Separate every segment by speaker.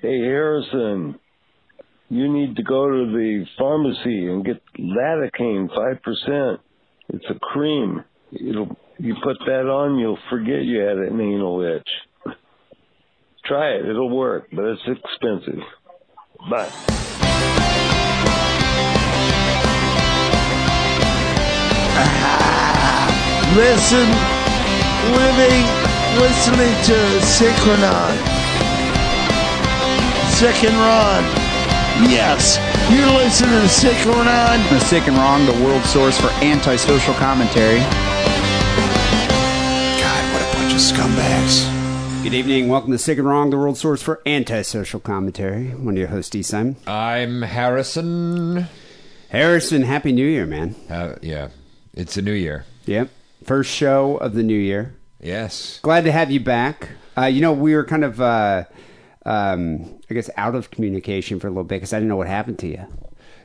Speaker 1: hey, Harrison, you need to go to the pharmacy and get Lidocaine 5%. It's a cream. It'll, you put that on, you'll forget you had an anal itch. Try it. It'll work, but it's expensive. Bye.
Speaker 2: Listen, living, listening to Synchronon. Synchronon. Yes, you're listening to Synchronon.
Speaker 3: The Sick and Wrong, the world source for antisocial commentary.
Speaker 2: God, what a bunch of scumbags.
Speaker 4: Good evening. Welcome to Sick and Wrong, the world source for antisocial commentary. One of your hosts, E. Simon.
Speaker 5: I'm Harrison.
Speaker 4: Harrison, Happy New Year, man.
Speaker 5: Uh, yeah, it's a new year.
Speaker 4: Yep. First show of the new year.
Speaker 5: Yes.
Speaker 4: Glad to have you back. Uh, you know, we were kind of, uh, um, I guess, out of communication for a little bit because I didn't know what happened to you.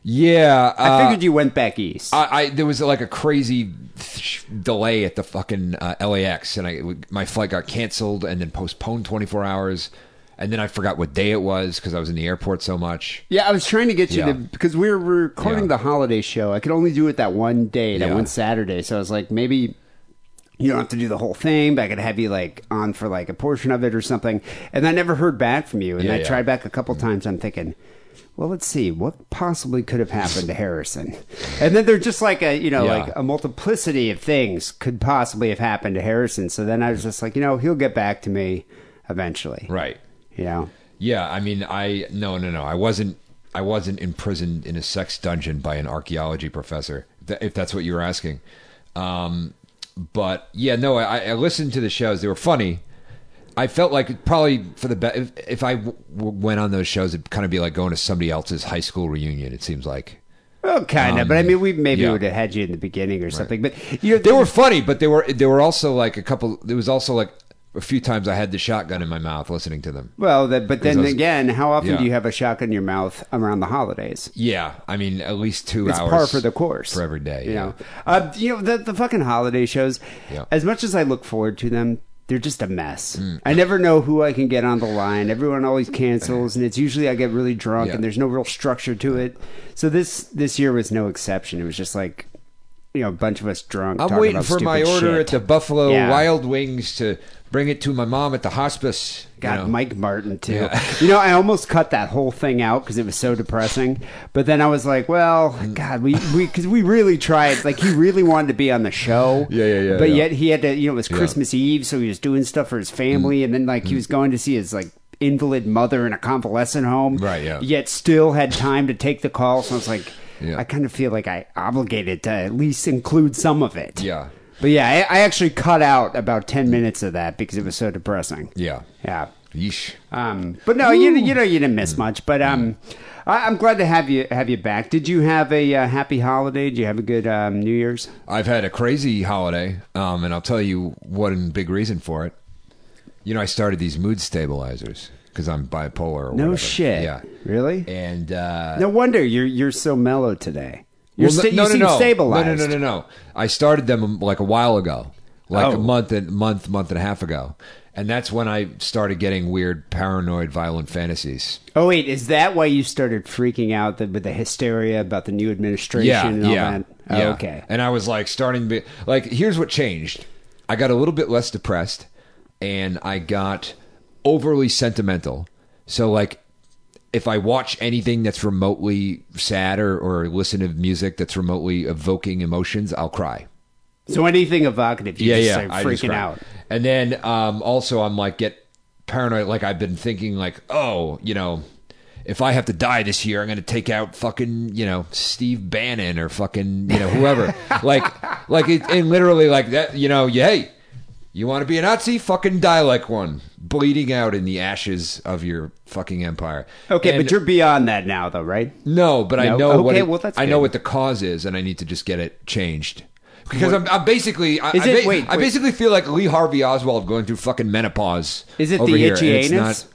Speaker 5: Yeah.
Speaker 4: I
Speaker 5: uh,
Speaker 4: figured you went back east.
Speaker 5: I, I there was like a crazy sh- delay at the fucking uh, LAX, and I my flight got canceled and then postponed 24 hours, and then I forgot what day it was because I was in the airport so much.
Speaker 4: yeah, I was trying to get you to
Speaker 5: Yeah.
Speaker 4: because we were recording the
Speaker 5: Yeah.
Speaker 4: holiday show. I could only do it that one day, that
Speaker 5: Yeah.
Speaker 4: one Saturday. So I was like, maybe you don't have to do the whole thing, but I could have you like on for like a portion of it or something. And I never heard back from you. And
Speaker 5: Yeah,
Speaker 4: I
Speaker 5: yeah.
Speaker 4: tried back a couple times. I'm thinking, well, let's see what possibly could have happened to Harrison. And then they're just like a you know
Speaker 5: Yeah.
Speaker 4: like a multiplicity of things could possibly have happened to Harrison. So then I was just like, you know, he'll get back to me eventually.
Speaker 5: Right.
Speaker 4: You know.
Speaker 5: Yeah. I mean, I no no no. I wasn't I wasn't imprisoned in a sex dungeon by an archaeology professor. th- If that's what you were asking. Um, but yeah, no. I, I listened to the shows. They were funny. I felt like probably for the best. If, if I w- w- went on those shows, it'd kind of be like going to somebody else's high school reunion. It seems like
Speaker 4: Well, kind of,
Speaker 5: Um,
Speaker 4: but I mean, we maybe
Speaker 5: yeah.
Speaker 4: would have had you in the beginning or something. But you know,
Speaker 5: they were funny, but they were they were also like a couple. There was also like a few times I had the shotgun in my mouth listening to them.
Speaker 4: well. That, but then
Speaker 5: Because I was-
Speaker 4: again, how often
Speaker 5: Yeah.
Speaker 4: do you have a shotgun in your mouth around the holidays?
Speaker 5: Yeah, I mean at least two
Speaker 4: It's
Speaker 5: hours
Speaker 4: par for the course
Speaker 5: for every day.
Speaker 4: You
Speaker 5: yeah.
Speaker 4: know, uh, you know the the fucking holiday shows.
Speaker 5: Yeah. Mm.
Speaker 4: As much as I look forward to them, they're just a mess. I never know who I can get on the line. Everyone always cancels, and it's usually I get really drunk,
Speaker 5: Yeah.
Speaker 4: and there's no real structure to it. So this this year was no exception. It was just like you know a bunch of us drunk.
Speaker 5: I'm
Speaker 4: talking
Speaker 5: waiting
Speaker 4: about
Speaker 5: for my
Speaker 4: stupid
Speaker 5: order
Speaker 4: shit.
Speaker 5: at the Buffalo
Speaker 4: Yeah.
Speaker 5: Wild Wings to bring it to my mom at the hospice. you
Speaker 4: God,
Speaker 5: know.
Speaker 4: Mike Martin too.
Speaker 5: Yeah.
Speaker 4: you know, I almost cut that whole thing out because it was so depressing. But then I was like, well, God, we we because we really tried. Like he really wanted to be on the show.
Speaker 5: Yeah, yeah, yeah,
Speaker 4: But
Speaker 5: yeah. Mm-hmm.
Speaker 4: yet he had to. You know, it was Christmas Eve, so he was doing stuff for his family, and then like he was going to see his like invalid mother in a convalescent home.
Speaker 5: Right, yeah.
Speaker 4: Yet still had time to take the call. So I was like.
Speaker 5: Yeah.
Speaker 4: I kind of feel like I obligated to at least include some of it.
Speaker 5: Yeah.
Speaker 4: But yeah, I, I actually cut out about 10 minutes of that because it was so depressing.
Speaker 5: Yeah.
Speaker 4: Yeah.
Speaker 5: Yeesh.
Speaker 4: Um, but no, you you know you didn't miss much. But um, I, I'm glad to have you have you back. Did you have a uh, happy holiday? Did you have a good um, New Year's?
Speaker 5: I've had a crazy holiday, um, and I'll tell you one big reason for it. You know, I started these mood stabilizers because I'm bipolar. Or
Speaker 4: No
Speaker 5: whatever.
Speaker 4: shit.
Speaker 5: Yeah.
Speaker 4: Really?
Speaker 5: And uh,
Speaker 4: no wonder you're you're so mellow today. You're
Speaker 5: Well,
Speaker 4: sta- you seem stabilized.
Speaker 5: No, no, no, no, no. I started them um, like a while ago, like
Speaker 4: Oh.
Speaker 5: a month and month, month and a half ago, and that's when I started getting weird, paranoid, violent fantasies.
Speaker 4: Oh wait, is that why you started freaking out the, with the hysteria about the new administration
Speaker 5: Yeah,
Speaker 4: and all
Speaker 5: yeah,
Speaker 4: that? Oh,
Speaker 5: yeah.
Speaker 4: Okay.
Speaker 5: And I was like starting to be like, here's what changed. I got a little bit less depressed, and I got overly sentimental. So like. If I watch anything that's remotely sad or, or listen to music that's remotely evoking emotions, I'll cry.
Speaker 4: So anything evocative, you just start
Speaker 5: I
Speaker 4: freaking
Speaker 5: just cry.
Speaker 4: out.
Speaker 5: And then um, also, I'm like get paranoid. Like I've been thinking, like, oh, you know, if I have to die this year, I'm going to take out fucking, you know, Steve Bannon or fucking, you know, whoever. like, like, it, and literally like that. You know, hey, you want to be a Nazi? Fucking die like one, bleeding out in the ashes of your fucking empire.
Speaker 4: Okay,
Speaker 5: And-
Speaker 4: but you're beyond that now, though, right?
Speaker 5: no, but
Speaker 4: No?
Speaker 5: I know what
Speaker 4: Okay,
Speaker 5: it-
Speaker 4: well, that's
Speaker 5: I know
Speaker 4: good.
Speaker 5: what the cause is, and I need to just get it changed. Because I'm, I'm basically, I,
Speaker 4: Is
Speaker 5: I
Speaker 4: it-
Speaker 5: ba-
Speaker 4: wait,
Speaker 5: I
Speaker 4: wait.
Speaker 5: basically feel like Lee Harvey Oswald going through fucking menopause.
Speaker 4: Is it
Speaker 5: over
Speaker 4: the
Speaker 5: here,
Speaker 4: itchy
Speaker 5: and it's
Speaker 4: anus?
Speaker 5: Not,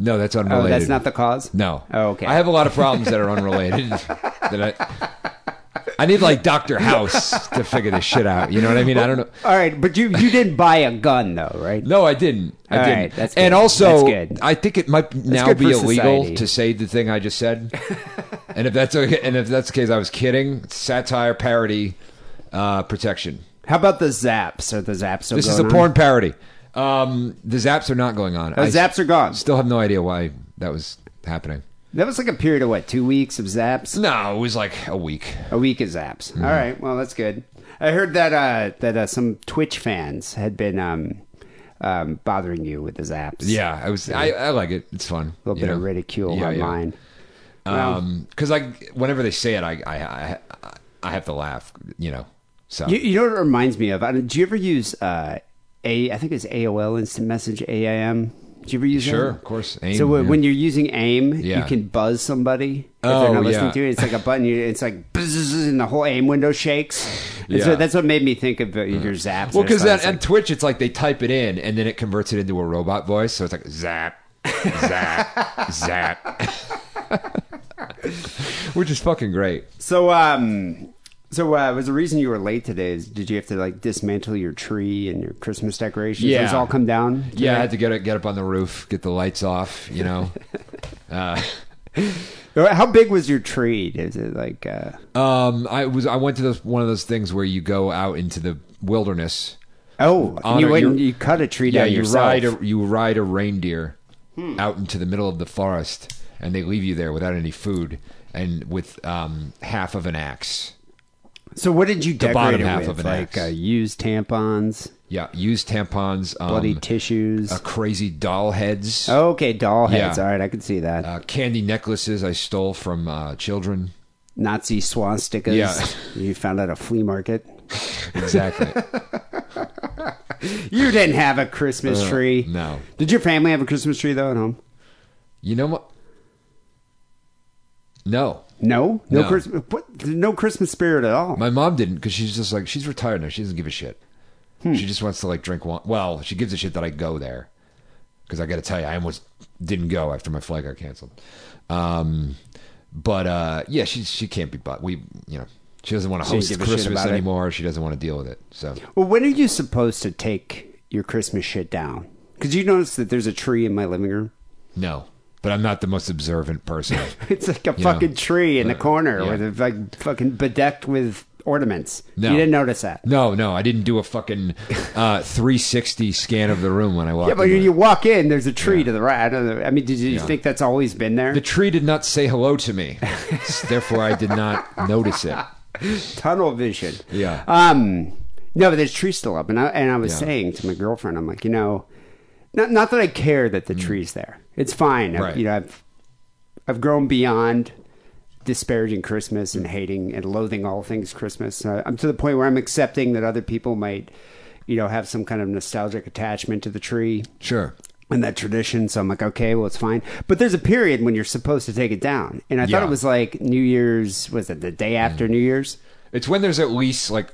Speaker 5: no, that's
Speaker 4: Oh,
Speaker 5: unrelated.
Speaker 4: that's not the cause.
Speaker 5: No.
Speaker 4: Oh, okay.
Speaker 5: I have a lot of problems that are unrelated. that I, I need like Doctor House to figure this shit out. You know what I mean? I don't know.
Speaker 4: All right, but you you didn't buy a gun though, right?
Speaker 5: No, I didn't. I
Speaker 4: All
Speaker 5: didn't.
Speaker 4: right, that's
Speaker 5: And
Speaker 4: good.
Speaker 5: also,
Speaker 4: That's good.
Speaker 5: I think it might now
Speaker 4: good
Speaker 5: be
Speaker 4: for
Speaker 5: illegal
Speaker 4: society.
Speaker 5: to say the thing I just said. and if that's okay, and if that's the case, I was kidding. Satire parody uh, protection.
Speaker 4: How about the zaps? Are the zaps still
Speaker 5: This is a
Speaker 4: going
Speaker 5: porn
Speaker 4: on?
Speaker 5: parody. Um, the zaps are not going on.
Speaker 4: Oh,
Speaker 5: I
Speaker 4: zaps are gone.
Speaker 5: still have no idea why that was happening.
Speaker 4: That was like a period of what two weeks of zaps.
Speaker 5: No, it was like a week.
Speaker 4: A week of zaps.
Speaker 5: Hmm.
Speaker 4: All right. Well, that's good. I heard that uh, that uh, some Twitch fans had been um, um, bothering you with the zaps.
Speaker 5: Yeah, I was. I, I like it. It's fun.
Speaker 4: A little bit of ridicule online.
Speaker 5: Um, because I whenever they say it, I I I, I have to laugh. You know. So
Speaker 4: You, you know what it reminds me of? I don't, do you ever use uh, a? I think it's AOL Instant Message AIM. Do you ever use
Speaker 5: Sure,
Speaker 4: that?
Speaker 5: of course, AIM,
Speaker 4: so when
Speaker 5: yeah.
Speaker 4: when you're using AIM,
Speaker 5: Yeah.
Speaker 4: you can buzz somebody if
Speaker 5: Oh,
Speaker 4: they're not listening
Speaker 5: yeah.
Speaker 4: to you. It's like a button. You, it's like buzz, and the whole AIM window shakes. And
Speaker 5: Yeah. Mm.
Speaker 4: So that's what made me think of uh, your zaps.
Speaker 5: Well,
Speaker 4: I
Speaker 5: because
Speaker 4: just thought
Speaker 5: that
Speaker 4: it's
Speaker 5: on
Speaker 4: like-
Speaker 5: Twitch, it's like they type it in and then it converts it into a robot voice. So it's like zap, zap, zap, which is fucking great.
Speaker 4: so um. So uh, was the reason you were late today? Is did you have to like dismantle your tree and your Christmas decorations?
Speaker 5: Yeah.
Speaker 4: Those all come down. today?
Speaker 5: Yeah, I had to get get up on the roof, get the lights off. You know,
Speaker 4: How big was your tree? Is it like? Uh,
Speaker 5: um, I was I went to those, one of those things where you go out into the wilderness.
Speaker 4: Oh, and
Speaker 5: honor
Speaker 4: you went
Speaker 5: your-
Speaker 4: and you cut a tree
Speaker 5: Yeah,
Speaker 4: down
Speaker 5: you
Speaker 4: yourself.
Speaker 5: ride a, you ride a reindeer out into the middle of the forest, and they leave you there without any food and with um, half of an axe.
Speaker 4: so what did you decorate
Speaker 5: bottom
Speaker 4: it
Speaker 5: half
Speaker 4: with?
Speaker 5: of an
Speaker 4: like
Speaker 5: axe.
Speaker 4: uh, used tampons,
Speaker 5: Yeah, use tampons, um,
Speaker 4: bloody tissues.
Speaker 5: uh, crazy doll heads,
Speaker 4: okay, doll heads.
Speaker 5: yeah.
Speaker 4: All right, I can see that.
Speaker 5: uh, candy necklaces I stole from uh, children.
Speaker 4: Nazi swastikas.
Speaker 5: yeah.
Speaker 4: you found at a flea market.
Speaker 5: Exactly.
Speaker 4: You didn't have a Christmas
Speaker 5: Uh,
Speaker 4: tree.
Speaker 5: no.
Speaker 4: Did your family have a Christmas tree though at home?
Speaker 5: you know what? No,
Speaker 4: No, no,
Speaker 5: No.
Speaker 4: Christmas. What? No Christmas spirit at all.
Speaker 5: my mom didn't because she's just like she's retired now. She doesn't give a shit.
Speaker 4: Hmm.
Speaker 5: She just wants to like drink wine. Well, she gives a shit that I go there because I got to tell you, I almost didn't go after my flight got canceled. Um, but uh, yeah, she she can't be but we you know she doesn't want to
Speaker 4: didn't
Speaker 5: host
Speaker 4: give a shit
Speaker 5: Christmas
Speaker 4: about it.
Speaker 5: anymore. She doesn't want to deal with it. So
Speaker 4: well, when are you supposed to take your Christmas shit down? Because you notice that there's a tree in my living room.
Speaker 5: no, but I'm not the most observant person.
Speaker 4: It's like a
Speaker 5: You
Speaker 4: fucking
Speaker 5: know.
Speaker 4: tree in the corner
Speaker 5: yeah.
Speaker 4: with a, like fucking bedecked with ornaments.
Speaker 5: No.
Speaker 4: You didn't notice that.
Speaker 5: No, no, I didn't do a fucking uh, 360 scan of the room when I walked.
Speaker 4: Yeah, but
Speaker 5: in
Speaker 4: when
Speaker 5: there.
Speaker 4: you walk in, there's a tree to the right. I, don't know. I mean, did you
Speaker 5: Yeah.
Speaker 4: think that's always been there?
Speaker 5: the tree did not say hello to me, therefore I did not notice it.
Speaker 4: tunnel vision.
Speaker 5: Yeah.
Speaker 4: Um. No, but there's trees still up, and I and I was
Speaker 5: Yeah.
Speaker 4: saying to my girlfriend, I'm like, you know, not not that I care that the tree's there. It's fine. I've-
Speaker 5: Mm. Right.
Speaker 4: You know, I've I've grown beyond disparaging Christmas and hating and loathing all things Christmas. So I'm to the point where I'm accepting that other people might, you know, have some kind of nostalgic attachment to the tree
Speaker 5: Sure.
Speaker 4: and that tradition. So I'm like, okay, well, it's fine. But there's a period when you're supposed to take it down, and I
Speaker 5: Yeah. Mm.
Speaker 4: thought it was like New Year's. Was it the day after New Year's?
Speaker 5: It's when there's at least like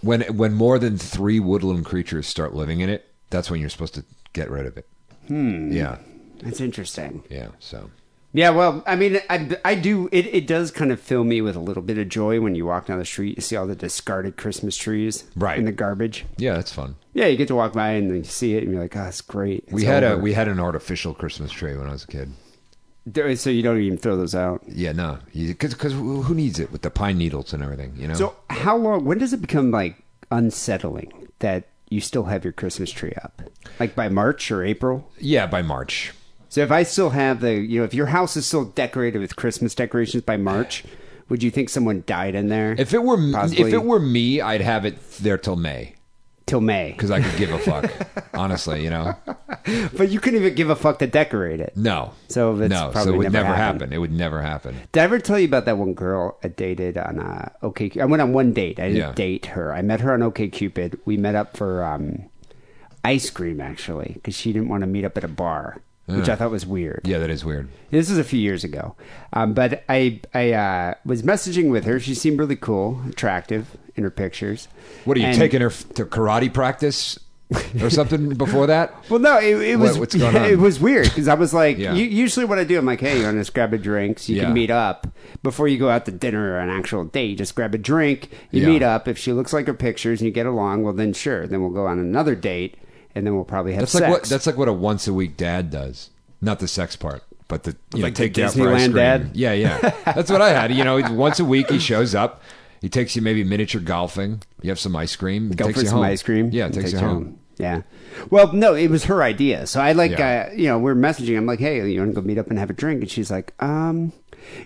Speaker 5: when when more than three woodland creatures start living in it. That's when you're supposed to get rid of it. Hmm. Yeah.
Speaker 4: That's interesting.
Speaker 5: Yeah. So.
Speaker 4: Yeah, well, I mean, I, I do. It, it does kind of fill me with a little bit of joy when you walk down the street. You see all the discarded Christmas trees,
Speaker 5: Right.
Speaker 4: in the garbage.
Speaker 5: Yeah, that's fun.
Speaker 4: Yeah, you get to walk by and you see it, and you're like, "Oh, it's great." It's
Speaker 5: We had a
Speaker 4: over."
Speaker 5: we had an artificial Christmas tree when I was a kid.
Speaker 4: There- so you don't even throw those out.
Speaker 5: Yeah, no, because who who needs it with the pine needles and everything, you know?
Speaker 4: So how long? When does it become like unsettling that you still have your Christmas tree up? Like by March or April?
Speaker 5: yeah, by March.
Speaker 4: So if I still have the, you know, if your house is still decorated with Christmas decorations by March, would you think someone died in there?
Speaker 5: If it were
Speaker 4: Possibly.
Speaker 5: if it were me, I'd have it there till May
Speaker 4: till May,
Speaker 5: because I could give a fuck. honestly, you know,
Speaker 4: but you couldn't even give a fuck to decorate it.
Speaker 5: no.
Speaker 4: So that's
Speaker 5: no, so
Speaker 4: probably
Speaker 5: it would
Speaker 4: never
Speaker 5: never happen.
Speaker 4: happened.
Speaker 5: It would never happen.
Speaker 4: Did I ever tell you about that one girl I dated on uh, OK? I went on one date. I didn't
Speaker 5: Yeah.
Speaker 4: date her. I met her on OK Cupid. We met up for um, ice cream actually because she didn't want to meet up at a bar, which I thought was weird.
Speaker 5: Yeah, that is weird.
Speaker 4: This was a few years ago, um, but I I uh, was messaging with her. She seemed really cool, attractive in her pictures.
Speaker 5: What are you
Speaker 4: And-
Speaker 5: taking her f- to karate practice? or something before that?
Speaker 4: Well, no, it, it
Speaker 5: What-
Speaker 4: was
Speaker 5: what's going on?
Speaker 4: it was weird because I was like,
Speaker 5: Yeah.
Speaker 4: u- usually what I do, I'm like, hey, you want to just grab a drink so you
Speaker 5: Yeah.
Speaker 4: can meet up before you go out to dinner or an actual date. You just grab a drink, you
Speaker 5: Yeah.
Speaker 4: meet up. If she looks like her pictures and you get along, well, then sure, then we'll go on another date and then we'll probably have
Speaker 5: That's
Speaker 4: sex.
Speaker 5: like what that's like what a once a week dad does. Not the sex part, but the
Speaker 4: Like
Speaker 5: you know,
Speaker 4: the
Speaker 5: take you out for ice
Speaker 4: Disneyland
Speaker 5: cream.
Speaker 4: dad?
Speaker 5: Yeah, yeah. That's what I had. You know, once a week he shows up. He takes you maybe miniature golfing. You have some ice cream.
Speaker 4: go
Speaker 5: takes
Speaker 4: for
Speaker 5: you
Speaker 4: some
Speaker 5: home.
Speaker 4: ice cream.
Speaker 5: Yeah,
Speaker 4: and
Speaker 5: takes, you home.
Speaker 4: Yeah. Well, no, it was her idea. So I like,
Speaker 5: Yeah.
Speaker 4: uh, you know, we're messaging. I'm like, hey, you want to go meet up and have a drink? And she's like, um,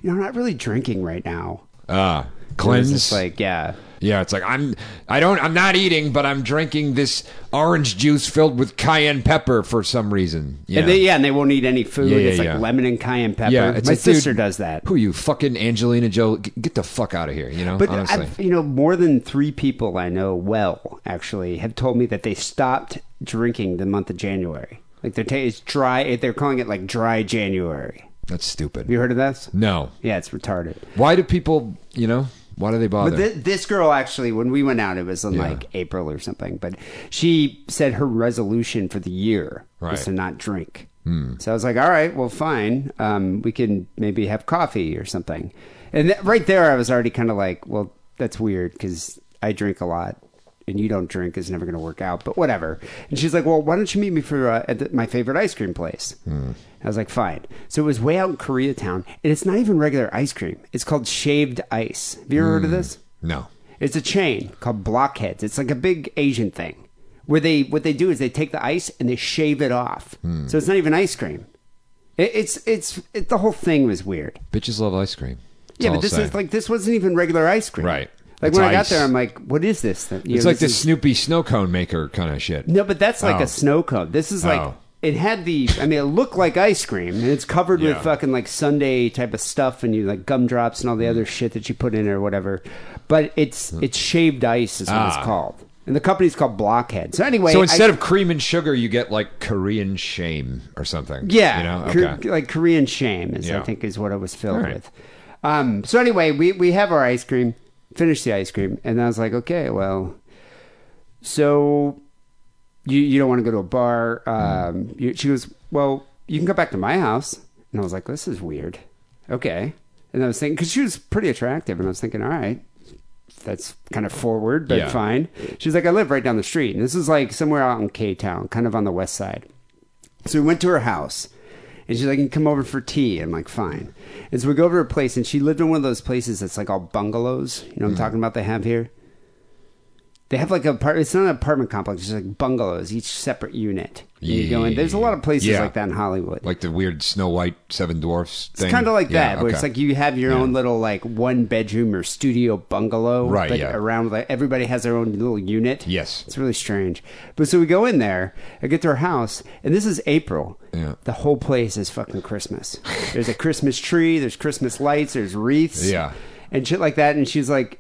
Speaker 4: you know, I'm not really drinking right now.
Speaker 5: Ah,
Speaker 4: And it's
Speaker 5: cleanse.
Speaker 4: just like, yeah.
Speaker 5: yeah, it's like I'm. I don't. I'm not eating, but I'm drinking this orange juice filled with cayenne pepper for some reason. Yeah.
Speaker 4: And they, yeah, and they won't eat any food.
Speaker 5: Yeah, yeah,
Speaker 4: it's like
Speaker 5: yeah.
Speaker 4: lemon and cayenne pepper.
Speaker 5: Yeah, it's
Speaker 4: My
Speaker 5: like, dude,
Speaker 4: sister does that.
Speaker 5: Who you fucking Angelina Joe? Get the fuck out of here! You know,
Speaker 4: But uh,
Speaker 5: honestly.
Speaker 4: I've, you know, more than three people I know well actually have told me that they stopped drinking the month of January. Like they're ta- it's dry. They're calling it like dry January.
Speaker 5: That's stupid.
Speaker 4: Have you heard of this?
Speaker 5: No.
Speaker 4: Yeah, it's retarded.
Speaker 5: Why do people? You know, why do they bother?
Speaker 4: But thi- this girl actually, when we went out, it was in like April or something. But she said her resolution for the year
Speaker 5: Right.
Speaker 4: was to not drink. So I was like, all right, well, fine. Um, we can maybe have coffee or something. And th- right there, I was already kind of like, well, that's weird because I drink a lot. And you don't drink is never going to work out, but whatever. And she's like, "Well, why don't you meet me for uh, at the, my favorite ice cream place?" I was like, "Fine." So it was way out in Koreatown, and it's not even regular ice cream. It's called shaved ice. Have you ever heard of this?
Speaker 5: no.
Speaker 4: It's a chain called Blockheads. It's like a big Asian thing where they what they do is they take the ice and they shave it off.
Speaker 5: Hmm.
Speaker 4: So it's not even ice cream. It, it's it's it, the whole thing was weird.
Speaker 5: Bitches love ice cream. That's
Speaker 4: yeah,
Speaker 5: all
Speaker 4: but
Speaker 5: I'll
Speaker 4: this
Speaker 5: say.
Speaker 4: is like this wasn't even regular ice cream.
Speaker 5: Right.
Speaker 4: Like
Speaker 5: It's
Speaker 4: when I got
Speaker 5: ice.
Speaker 4: there, I'm like, what is this? thing? You
Speaker 5: it's
Speaker 4: know,
Speaker 5: like the
Speaker 4: is-
Speaker 5: Snoopy snow cone maker kind of shit.
Speaker 4: No, but that's like
Speaker 5: Oh.
Speaker 4: a snow cone. This is like
Speaker 5: Oh.
Speaker 4: it had the. I mean, it looked like ice cream, and it's covered
Speaker 5: Yeah.
Speaker 4: with fucking like Sunday type of stuff, and you like gumdrops and all the
Speaker 5: Mm.
Speaker 4: other shit that you put in it or whatever. But it's it's shaved ice is what
Speaker 5: Hmm. Ah.
Speaker 4: it's called, and the company's called Blockhead. So anyway,
Speaker 5: so instead
Speaker 4: I-
Speaker 5: of cream and sugar, you get like Korean shame or something.
Speaker 4: yeah,
Speaker 5: You know?
Speaker 4: Kor-
Speaker 5: Okay.
Speaker 4: like Korean shame is
Speaker 5: Yeah.
Speaker 4: I think is what it was filled
Speaker 5: All right.
Speaker 4: with. Um, so anyway, we we have our ice cream, finish the ice cream, and I was like, okay, well, so you you don't want to go to a bar. Um,
Speaker 5: Mm.
Speaker 4: you, she goes, well, you can go back to my house, and I was like, this is weird. Okay, and I was thinking because she was pretty attractive, and I was thinking, all right. That's kind of forward, but
Speaker 5: Yeah.
Speaker 4: fine. She's like, I live right down the street. And this is like somewhere out in K Town, kind of on the west side. So we went to her house, and she's like, "Can you come over for tea?" I'm like, "Fine." And so we go over to her place, and she lived in one of those places that's like all bungalows. You know what I'm talking about? They have here. They have like a part. It's not an apartment complex. It's like bungalows, each separate unit. And You go in. There's a lot of places
Speaker 5: Yeah.
Speaker 4: like that in Hollywood.
Speaker 5: Like the weird Snow White Seven Dwarfs thing.
Speaker 4: It's kind of like
Speaker 5: Yeah,
Speaker 4: that, where
Speaker 5: okay.
Speaker 4: it's like you have your own little like one bedroom or studio bungalow,
Speaker 5: Right,
Speaker 4: But
Speaker 5: yeah.
Speaker 4: around like everybody has their own little unit.
Speaker 5: Yes.
Speaker 4: it's really strange. But so we go in there, I get to her house, and this is April.
Speaker 5: Yeah.
Speaker 4: the whole place is fucking Christmas. there's a Christmas tree. There's Christmas lights. There's wreaths.
Speaker 5: Yeah.
Speaker 4: and shit like that. And she's like,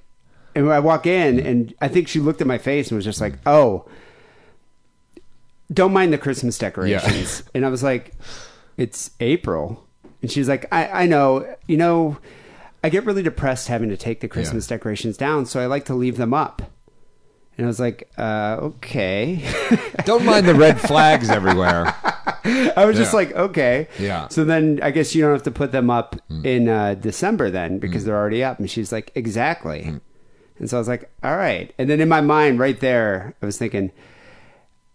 Speaker 4: and when I walk in, and I think she looked at my face and was just like, oh. Don't mind the Christmas decorations. and I was like, it's April. And she's like, I, I know, you know, I get really depressed having to take the Christmas decorations down, so I like to leave them up. And I was like, uh, okay.
Speaker 5: Don't mind the red flags everywhere.
Speaker 4: I was just
Speaker 5: Yeah.
Speaker 4: like, okay.
Speaker 5: Yeah. Mm.
Speaker 4: So then I guess you don't have to put them up in uh, December then because they're already up. And she's like, exactly.
Speaker 5: Mm.
Speaker 4: And so I was like, all right. And then in my mind, right there, I was thinking,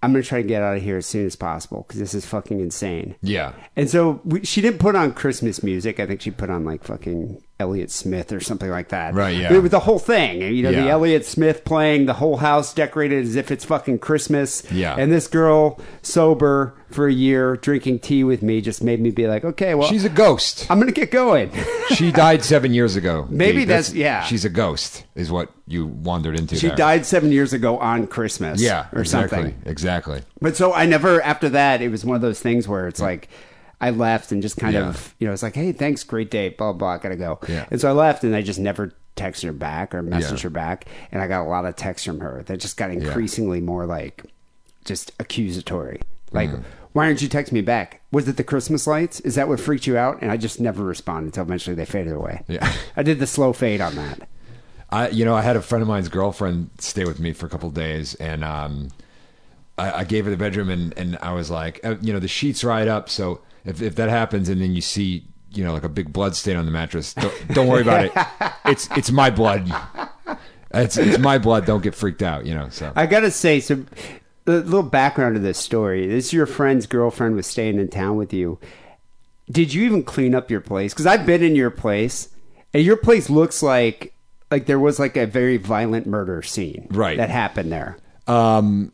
Speaker 4: I'm going to try to get out of here as soon as possible because this is fucking insane.
Speaker 5: Yeah.
Speaker 4: And so we, she didn't put on Christmas music. I think she put on like fucking Elliott Smith or something like that.
Speaker 5: Right, yeah.
Speaker 4: But it was the whole thing. You know, the
Speaker 5: Yeah.
Speaker 4: Elliott Smith playing, the whole house decorated as if it's fucking Christmas.
Speaker 5: Yeah.
Speaker 4: And this girl, sober for a year, drinking tea with me, just made me be like, okay, well,
Speaker 5: She's a ghost.
Speaker 4: I'm going to get going.
Speaker 5: she died seven years ago.
Speaker 4: Maybe
Speaker 5: Dave.
Speaker 4: that's- yeah.
Speaker 5: She's a ghost, is what you wandered into.
Speaker 4: she
Speaker 5: there.
Speaker 4: died seven years ago on Christmas.
Speaker 5: Yeah,
Speaker 4: Or
Speaker 5: exactly,
Speaker 4: something.
Speaker 5: Exactly.
Speaker 4: But so I never after that it was one of those things where it's like I left and just kind
Speaker 5: Yeah.
Speaker 4: of you know it's like hey thanks great day blah blah gotta go
Speaker 5: Yeah.
Speaker 4: and so I left and I just never texted her back or messaged
Speaker 5: Yeah.
Speaker 4: her back and I got a lot of texts from her that just got increasingly more like just accusatory like
Speaker 5: Mm.
Speaker 4: why aren't you texting me back was it the Christmas lights is that what freaked you out and I just never responded until eventually they faded away
Speaker 5: Yeah.
Speaker 4: I did the slow fade on that
Speaker 5: I, you know, I had a friend of mine's girlfriend stay with me for a couple days, and um, I, I gave her the bedroom, and and I was like, uh, you know, the sheets right up. So if if that happens, and then you see, you know, like a big blood stain on the mattress, don't, don't worry about it. It's it's my blood. It's, it's my blood. Don't get freaked out, you know. So
Speaker 4: I gotta say, some a little background to this story. This your friend's girlfriend was staying in town with you. Did you even clean up your place? Because I've been in your place, and your place looks like like there was like a very violent murder scene
Speaker 5: Right.
Speaker 4: that happened there.
Speaker 5: Um.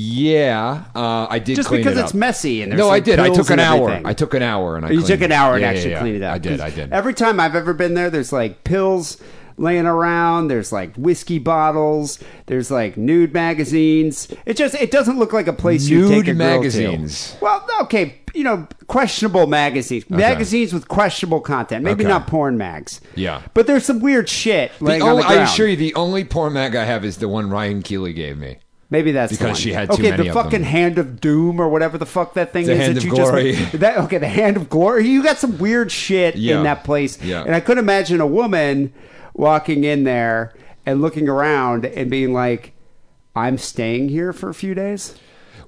Speaker 5: Yeah. Uh. I did.
Speaker 4: Just
Speaker 5: clean
Speaker 4: because
Speaker 5: it
Speaker 4: it's
Speaker 5: up.
Speaker 4: messy and there's,
Speaker 5: no,
Speaker 4: like,
Speaker 5: I did. I
Speaker 4: pills
Speaker 5: took an
Speaker 4: and
Speaker 5: hour.
Speaker 4: everything.
Speaker 5: I took an hour and I.
Speaker 4: You
Speaker 5: cleaned
Speaker 4: took an
Speaker 5: it.
Speaker 4: hour and
Speaker 5: Yeah, yeah,
Speaker 4: actually
Speaker 5: yeah.
Speaker 4: cleaned it up.
Speaker 5: I did.
Speaker 4: 'Cause
Speaker 5: I did.
Speaker 4: Every time I've ever been there, there's like pills laying around. There's like whiskey bottles. There's like nude magazines. It just it doesn't look like a place you take
Speaker 5: Nude
Speaker 4: a girl
Speaker 5: magazines.
Speaker 4: To. Well, okay, you know, questionable magazines, magazines with questionable content. Maybe
Speaker 5: Okay.
Speaker 4: not porn mags.
Speaker 5: Yeah.
Speaker 4: but there's some weird shit
Speaker 5: The
Speaker 4: laying on
Speaker 5: only-
Speaker 4: the ground.
Speaker 5: Oh, I assure you, the only porn mag I have is the one Ryan Keeley gave me.
Speaker 4: Maybe that's the
Speaker 5: Because
Speaker 4: one.
Speaker 5: she had too
Speaker 4: okay,
Speaker 5: many
Speaker 4: the
Speaker 5: of
Speaker 4: fucking
Speaker 5: them.
Speaker 4: hand of doom or whatever the fuck that thing
Speaker 5: The
Speaker 4: is
Speaker 5: hand
Speaker 4: that
Speaker 5: of
Speaker 4: you
Speaker 5: glory.
Speaker 4: just that okay the hand of glory. You got some weird shit
Speaker 5: Yeah.
Speaker 4: in that place,
Speaker 5: Yeah.
Speaker 4: and I could imagine a woman walking in there and looking around and being like, "I'm staying here for a few days."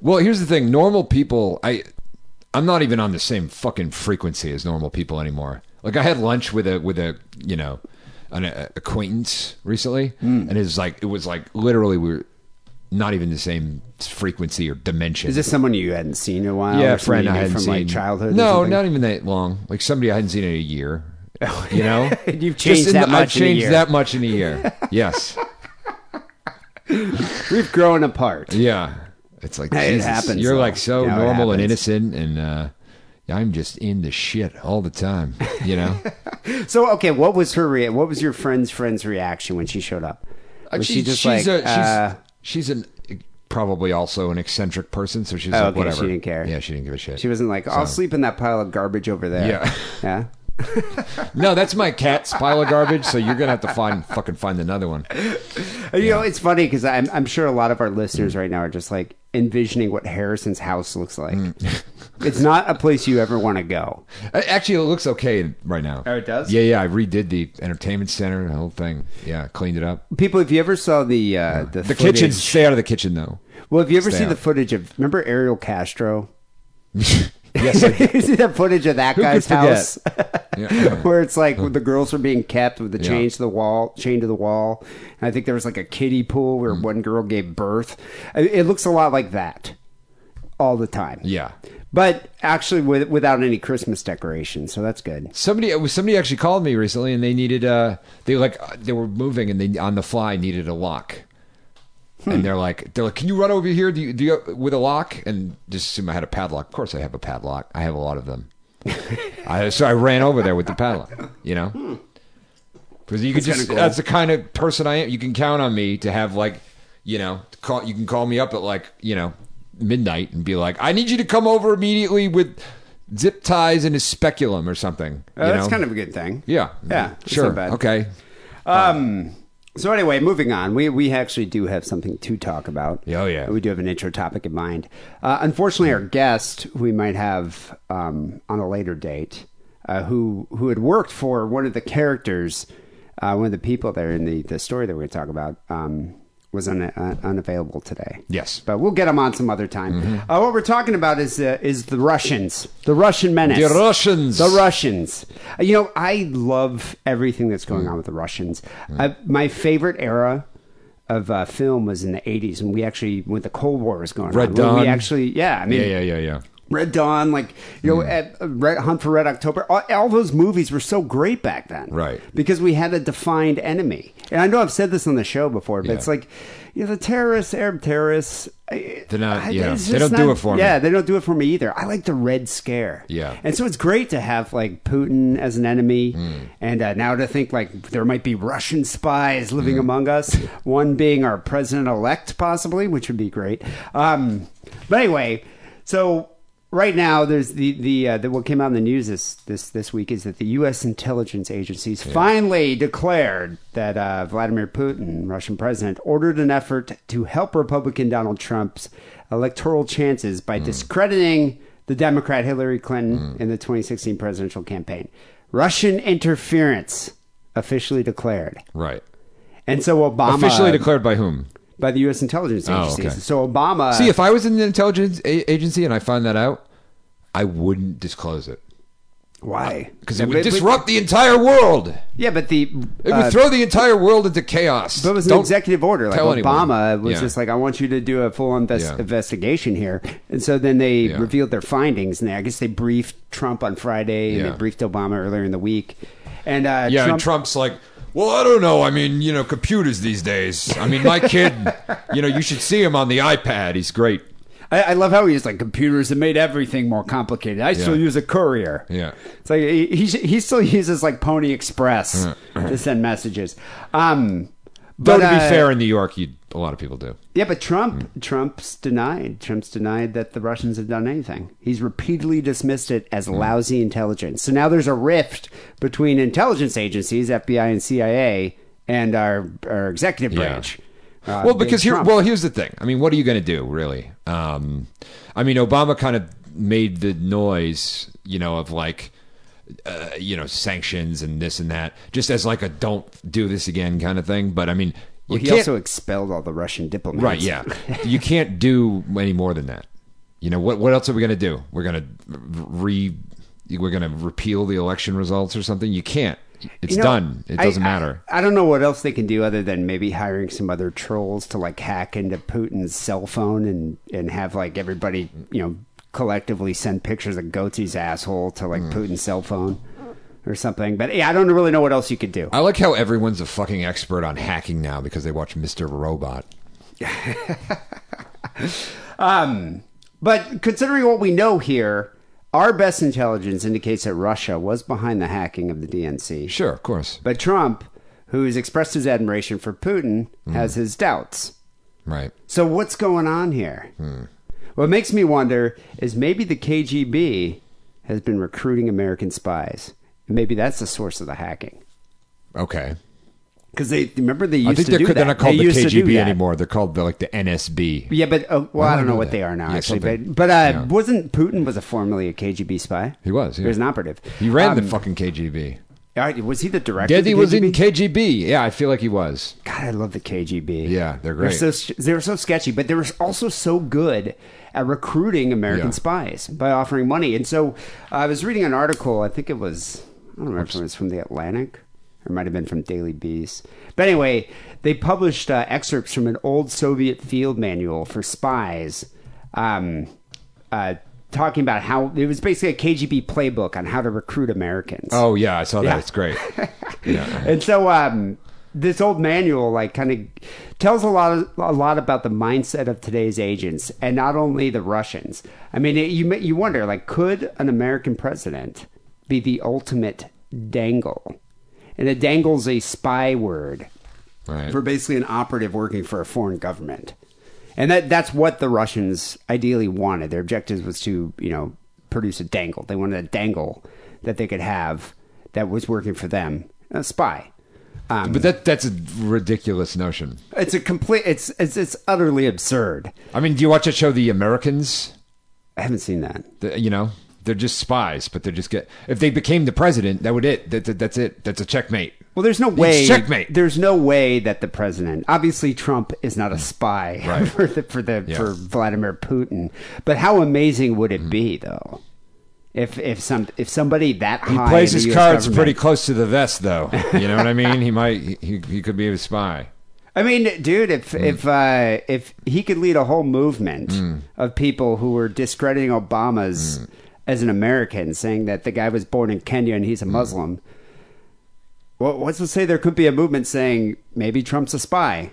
Speaker 5: Well, here's the thing: normal people, I, I'm not even on the same fucking frequency as normal people anymore. Like I had lunch with a with a you know, an uh, acquaintance recently,
Speaker 4: Hmm.
Speaker 5: and it was like it was like literally we were not even the same frequency or dimension.
Speaker 4: Is this someone you hadn't seen in a while?
Speaker 5: yeah,
Speaker 4: or
Speaker 5: a friend
Speaker 4: somebody you
Speaker 5: I
Speaker 4: knew
Speaker 5: hadn't
Speaker 4: from
Speaker 5: seen
Speaker 4: like childhood. or
Speaker 5: No,
Speaker 4: something?
Speaker 5: not even that long. Like somebody I hadn't seen in a year. You know,
Speaker 4: And you've
Speaker 5: Just
Speaker 4: changed
Speaker 5: in
Speaker 4: that
Speaker 5: the-
Speaker 4: much in
Speaker 5: I've
Speaker 4: a
Speaker 5: changed
Speaker 4: year.
Speaker 5: that much in a year. Yes.
Speaker 4: We've grown apart.
Speaker 5: Yeah. It's like
Speaker 4: Hey, it
Speaker 5: Jesus,
Speaker 4: happens,
Speaker 5: You're
Speaker 4: though.
Speaker 5: like so
Speaker 4: Yeah, it
Speaker 5: normal and
Speaker 4: happens.
Speaker 5: innocent, and uh, I'm just in the shit all the time. You know,
Speaker 4: So okay, what was her? Rea- what was your friend's friend's reaction when she showed up? Was she, just like,
Speaker 5: a,
Speaker 4: uh,
Speaker 5: she's she's an probably also an eccentric person, so she's
Speaker 4: Oh,
Speaker 5: like
Speaker 4: okay,
Speaker 5: whatever.
Speaker 4: she didn't care.
Speaker 5: Yeah, she didn't give a shit.
Speaker 4: She wasn't like, I'll sleep in that pile of garbage over there.
Speaker 5: Yeah.
Speaker 4: Yeah.
Speaker 5: no, that's my cat's pile of garbage. So you're gonna have to find fucking find another one.
Speaker 4: You know, it's funny because I'm, I'm sure a lot of our listeners right now are just like envisioning what Harrison's house looks like.
Speaker 5: Mm.
Speaker 4: it's not a place you ever want to go.
Speaker 5: Uh, Actually, it looks okay right now.
Speaker 4: Oh, it does?
Speaker 5: Yeah, yeah. I redid the entertainment center, the whole thing. Yeah, cleaned it up.
Speaker 4: People, if you ever saw the uh, the,
Speaker 5: The
Speaker 4: footage-
Speaker 5: kitchen. Stay out of the kitchen, though.
Speaker 4: Well, if you ever
Speaker 5: Stay
Speaker 4: see the
Speaker 5: out.
Speaker 4: footage of remember Ariel Castro?
Speaker 5: Yes. I-
Speaker 4: you see that footage of that
Speaker 5: Who could
Speaker 4: guy's
Speaker 5: forget?
Speaker 4: house
Speaker 5: Yeah.
Speaker 4: where it's like the girls are being kept with the
Speaker 5: Yeah.
Speaker 4: chains to the wall, chained to the wall. And I think there was like a kiddie pool where
Speaker 5: Hmm.
Speaker 4: one girl gave birth. It it looks a lot like that all the time.
Speaker 5: yeah.
Speaker 4: But actually, with, without any Christmas decorations, so that's good.
Speaker 5: Somebody it was- somebody actually called me recently, and they needed uh they like uh, they were moving, and they on the fly needed a lock. And they're like, they're like, can you run over here? Do you, do you with a lock? And just assume I had a padlock. Of course, I have a padlock. I have a lot of them. I, so I ran over there with the padlock. You know, because you could just that's the kind of person I am. You can count on me to have like, you know, to call you can call me up at like you know midnight and be like, I need you to come over immediately with zip ties and a speculum or something.
Speaker 4: Uh,
Speaker 5: you
Speaker 4: that's
Speaker 5: know?
Speaker 4: kind of a good thing.
Speaker 5: Yeah.
Speaker 4: Yeah, it's
Speaker 5: Sure.
Speaker 4: not bad.
Speaker 5: Okay.
Speaker 4: Um. So anyway, moving on, we we actually do have something to talk about.
Speaker 5: Yeah, oh, yeah.
Speaker 4: We do have an intro topic in mind. Uh, unfortunately, our guest we might have um, on a later date, uh, who who had worked for one of the characters, uh, one of the people there in the the story that we're going to talk about. Um, was un- uh, unavailable today.
Speaker 5: Yes. Mm-hmm.
Speaker 4: but we'll get him on some other time. Uh, what we're talking about is uh, is the Russians, the Russian menace,
Speaker 5: The Russians.
Speaker 4: the Russians. Uh, You know, I love everything that's going on with the Russians.
Speaker 5: Mm.
Speaker 4: I, my favorite era of uh, film was in the 80s, and we actually, when the Cold War was going
Speaker 5: Red
Speaker 4: on, when
Speaker 5: Dawn.
Speaker 4: we actually, yeah, I mean,
Speaker 5: Yeah. Yeah. Mm. Yeah. Yeah.
Speaker 4: Red Dawn, like, you know, at uh, Red, Hunt for Red October, all, all those movies were so great back then.
Speaker 5: Right.
Speaker 4: Because we had a defined enemy. And I know I've said this on the show before, but
Speaker 5: Yeah.
Speaker 4: it's like, you know, the terrorists, Arab terrorists, I-
Speaker 5: They're not-
Speaker 4: I-
Speaker 5: Uh, yeah,
Speaker 4: it's
Speaker 5: they
Speaker 4: just
Speaker 5: don't do it for me.
Speaker 4: Yeah, they don't do it for me either. I like the Red Scare.
Speaker 5: Yeah.
Speaker 4: And so it's great to have like Putin as an enemy, and uh, now to think like there might be Russian spies living among us. One being our president elect, possibly, which would be great. Um, but anyway, so right now there's the the, uh, the what came out in the news this this this week is that the U.S. intelligence agencies finally declared that uh, Vladimir Putin, Russian president, ordered an effort to help Republican Donald Trump's electoral chances by discrediting the Democrat Hillary Clinton
Speaker 5: Mm.
Speaker 4: in the 2016 presidential campaign. Russian interference officially declared.
Speaker 5: Right.
Speaker 4: And so Obama
Speaker 5: Officially declared by whom?
Speaker 4: by the U.S. intelligence
Speaker 5: Oh,
Speaker 4: agencies.
Speaker 5: okay.
Speaker 4: So Obama.
Speaker 5: See, if I was in an intelligence a- agency and I find that out, I wouldn't disclose it
Speaker 4: why?
Speaker 5: because it
Speaker 4: But-
Speaker 5: would
Speaker 4: but-
Speaker 5: disrupt the entire world.
Speaker 4: Yeah, but the
Speaker 5: It would
Speaker 4: uh,
Speaker 5: throw the entire world into chaos.
Speaker 4: But it was an
Speaker 5: Don't
Speaker 4: executive order. Like
Speaker 5: tell anyone.
Speaker 4: Obama was
Speaker 5: Yeah.
Speaker 4: just like, I want you to do a full invest-
Speaker 5: Yeah.
Speaker 4: investigation here. And so then they
Speaker 5: Yeah.
Speaker 4: revealed their findings. And they, I guess they briefed Trump on Friday and
Speaker 5: Yeah.
Speaker 4: they briefed Obama earlier in the week. And uh,
Speaker 5: Yeah,
Speaker 4: Trump,
Speaker 5: and Trump's like, well, I don't know. I mean, you know, computers these days. I mean, my kid, you know, you should see him on the iPad. He's great.
Speaker 4: I, I love how he was like, computers have made everything more complicated. I still
Speaker 5: Yeah.
Speaker 4: use a courier.
Speaker 5: Yeah.
Speaker 4: It's like he, he, he still uses like Pony Express to send messages. Um,
Speaker 5: Though
Speaker 4: but
Speaker 5: to be
Speaker 4: uh,
Speaker 5: fair, Hmm. in New York, you a lot of people do.
Speaker 4: Yeah, but Trump, Trump's denied. Trump's denied that the Russians have done anything. He's repeatedly dismissed it
Speaker 5: Hmm.
Speaker 4: as lousy intelligence. So now there's a rift between intelligence agencies, FBI and CIA, and our our executive
Speaker 5: Yeah.
Speaker 4: branch. uh,
Speaker 5: well,
Speaker 4: being
Speaker 5: because here,
Speaker 4: Trump.
Speaker 5: well, here's the thing. I mean, what are you going to do, really? Um, I mean, Obama kind of made the noise, you know, of like, uh, you know, sanctions and this and that, just as like a "don't do this again" kind of thing. But I mean, you
Speaker 4: he
Speaker 5: can't-
Speaker 4: also expelled all the Russian diplomats.
Speaker 5: Right, yeah. you can't do any more than that. You know what what else are we going to do? We're going to re we're going to repeal the election results or something? You can't. It's
Speaker 4: You know,
Speaker 5: done. It
Speaker 4: I-
Speaker 5: doesn't
Speaker 4: I-
Speaker 5: matter.
Speaker 4: I, don't know what else they can do other than maybe hiring some other trolls to like hack into Putin's cell phone and and have like everybody you know collectively send pictures of Goatee's asshole to
Speaker 5: Hmm.
Speaker 4: like Putin's cell phone or something. But yeah, I don't really know what else you could do.
Speaker 5: I like how everyone's a fucking expert on hacking now because they watch Mr. Robot.
Speaker 4: But considering what we know here. Our best intelligence indicates that Russia was behind the hacking of the DNC.
Speaker 5: Sure, of course.
Speaker 4: But Trump, who has expressed his admiration for Putin, has
Speaker 5: Hmm.
Speaker 4: his doubts.
Speaker 5: Right.
Speaker 4: So what's going on here?
Speaker 5: Hmm.
Speaker 4: What makes me wonder is maybe the KGB has been recruiting American spies. Maybe that's the source of the hacking.
Speaker 5: Okay.
Speaker 4: Because they remember they used
Speaker 5: I think
Speaker 4: to
Speaker 5: they're,
Speaker 4: do
Speaker 5: they're
Speaker 4: that.
Speaker 5: not called
Speaker 4: They
Speaker 5: the
Speaker 4: used to do
Speaker 5: KGB
Speaker 4: that.
Speaker 5: anymore. They're called the, like the NSB.
Speaker 4: Yeah, but uh, well,
Speaker 5: Why
Speaker 4: I
Speaker 5: do I
Speaker 4: don't know
Speaker 5: know
Speaker 4: what
Speaker 5: that?
Speaker 4: they are now.
Speaker 5: Yeah,
Speaker 4: actually,
Speaker 5: something.
Speaker 4: but but uh,
Speaker 5: Yeah.
Speaker 4: wasn't Putin was a formerly a KGB spy?
Speaker 5: He was,
Speaker 4: He was an
Speaker 5: yeah.
Speaker 4: operative.
Speaker 5: He ran the
Speaker 4: Um,
Speaker 5: fucking KGB.
Speaker 4: all right, was he the director? of
Speaker 5: Daddy
Speaker 4: the
Speaker 5: was in
Speaker 4: KGB?
Speaker 5: KGB. Yeah, I feel like he was.
Speaker 4: God, I love the KGB.
Speaker 5: Yeah, they're great.
Speaker 4: They're so, they were so sketchy, but they were also so good at recruiting American
Speaker 5: Yeah.
Speaker 4: spies by offering money. And so I was reading an article. I think it was I don't remember if it was from the Atlantic or it might have been from Daily Beast. But anyway, they published uh, excerpts from an old Soviet field manual for spies. Um, uh, talking about how it was basically a KGB playbook on how to recruit Americans.
Speaker 5: Oh yeah, I saw that.
Speaker 4: Yeah.
Speaker 5: It's great. yeah.
Speaker 4: And so um, this old manual like kind of tells a lot of, a lot about the mindset of today's agents, and not only the Russians. I mean, it, you ma- you wonder like, could an American president be the ultimate dangle? And a dangle's a spy word
Speaker 5: Right.
Speaker 4: for basically an operative working for a foreign government. And that that's what the Russians ideally wanted. Their objective was to, you know, produce a dangle. They wanted a dangle that they could have that was working for them, a spy. Um,
Speaker 5: But that that's a ridiculous notion.
Speaker 4: it's a complete it's it's it's utterly absurd.
Speaker 5: I mean, do you watch that show The Americans?
Speaker 4: I haven't seen that.
Speaker 5: The- you know, they're just spies, but they're just get if they became the president, that would it. That, that- that's it. That's a checkmate.
Speaker 4: Well, there's no
Speaker 5: It's
Speaker 4: way.
Speaker 5: checkmate.
Speaker 4: There's no way that the president. Obviously, Trump is not a spy
Speaker 5: Mm. Right.
Speaker 4: for the, for the
Speaker 5: Yeah. Mm-hmm.
Speaker 4: for Vladimir Putin. But how amazing would it be, though, if if some if somebody that
Speaker 5: He
Speaker 4: high
Speaker 5: plays
Speaker 4: in the
Speaker 5: his
Speaker 4: US
Speaker 5: cards
Speaker 4: government-
Speaker 5: pretty close to the vest, though. You know what I mean? He might. He, he could be a spy.
Speaker 4: I mean, dude, if if uh, if he could lead a whole movement of people who were discrediting Obama's as an American, saying that the guy was born in Kenya and he's a Muslim. Well, what's to say there could be a movement saying maybe Trump's a spy?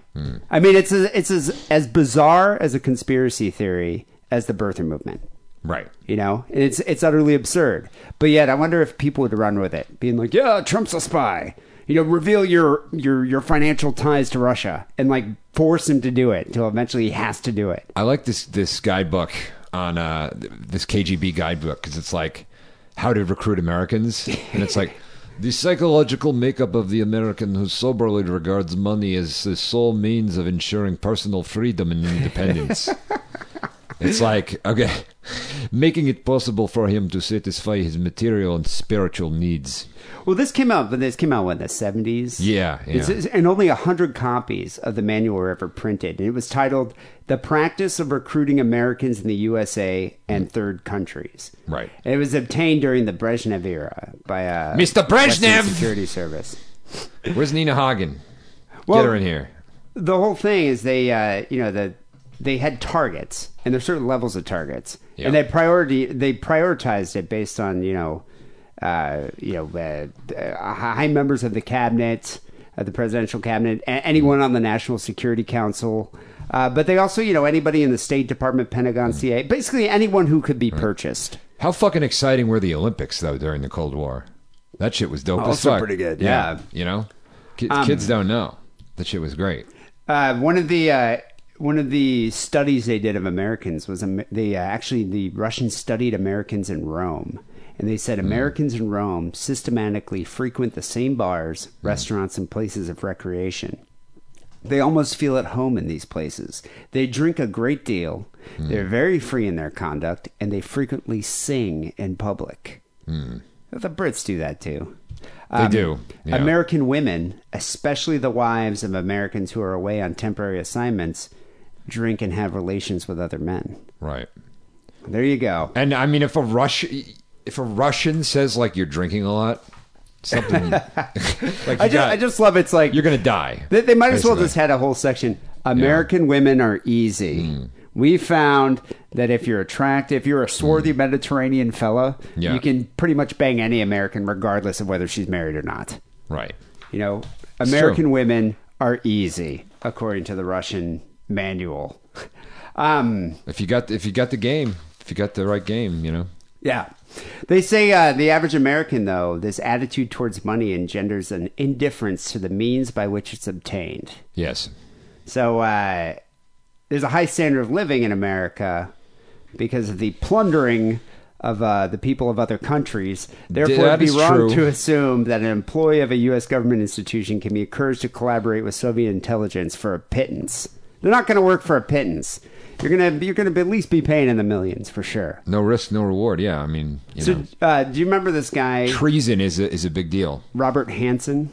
Speaker 4: I mean, it's a, it's as, as bizarre as a conspiracy theory as the birther movement
Speaker 5: Right.
Speaker 4: you know and it's it's utterly absurd but yet i wonder if people would run with it being like yeah trump's a spy you know reveal your your your financial ties to russia and like force him to do it until eventually he has to do it
Speaker 5: I like this this guidebook on uh, th- this KGB guidebook because it's like how to recruit Americans, and it's like the psychological makeup of the American who soberly regards money as the sole means of ensuring personal freedom and independence. it's like okay, making it possible for him to satisfy his material and spiritual needs.
Speaker 4: Well, this came out, but this came out what, in the seventies.
Speaker 5: Yeah, yeah.
Speaker 4: and only hundred copies of the manual were ever printed. And it was titled "The Practice of Recruiting Americans in the USA and Third Countries."
Speaker 5: Right.
Speaker 4: And it was obtained during the Brezhnev era by uh,
Speaker 5: Mr.
Speaker 4: Western
Speaker 5: Brezhnev!
Speaker 4: Security Service.
Speaker 5: Where's Nina Hagen?
Speaker 4: Well-
Speaker 5: Get her in here.
Speaker 4: the whole thing is they uh, you know the they had targets and there's certain levels of targets
Speaker 5: Yeah.
Speaker 4: and they priority they prioritized it based on you know uh, you know uh, uh, high members of the cabinet of the presidential cabinet a- anyone on the national security council uh, but they also you know anybody in the state department pentagon cia basically anyone who could be purchased
Speaker 5: How fucking exciting were the Olympics though during the Cold War? That shit was dope. as
Speaker 4: Also
Speaker 5: fuck.
Speaker 4: Oh, pretty good, yeah. Um,
Speaker 5: you know, Ki- kids don't know that shit was great.
Speaker 4: Uh, one of the uh, one of the studies they did of Americans was um, they uh, actually the Russians studied Americans in Rome, and they said Americans in Rome systematically frequent the same bars, restaurants, and places of recreation. They almost feel at home in these places. They drink a great deal. They're very free in their conduct, and they frequently sing in public. The Brits do that too.
Speaker 5: They
Speaker 4: um,
Speaker 5: do. Yeah.
Speaker 4: American women, especially the wives of Americans who are away on temporary assignments, drink and have relations with other men.
Speaker 5: right?
Speaker 4: There you go.
Speaker 5: And I mean, if a Rush, if a Russian says like you're drinking a lot, something like you
Speaker 4: I just,
Speaker 5: got-
Speaker 4: I just love it's like
Speaker 5: you're gonna die.
Speaker 4: They, they might as well
Speaker 5: basically.
Speaker 4: just had a whole section. American women are easy.
Speaker 5: Hmm.
Speaker 4: We found that if you're attractive, if you're a swarthy Mediterranean fella,
Speaker 5: Hmm. Yeah.
Speaker 4: you can pretty much bang any American, regardless of whether she's married or not.
Speaker 5: right.
Speaker 4: You know, American
Speaker 5: true.
Speaker 4: women are easy, according to the Russian manual. um,
Speaker 5: If you got if you got the game, if you got the right game, you know.
Speaker 4: yeah. They say uh, the average American, though, this attitude towards money engenders an indifference to the means by which it's obtained.
Speaker 5: Yes.
Speaker 4: So uh, there's a high standard of living in America because of the plundering of uh, the people of other countries. Therefore, it'd
Speaker 5: That
Speaker 4: be
Speaker 5: is
Speaker 4: wrong
Speaker 5: true.
Speaker 4: to assume that an employee of a U.S. government institution can be encouraged to collaborate with Soviet intelligence for a pittance. They're not going to work for a pittance. You're gonna you're gonna at least be paying in the millions for sure.
Speaker 5: No risk, no reward. Yeah. I mean, you
Speaker 4: So,
Speaker 5: know,
Speaker 4: uh, do you remember this guy?
Speaker 5: treason is a, is a big deal.
Speaker 4: Robert Hansen.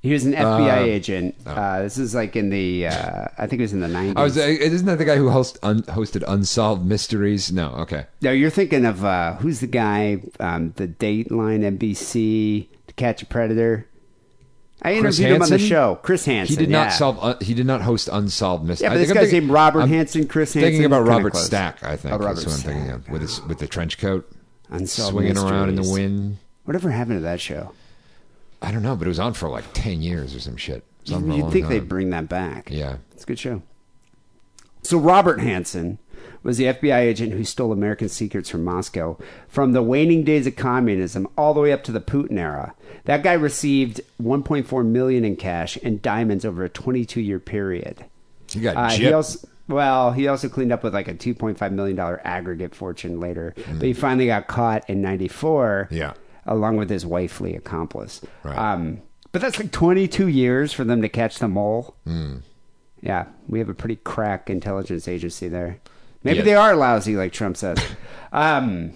Speaker 4: He was an FBI
Speaker 5: Uh,
Speaker 4: agent. Uh, this is like in the, uh, I think it was in the 90s.
Speaker 5: I was uh, isn't that the guy who host un, hosted Unsolved Mysteries? No. Okay.
Speaker 4: No, you're thinking of uh, who's the guy, um, the Dateline NBC, To Catch a Predator. I
Speaker 5: Chris
Speaker 4: interviewed him on the
Speaker 5: Hansen?
Speaker 4: show, Chris Hansen.
Speaker 5: He did
Speaker 4: yeah.
Speaker 5: not solve. un- he did not host Unsolved Mysteries.
Speaker 4: Yeah, but this guy's named Robert Hansen, Chris Hansen.
Speaker 5: Thinking about
Speaker 4: kinda
Speaker 5: Robert
Speaker 4: close.
Speaker 5: Stack, I think
Speaker 4: Oh, Robert
Speaker 5: that's what I'm thinking of with his, with the trench coat,
Speaker 4: Unsolved
Speaker 5: swinging around in the
Speaker 4: Mysteries.
Speaker 5: wind.
Speaker 4: Whatever happened to that show?
Speaker 5: I don't know, but it was on for like ten years or some shit. It was on for a
Speaker 4: You'd
Speaker 5: long
Speaker 4: think
Speaker 5: time.
Speaker 4: they'd bring that back.
Speaker 5: Yeah.
Speaker 4: It's a good show. So Robert Hansen was the FBI agent who stole American secrets from Moscow from the waning days of communism all the way up to the Putin era. That guy received 1.4 million in cash and diamonds over a 22-year period.
Speaker 5: He got
Speaker 4: Uh, he
Speaker 5: gypped.
Speaker 4: also, well, he also cleaned up with like a 2.5 million dollar aggregate fortune later, but he finally got caught in '94.
Speaker 5: Mm. Yeah.
Speaker 4: along with his wifely accomplice.
Speaker 5: Right.
Speaker 4: Um, but that's like 22 years for them to catch the mole.
Speaker 5: Mm.
Speaker 4: Yeah, we have a pretty crack intelligence agency there. Maybe
Speaker 5: Yeah.
Speaker 4: they are lousy, like Trump says. um,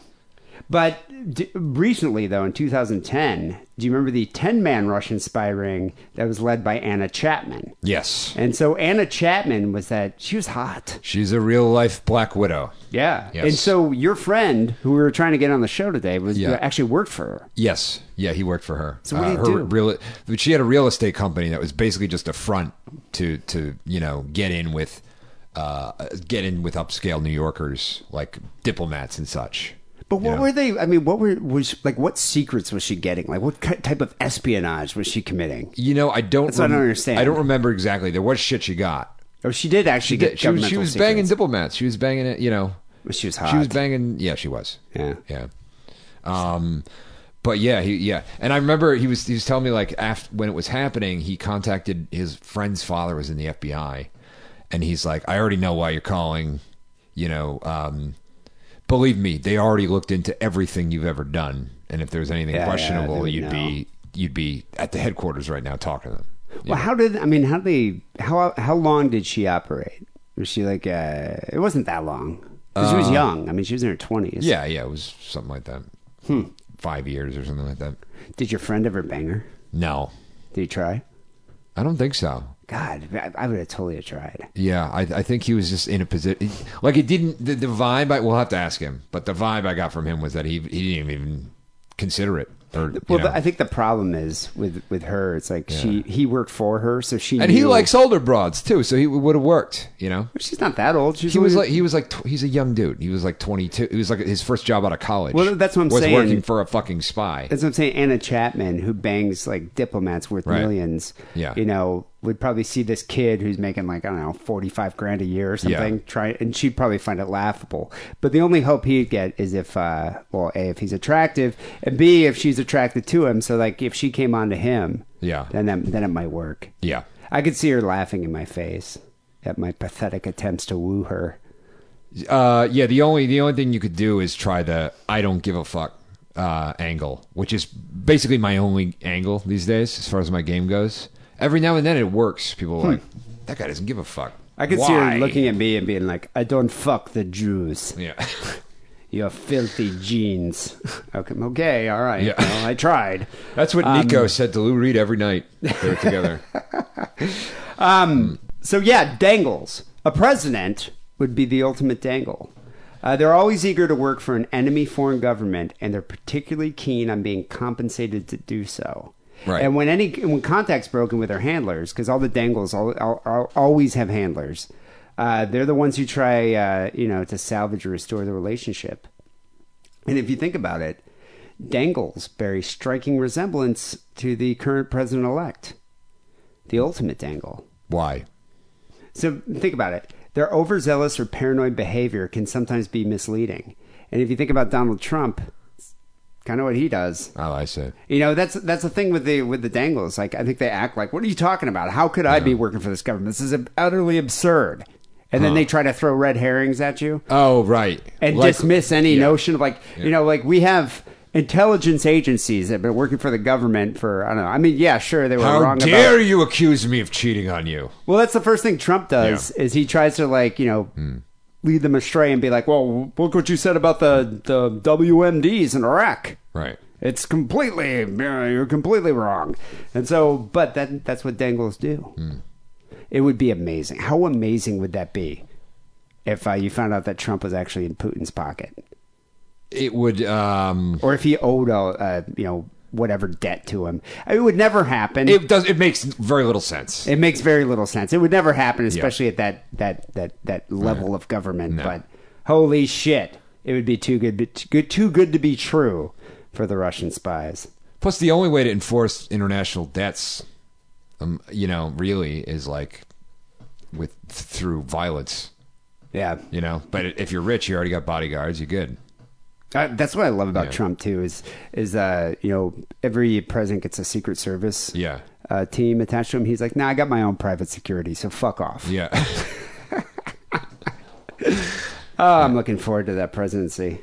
Speaker 4: but d- recently, though, in 2010, do you remember the 10 man Russian spy ring that was led by Anna Chapman?
Speaker 5: Yes,
Speaker 4: And so Anna Chapman was that she was hot.
Speaker 5: she's a real life Black Widow.
Speaker 4: Yeah.
Speaker 5: Yes.
Speaker 4: And so your friend who we were trying to get on the show today was
Speaker 5: Yeah.
Speaker 4: actually worked for her.
Speaker 5: Yes, yeah, he worked for her. Uh,
Speaker 4: So what did
Speaker 5: her
Speaker 4: he do?
Speaker 5: Real, but she had a real estate company that was basically just a front to to you know get in with uh, get in with upscale New Yorkers like diplomats and such.
Speaker 4: But what
Speaker 5: Yeah.
Speaker 4: were they? I mean, what were was like? What secrets was she getting? Like, what ki- type of espionage was she committing?
Speaker 5: You know, I don't.
Speaker 4: That's what I don't understand.
Speaker 5: I don't remember exactly. There was shit she got.
Speaker 4: Oh, she did actually get.
Speaker 5: Yeah, she was, she
Speaker 4: governmental
Speaker 5: was banging
Speaker 4: secrets.
Speaker 5: diplomats. She was banging it. You know,
Speaker 4: She was hot.
Speaker 5: She was banging. Yeah, she was.
Speaker 4: Yeah.
Speaker 5: yeah. Um, but yeah, he yeah, and I remember he was he was telling me like after when it was happening, he contacted his friend's father was in the FBI, and he's like, I already know why you're calling. You know, um, believe me, they already looked into everything you've ever done, and if there's anything
Speaker 4: yeah,
Speaker 5: questionable,
Speaker 4: they
Speaker 5: you'd
Speaker 4: would
Speaker 5: be you'd be at the headquarters right now talking to them.
Speaker 4: Well, how did I mean? How did they? How how long did she operate? Was she like? Uh, it wasn't that long. 'Cause she was young. I mean, she was in her twenties.
Speaker 5: Yeah, yeah, it was something like that.
Speaker 4: Hmm.
Speaker 5: Five years or something like that.
Speaker 4: Did your friend ever bang her?
Speaker 5: No,
Speaker 4: Did he try?
Speaker 5: I don't think so.
Speaker 4: God, I, I would have totally tried.
Speaker 5: Yeah, I, I think he was just in a position. Like it didn't. The, the vibe. I, we'll have to ask him. But the vibe I got from him was that he he didn't even consider it. Or you
Speaker 4: Well,
Speaker 5: know.
Speaker 4: but I think the problem is with with her. It's like she he worked for her, so she
Speaker 5: and he
Speaker 4: knew-
Speaker 5: likes older broads too, so he would have worked. You know,
Speaker 4: She's not that old. She's
Speaker 5: he was
Speaker 4: only-
Speaker 5: like he was like tw- he's a young dude. He was like twenty two. It was like his first job out of college.
Speaker 4: Well, that's what I'm
Speaker 5: was
Speaker 4: saying.
Speaker 5: working for a fucking spy.
Speaker 4: That's what I'm saying. Anna Chapman, who bangs like diplomats worth
Speaker 5: Right.
Speaker 4: millions,
Speaker 5: Yeah.
Speaker 4: you know, would probably see this kid who's making like I don't know, forty five grand a year or something.
Speaker 5: Yeah.
Speaker 4: Try and she'd probably find it laughable. But the only hope he'd get is if, uh, well, a if he's attractive, and b if she's attracted to him. So like if she came on to him,
Speaker 5: Yeah.
Speaker 4: then that, then it might work.
Speaker 5: Yeah,
Speaker 4: I could see her laughing in my face at my pathetic attempts to woo her.
Speaker 5: uh, yeah. The only the only thing you could do is try the I don't give a fuck uh, angle, which is basically my only angle these days as far as my game goes. Every now and then it works. People are like that guy doesn't give a fuck.
Speaker 4: Hmm. I could see her
Speaker 5: Why?"
Speaker 4: looking at me and being like, "I don't fuck the Jews."
Speaker 5: Yeah,
Speaker 4: Your filthy jeans. Okay, okay all right.
Speaker 5: Yeah.
Speaker 4: Well, I tried.
Speaker 5: that's
Speaker 4: Um,
Speaker 5: what Nico said to Lou Reed every night. They were together.
Speaker 4: So, yeah, dangles. A president would be the ultimate dangle. Uh, they're always eager to work for an enemy foreign government, and they're particularly keen on being compensated to do so.
Speaker 5: Right.
Speaker 4: And when any when contact's broken with their handlers, because all the dangles all, all, all, always have handlers, uh, they're the ones who try, uh, you know, to salvage or restore the relationship. And if you think about it, Dangles bear a striking resemblance to the current president elect, the ultimate dangle.
Speaker 5: Why?
Speaker 4: So think about it. Their overzealous or paranoid behavior can sometimes be misleading. And if you think about Donald Trump, kind of what he does.
Speaker 5: Oh, I said.
Speaker 4: You know, that's that's the thing with the with the dangles. Like I think they act like, "What are you talking about? How could I be working for this government? This is utterly absurd." And then they try to throw red herrings at you
Speaker 5: Oh, right.
Speaker 4: and
Speaker 5: Like-
Speaker 4: dismiss any
Speaker 5: yeah.
Speaker 4: notion of like you know like we have intelligence agencies that have been working for the government for I don't know. I mean, yeah, sure they were
Speaker 5: How
Speaker 4: wrong
Speaker 5: dare
Speaker 4: about.
Speaker 5: you accuse me of cheating on you?
Speaker 4: Well, that's the first thing Trump does is he tries to like you know. Lead them astray and be like, "Well, look what you said about the the WMDs in Iraq.
Speaker 5: Right.
Speaker 4: It's completely you're completely wrong." And so, but that that's what dangles do. It would be amazing. How amazing would that be if uh, you found out that Trump was actually in Putin's pocket?
Speaker 5: It would. Um,
Speaker 4: or if he owed a uh, you know whatever debt to him. It would never happen. It,
Speaker 5: it does. It makes very little sense.
Speaker 4: makes very little sense. It would never happen, especially at that that that that level of government. But holy shit, it would be too good, too good, too good to be true for the Russian spies.
Speaker 5: Plus, the only way to enforce international debts, um, you know, really is like with through violence.
Speaker 4: Yeah,
Speaker 5: You know, but if you're rich, you already got bodyguards. You're good.
Speaker 4: Uh, that's what I love about
Speaker 5: Yeah.
Speaker 4: Trump too. Is is uh you know every president gets a Secret Service
Speaker 5: Yeah.
Speaker 4: uh, team attached to him. He's like, nah, I got my own private security, so fuck off.
Speaker 5: Yeah.
Speaker 4: Oh, I'm looking forward to that presidency.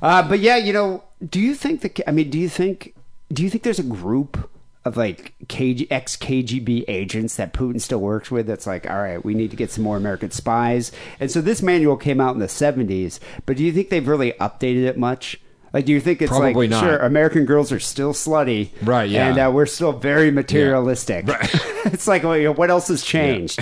Speaker 4: Uh, but yeah, you know, do you think the? I mean, do you think? Do you think there's a group of like KG, ex KGB agents that Putin still works with? That's like, all right, we need to get some more American spies. And so this manual came out in the 70s, but do you think they've really updated it much? Like, do you think it's
Speaker 5: Probably
Speaker 4: like,
Speaker 5: not.
Speaker 4: sure, American girls are still slutty,
Speaker 5: Right, yeah.
Speaker 4: and uh, we're still very materialistic. it's like, well, you know, what else has changed?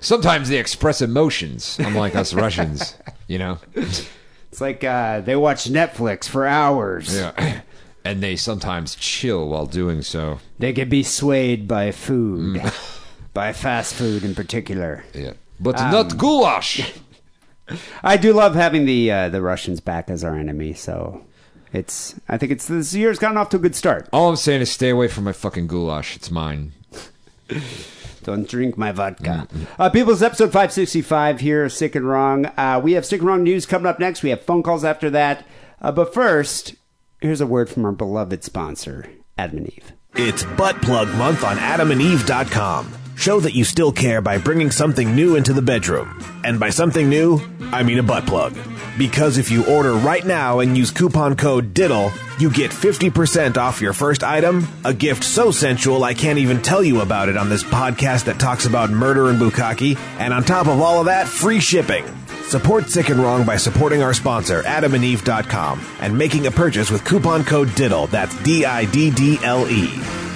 Speaker 5: Sometimes they express emotions, unlike us Russians. You know.
Speaker 4: It's like uh, they watch Netflix for hours.
Speaker 5: Yeah. And they sometimes chill while doing so.
Speaker 4: They can be swayed by food, by fast food in particular.
Speaker 5: Yeah. But not goulash.
Speaker 4: I do love having the uh, the Russians back as our enemy. So it's I think it's this year's gotten off to a good start.
Speaker 5: All I'm saying is stay away from my fucking goulash. It's mine.
Speaker 4: Don't drink my vodka.
Speaker 5: Mm-hmm.
Speaker 4: Uh, People's episode 565 here, Sick and Wrong. Uh, we have Sick and Wrong news coming up next. We have phone calls after that. Uh, but first, here's a word from our beloved sponsor, Adam and Eve.
Speaker 6: It's Butt Plug Month on adamandeve.com. Show that you still care by bringing something new into the bedroom. And by something new, I mean a butt plug. Because if you order right now and use coupon code DIDDLE, you get 50% off your first item, a gift so sensual I can't even tell you about it on this podcast that talks about murder and bukkake, and on top of all of that, free shipping. Support Sick and Wrong by supporting our sponsor, adamandeve.com, and making a purchase with coupon code DIDDLE. That's D I D D L E.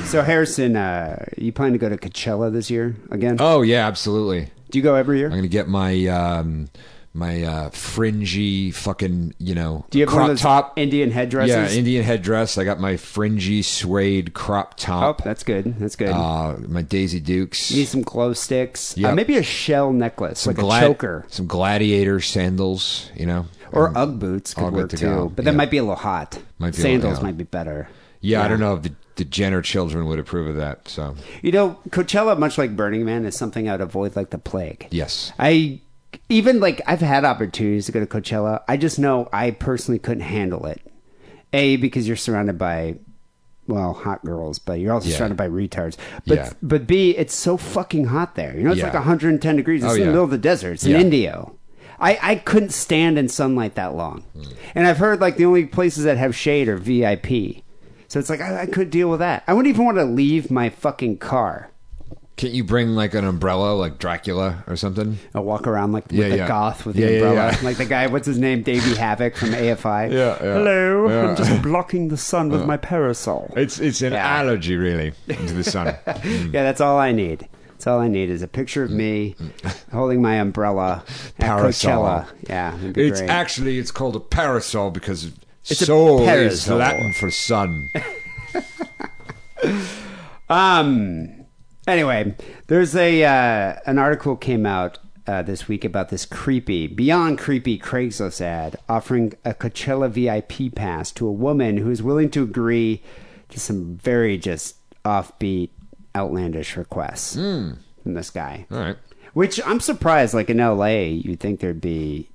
Speaker 4: So Harrison, uh, you plan to go to Coachella this year again?
Speaker 5: Oh yeah, absolutely.
Speaker 4: Do you go every year?
Speaker 5: I'm gonna get my um, my uh, fringy fucking you know
Speaker 4: Do you have
Speaker 5: crop
Speaker 4: one of those
Speaker 5: top
Speaker 4: Indian headdresses?
Speaker 5: Yeah, Indian headdress. I got my fringy suede crop
Speaker 4: Oh,
Speaker 5: top.
Speaker 4: that's good. That's good.
Speaker 5: Uh, my Daisy Dukes.
Speaker 4: you need some glow sticks. Uh,
Speaker 5: Yep.
Speaker 4: maybe a shell necklace,
Speaker 5: some
Speaker 4: like
Speaker 5: glad-
Speaker 4: a choker.
Speaker 5: some gladiator sandals. You know,
Speaker 4: Or
Speaker 5: Um,
Speaker 4: UGG boots could
Speaker 5: Ugg
Speaker 4: work
Speaker 5: to
Speaker 4: too,
Speaker 5: go,
Speaker 4: but that
Speaker 5: yeah.
Speaker 4: might be a little hot.
Speaker 5: Might be a little-
Speaker 4: Sandals
Speaker 5: yeah.
Speaker 4: might be better.
Speaker 5: Yeah, I don't know if the, the Jenner children would approve of that. So
Speaker 4: You know, Coachella, much like Burning Man, is something I'd avoid like the plague.
Speaker 5: yes,
Speaker 4: I even like I've had opportunities to go to Coachella. I just know I personally couldn't handle it. A because you're surrounded by well, hot girls, but you're also
Speaker 5: Yeah.
Speaker 4: surrounded by retards. But
Speaker 5: Yeah.
Speaker 4: but B, it's so fucking hot there. You know, it's
Speaker 5: Yeah.
Speaker 4: like 110 degrees. It's
Speaker 5: Oh,
Speaker 4: in
Speaker 5: yeah.
Speaker 4: the middle of the desert. It's in
Speaker 5: Yeah.
Speaker 4: Indio. I, I couldn't stand in sunlight that long.
Speaker 5: Hmm.
Speaker 4: And I've heard like the only places that have shade are VIP. So it's like I, I could deal with that. I wouldn't even want to leave my fucking car.
Speaker 5: can't you bring like an umbrella, like Dracula or something?
Speaker 4: I walk around like
Speaker 5: Yeah,
Speaker 4: with the
Speaker 5: yeah.
Speaker 4: goth with
Speaker 5: Yeah,
Speaker 4: the
Speaker 5: yeah,
Speaker 4: umbrella,
Speaker 5: yeah.
Speaker 4: like the guy. What's his name? Davey Havoc from AFI.
Speaker 5: Yeah, yeah.
Speaker 4: Hello,
Speaker 5: Yeah.
Speaker 4: I'm just blocking the sun with my parasol.
Speaker 5: It's it's an
Speaker 4: Yeah.
Speaker 5: allergy, really, to the sun.
Speaker 4: Yeah, that's all I need. That's all I need is a picture of me holding my umbrella at
Speaker 5: Mm. Parasol.
Speaker 4: Coachella. Yeah, it'd be
Speaker 5: it's
Speaker 4: great.
Speaker 5: actually it's called a parasol because
Speaker 4: a
Speaker 5: sol is
Speaker 4: parasol.
Speaker 5: Latin for sun.
Speaker 4: Um. Anyway, there's a uh, an article came out uh, this week about this creepy, beyond creepy Craigslist ad offering a Coachella VIP pass to a woman who is willing to agree to some very just offbeat, outlandish requests
Speaker 5: Hmm.
Speaker 4: from this guy.
Speaker 5: All right.
Speaker 4: Which I'm surprised. Like in LA, you'd think there'd be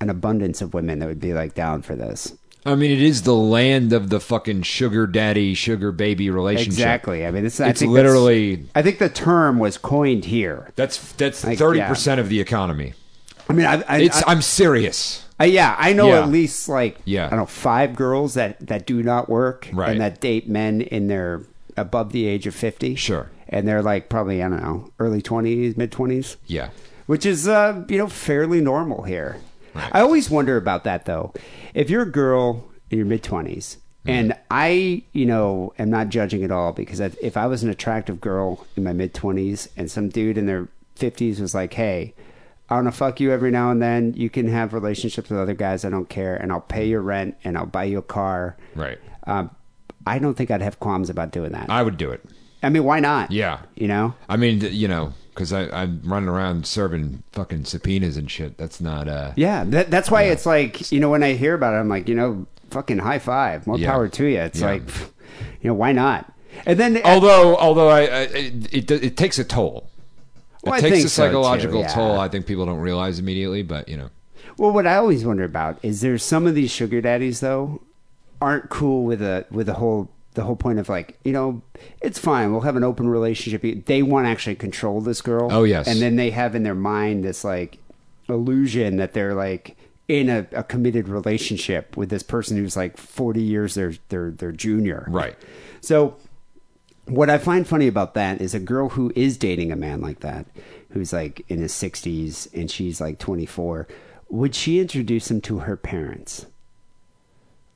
Speaker 4: an abundance of women that would be like down for this.
Speaker 5: I mean, it is the land of the fucking sugar daddy, sugar baby relationship.
Speaker 4: Exactly. I mean, it's, I
Speaker 5: It's
Speaker 4: think that's-
Speaker 5: literally-
Speaker 4: I think the term was coined here.
Speaker 5: That's that's
Speaker 4: Like,
Speaker 5: thirty percent of the economy.
Speaker 4: I mean, I, I,
Speaker 5: It's
Speaker 4: I-
Speaker 5: I, am serious.
Speaker 4: Uh, yeah, I know
Speaker 5: Yeah.
Speaker 4: at least like
Speaker 5: Yeah.
Speaker 4: I don't know five girls that that do not work
Speaker 5: Right.
Speaker 4: and that date men in their above the age of fifty.
Speaker 5: Sure.
Speaker 4: and they're like probably I don't know early twenties, mid twenties.
Speaker 5: Yeah.
Speaker 4: which is uh, you know fairly normal here. I always wonder about that though. If you're a girl in your mid twenties.
Speaker 5: Mm-hmm.
Speaker 4: And I, you know, am not judging at all because if if I was an attractive girl in my mid 20s and some dude in their 50s was like, hey, I want to fuck you every now and then. You can have relationships with other guys. I don't care, and I'll pay your rent and I'll buy you a car.
Speaker 5: Right.
Speaker 4: Um, I don't think I'd have qualms about doing that. I,
Speaker 5: I would do it.
Speaker 4: mean, why not?
Speaker 5: Yeah.
Speaker 4: You know.
Speaker 5: I mean, th- you know, because I'm running around serving fucking subpoenas and shit. That's not. uh
Speaker 4: Yeah. That, that's why it's like you know when I hear about it, I'm like you know fucking high five, more
Speaker 5: Yeah.
Speaker 4: power to you. It's
Speaker 5: Yeah. Oh,
Speaker 4: like you know why not? And then
Speaker 5: Although, although I, I it, it it takes a toll. It
Speaker 4: Well, I
Speaker 5: takes
Speaker 4: think
Speaker 5: a
Speaker 4: so, too,
Speaker 5: psychological
Speaker 4: yeah.
Speaker 5: toll. I think people don't realize immediately, but you know,
Speaker 4: Well, what I always wonder about is there's some of these sugar daddies though aren't cool with a with the whole the whole point of like you know it's fine we'll have an open relationship. They want to actually control this girl.
Speaker 5: Oh, yes.
Speaker 4: and then they have in their mind this like illusion that they're like in a, a committed relationship with this person who's like 40 years their their their junior.
Speaker 5: Right.
Speaker 4: So what I find funny about that is a girl who is dating a man like that, who's like in his 60s and she's like 24, would she introduce him to her parents?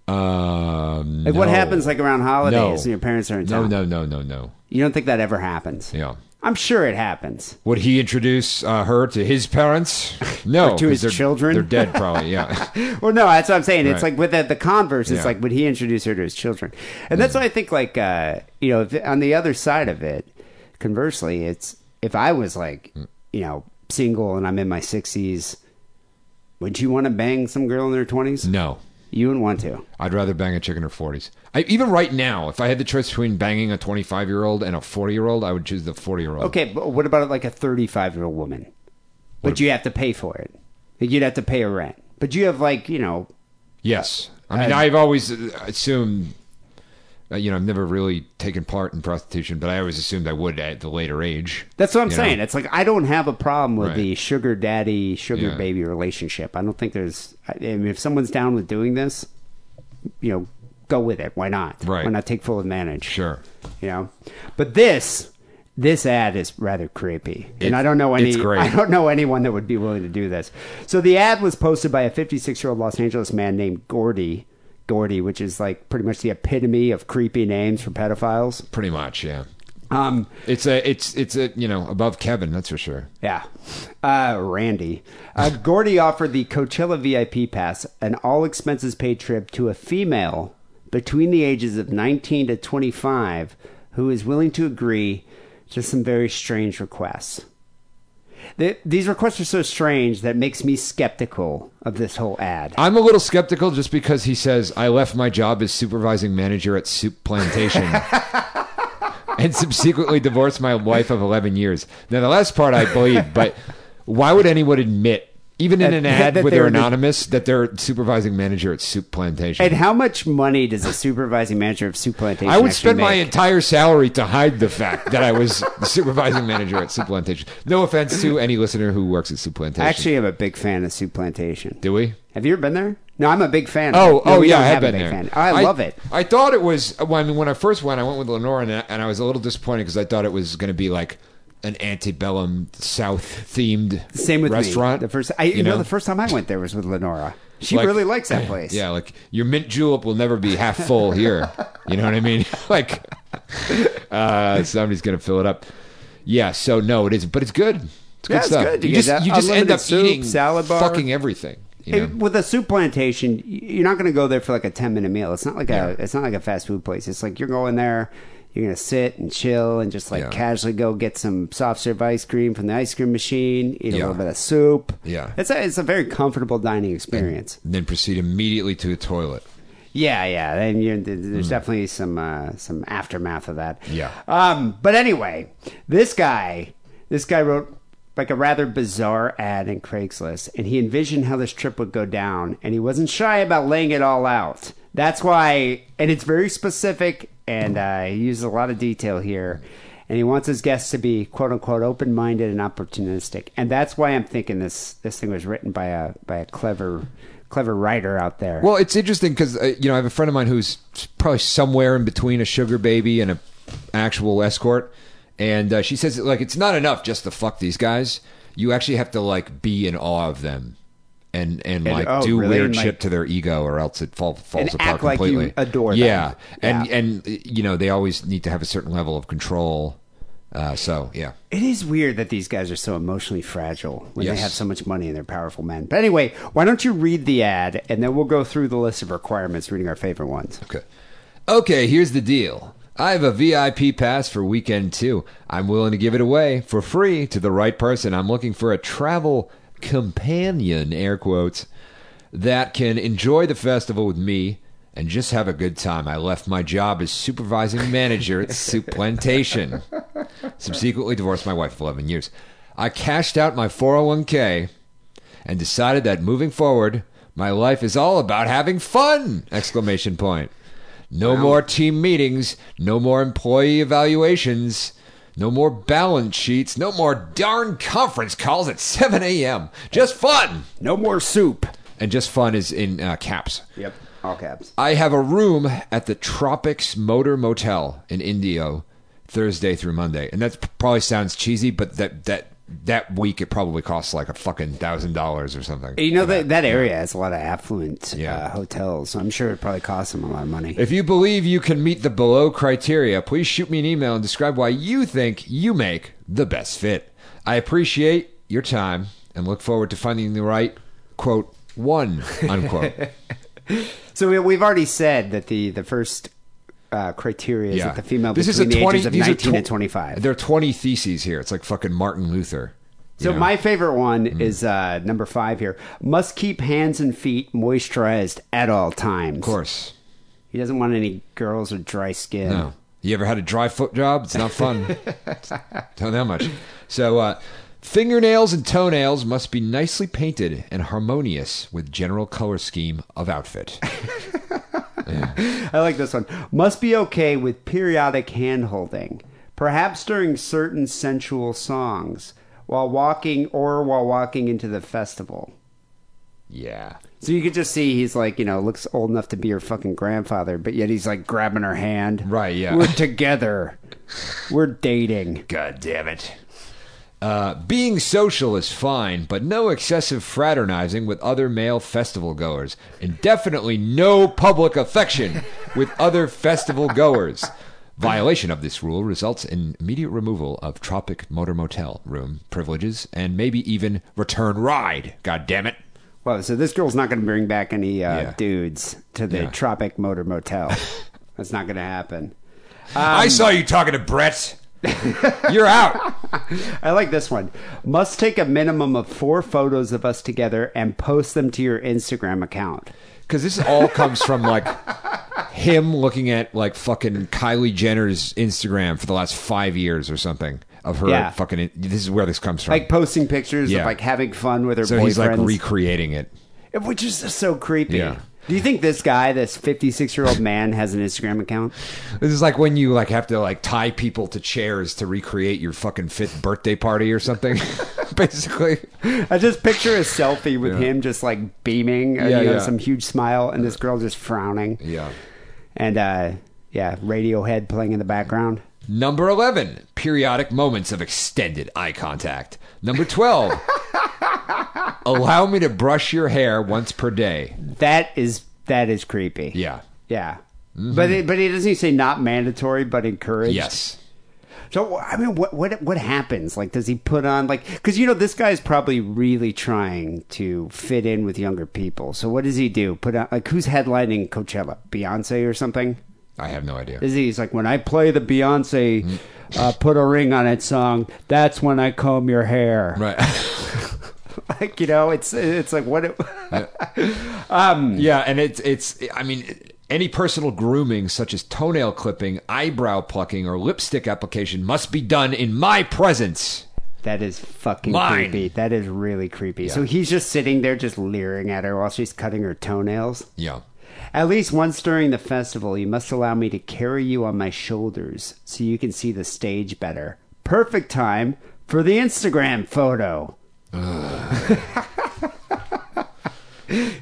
Speaker 5: um,
Speaker 4: Like what
Speaker 5: no.
Speaker 4: happens like around holidays
Speaker 5: No.
Speaker 4: and your parents are in
Speaker 5: No,
Speaker 4: town?
Speaker 5: no, no, no, no.
Speaker 4: You don't think that ever happens?
Speaker 5: Yeah.
Speaker 4: I'm sure it happens.
Speaker 5: Would he introduce uh, her to his parents? No,
Speaker 4: Or to
Speaker 5: 'cause
Speaker 4: his
Speaker 5: they're-
Speaker 4: children?
Speaker 5: They're dead, probably. Yeah.
Speaker 4: Well, no, that's what I'm saying. It's
Speaker 5: Right.
Speaker 4: like with the, the converse, it's
Speaker 5: Yeah.
Speaker 4: like would he introduce her to his children? And that's why I think, like, uh, you know, if, on the other side of it, conversely, it's if I was like,
Speaker 5: Mm.
Speaker 4: you know, single and I'm in my 60s, would you want to bang some girl in their 20s?
Speaker 5: no,
Speaker 4: You wouldn't want to.
Speaker 5: I'd rather bang a chick in her forties. I, even right now, if I had the choice between banging a twenty-five-year-old and a forty-year-old, I would choose the forty-year-old.
Speaker 4: Okay, but what about like a 35 year old woman? But you have to pay for it. Like, you'd have to pay a rent. But you have like, you know,
Speaker 5: Yes. I mean,
Speaker 4: Uh,
Speaker 5: I've always uh, assumed, uh, you know, I've never really taken part in prostitution, but I always assumed I would at the later age.
Speaker 4: That's what I'm
Speaker 5: you know?
Speaker 4: saying. It's like I don't have a problem with
Speaker 5: Right.
Speaker 4: the sugar daddy, sugar
Speaker 5: Yeah.
Speaker 4: baby relationship. I don't think there's. I mean, if someone's down with doing this, you know, go with it. Why not?
Speaker 5: Right.
Speaker 4: Why not take full advantage?
Speaker 5: Sure.
Speaker 4: You know, but this this ad is rather creepy, and
Speaker 5: It's-
Speaker 4: I don't know any.
Speaker 5: it's great.
Speaker 4: I don't know anyone that would be willing to do this. So the ad was posted by a 56 year old Los Angeles man named Gordy. Gordy, which is like pretty much the epitome of creepy names for pedophiles.
Speaker 5: Pretty much, yeah.
Speaker 4: Um,
Speaker 5: It's a, it's, it's a, you know, above Kevin, that's for sure.
Speaker 4: Yeah. Uh, Randy. Uh, Gordy offered the Coachella VIP pass, an all expenses paid trip to a female between the ages of 19 to 25 who is willing to agree to some very strange requests. Th these requests are so strange that makes me skeptical of this whole ad.
Speaker 5: I'm a little skeptical just because he says I left my job as supervising manager at Soup Plantation. And subsequently divorced my wife of 11 years. Now, the last part I believe, but why would anyone admit, even in
Speaker 4: That-
Speaker 5: an ad
Speaker 4: that
Speaker 5: where
Speaker 4: they
Speaker 5: they're
Speaker 4: were the-
Speaker 5: anonymous, that they're supervising manager at Soup Plantation?
Speaker 4: And how much money does a supervising manager of Soup Plantation
Speaker 5: I would
Speaker 4: actually
Speaker 5: spend my
Speaker 4: make?
Speaker 5: entire salary to hide the fact that I was the supervising manager at Soup Plantation. No offense to any listener who works at Soup Plantation.
Speaker 4: I actually am a big fan of Soup Plantation.
Speaker 5: do we?
Speaker 4: Have you ever been there? No, I'm a big fan.
Speaker 5: Oh,
Speaker 4: No,
Speaker 5: oh
Speaker 4: we
Speaker 5: yeah,
Speaker 4: don't
Speaker 5: I have
Speaker 4: have a
Speaker 5: been
Speaker 4: big fan.
Speaker 5: there.
Speaker 4: I, love it.
Speaker 5: I thought it was. Well, I mean, when I first went, I went with Lenore, and I, and I was a little disappointed because I thought it was going to be like an antebellum South themed
Speaker 4: Same with me.
Speaker 5: restaurant.
Speaker 4: The first, I, you, know? the first time I went there was with Lenora. She
Speaker 5: Like-
Speaker 4: really likes that place.
Speaker 5: Yeah, like your mint julep will never be half full here. you know what I mean? like uh, somebody's gonna fill it up. Yeah. So no, it isn't. But it's good. It's good
Speaker 4: Yeah, it's
Speaker 5: stuff.
Speaker 4: good. You
Speaker 5: You,
Speaker 4: get
Speaker 5: just
Speaker 4: that
Speaker 5: you just end
Speaker 4: unlimited
Speaker 5: up
Speaker 4: soup,
Speaker 5: eating
Speaker 4: salad bar.
Speaker 5: fucking everything. You know?
Speaker 4: It- with a soup plantation, y- you're not going to go there for like a ten minute meal. It's not like a it's not like a fast food place. It's like you're going there, you're going to sit and chill and just like
Speaker 5: Yeah.
Speaker 4: casually go get some soft serve ice cream from the ice cream machine, eat a
Speaker 5: Yeah.
Speaker 4: little bit of soup.
Speaker 5: Yeah.
Speaker 4: it's a it's a very comfortable dining experience.
Speaker 5: and then proceed immediately to a toilet.
Speaker 4: Yeah, yeah. Then you're, th- there's definitely some uh, some aftermath of that.
Speaker 5: Hmm. Yeah.
Speaker 4: Um. But anyway, this guy, this guy wrote like a rather bizarre ad in Craigslist, and he envisioned how this trip would go down, and he wasn't shy about laying it all out. That's why, and it's very specific, and uh, he uses a lot of detail here. And he wants his guests to be "quote unquote" open-minded and opportunistic, and that's why I'm thinking this this thing was written by a by a clever clever writer out there.
Speaker 5: Well, it's interesting because uh, you know I have a friend of mine who's probably somewhere in between a sugar baby and a actual escort, and uh, she says like it's not enough just to fuck these guys. You actually have to like be in awe of them, and and like
Speaker 4: oh,
Speaker 5: do
Speaker 4: really?
Speaker 5: weird
Speaker 4: And, like-
Speaker 5: shit to their ego, or else it fall, falls
Speaker 4: And
Speaker 5: apart
Speaker 4: act like you
Speaker 5: completely.
Speaker 4: adore them.
Speaker 5: yeah. and
Speaker 4: Yeah.
Speaker 5: and uh, you know they always need to have a certain level of control. Uh, so yeah,
Speaker 4: It is weird that these guys are so emotionally fragile when they
Speaker 5: Yes.
Speaker 4: have so much money and they're powerful men. But anyway, why don't you read the ad and then we'll go through the list of requirements, reading our favorite ones.
Speaker 5: Okay. Okay, here's the deal. I have a VIP pass for weekend two. I'm willing to give it away for free to the right person. I'm looking for a travel companion, air quotes, that can enjoy the festival with me and just have a good time. I left my job as supervising manager at Soup Plantation. Subsequently divorced my wife of 11 years. I cashed out my 401k and decided that moving forward, my life is all about having fun! Exclamation point. No more team meetings, no more employee evaluations, no more balance sheets, no more darn conference calls at 7 a.m. Just fun!
Speaker 4: No more soup.
Speaker 5: And just fun is in uh, caps.
Speaker 4: Yep. All caps.
Speaker 5: I have a room at the Tropics Motor Motel in Indio Thursday through Monday. And that probably sounds cheesy, but that, that, that week it probably costs like a fucking thousand dollars or something.
Speaker 4: You know, that, that area has a lot of affluent
Speaker 5: Yeah.
Speaker 4: uh, hotels, so I'm sure it probably costs them a lot of money.
Speaker 5: If you believe you can meet the below criteria, please shoot me an email and describe why you think you make the best fit. I appreciate your time and look forward to finding the right quote one unquote.
Speaker 4: So we, we've already said that the, the first uh, criteria is that the female
Speaker 5: This is
Speaker 4: between
Speaker 5: a
Speaker 4: the
Speaker 5: 20
Speaker 4: ages of
Speaker 5: these are
Speaker 4: 19
Speaker 5: tw-
Speaker 4: and 25.
Speaker 5: There are twenty theses here. It's like fucking Martin Luther. you
Speaker 4: So
Speaker 5: know?
Speaker 4: my favorite one
Speaker 5: Mm.
Speaker 4: is uh, number five here. Must keep hands and feet moisturized at all times.
Speaker 5: of course.
Speaker 4: He doesn't want any girls with dry skin.
Speaker 5: No. You ever had a dry foot job? It's not fun. Don't that much. So, uh, fingernails and toenails must be nicely painted and harmonious with general color scheme of outfit.
Speaker 4: I like this one. Must be okay with periodic hand holding, perhaps during certain sensual songs, while walking or while walking into the festival.
Speaker 5: Yeah.
Speaker 4: So you could just see he's like, you know, looks old enough to be your fucking grandfather, but yet he's like grabbing her hand.
Speaker 5: Right, yeah.
Speaker 4: We're together. We're dating.
Speaker 5: God damn it. Uh, being social is fine, but no excessive fraternizing with other male festival goers, and definitely no public affection with other festival goers. Violation of this rule results in immediate removal of Tropic Motor Motel room privileges and maybe even return ride. God damn it.
Speaker 4: Well, so this girl's not going to bring back any uh,
Speaker 5: Yeah.
Speaker 4: dudes to the
Speaker 5: Yeah.
Speaker 4: Tropic Motor Motel. That's not going to happen.
Speaker 5: I saw you talking to Brett. You're out.
Speaker 4: I like this one. Must take a minimum of four photos of us together and post them to your Instagram account.
Speaker 5: Because this all comes from like him looking at like fucking Kylie Jenner's Instagram for the last five years or something of her
Speaker 4: Yeah.
Speaker 5: fucking. This is where this comes from.
Speaker 4: Like posting pictures
Speaker 5: Yeah.
Speaker 4: of like having fun with her
Speaker 5: so
Speaker 4: boyfriends,
Speaker 5: he's like recreating it.
Speaker 4: which is just so creepy.
Speaker 5: Yeah.
Speaker 4: Do you think this guy, this 56 year old man, has an Instagram account?
Speaker 5: This is like when you like have to like tie people to chairs to recreate your fucking fifth birthday party or something. Basically,
Speaker 4: I just picture a selfie with him just like beaming, and,
Speaker 5: Yeah,
Speaker 4: you know,
Speaker 5: yeah.
Speaker 4: some huge smile, and this girl just frowning.
Speaker 5: yeah.
Speaker 4: And uh, yeah, Radiohead playing in the background.
Speaker 5: Number 11, periodic moments of extended eye contact. Number 12, allow me to brush your hair once per day.
Speaker 4: That is that is creepy.
Speaker 5: Yeah.
Speaker 4: Yeah. But it, but it doesn't say not mandatory, but encouraged.
Speaker 5: Yes.
Speaker 4: So I mean, what what what happens? Like, does he put on like? Because you know, this guy's probably really trying to fit in with younger people. So what does he do? Put on like who's headlining Coachella? Beyonce or something?
Speaker 5: I have no idea.
Speaker 4: Is he? He's like, when I play the Beyonce, uh, put a ring on it song. That's when I comb your hair.
Speaker 5: Right.
Speaker 4: Like you know, it's it's like what? It,
Speaker 5: yeah, and it's it's I mean any personal grooming such as toenail clipping, eyebrow plucking or lipstick application must be done in my presence.
Speaker 4: that is fucking
Speaker 5: Mine.
Speaker 4: creepy. That is really creepy. So he's just sitting there, just leering at her while she's cutting her toenails.
Speaker 5: Yeah.
Speaker 4: At least once during the festival, you must allow me to carry you on my shoulders so you can see the stage better. Perfect time for the Instagram photo.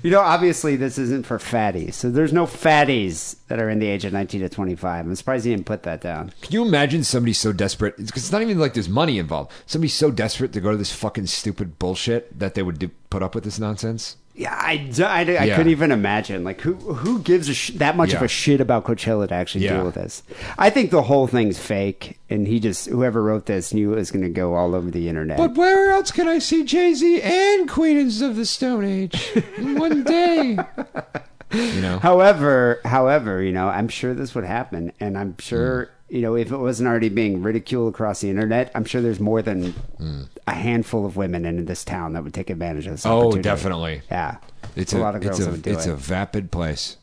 Speaker 4: you know, obviously, this isn't for fatties. So there's no fatties that are in the age of 19 to 25. I'm surprised he didn't put that down.
Speaker 5: Can you imagine somebody so desperate? Because it's not even like there's money involved. Somebody so desperate to go to this fucking stupid bullshit that they would do, put up with this nonsense.
Speaker 4: Yeah, I, d- I d- I
Speaker 5: Yeah.
Speaker 4: couldn't even imagine. Like, who who gives a sh- that much of
Speaker 5: Yeah.
Speaker 4: a shit about Coachella to actually
Speaker 5: Yeah.
Speaker 4: deal with this? I think the whole thing's fake, and he just whoever wrote this knew it was going to go all over the internet.
Speaker 5: But where else can I see Jay Z and Queens of the Stone Age in one day? you know,
Speaker 4: however, however, you know, I'm sure this would happen, and I'm sure
Speaker 5: Mm.
Speaker 4: you know if it wasn't already being ridiculed across the internet, I'm sure there's more than a handful of women in this town that would take advantage of this.
Speaker 5: Mm. Oh,
Speaker 4: opportunity.
Speaker 5: definitely.
Speaker 4: Yeah,
Speaker 5: it's
Speaker 4: a, lot of girls
Speaker 5: it's
Speaker 4: that
Speaker 5: a,
Speaker 4: would do
Speaker 5: it's
Speaker 4: it.
Speaker 5: a vapid place.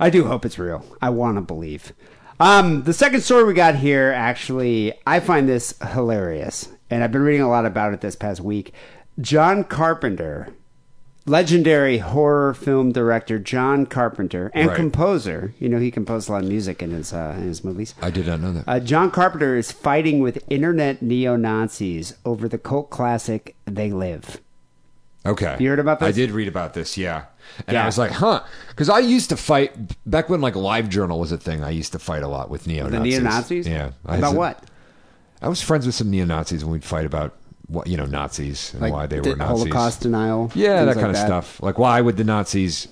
Speaker 4: I do hope it's real. I want to believe. Um, the second story we got here, actually, I find this hilarious, and I've been reading a lot about it this past week. John Carpenter, legendary horror film director John Carpenter and
Speaker 5: Right.
Speaker 4: composer. You know, he composed a lot of music in his uh, in his movies.
Speaker 5: I did not know that.
Speaker 4: Uh, John Carpenter is fighting with internet neo Nazis over the cult classic "They Live."
Speaker 5: Okay.
Speaker 4: You heard about this?
Speaker 5: I did read about this, yeah. And
Speaker 4: Yeah.
Speaker 5: I was like, huh. Because I used to fight, back when like Live Journal was a thing, I used to fight a lot with neo
Speaker 4: The
Speaker 5: Nazis.
Speaker 4: neo Nazis.
Speaker 5: Yeah. I
Speaker 4: About
Speaker 5: was-
Speaker 4: what?
Speaker 5: I was friends with some neo Nazis and we'd fight about, what you know, Nazis and why they
Speaker 4: the
Speaker 5: were Nazis.
Speaker 4: Holocaust denial.
Speaker 5: Yeah,
Speaker 4: things
Speaker 5: that
Speaker 4: like
Speaker 5: kind of stuff. Like, why would the Nazis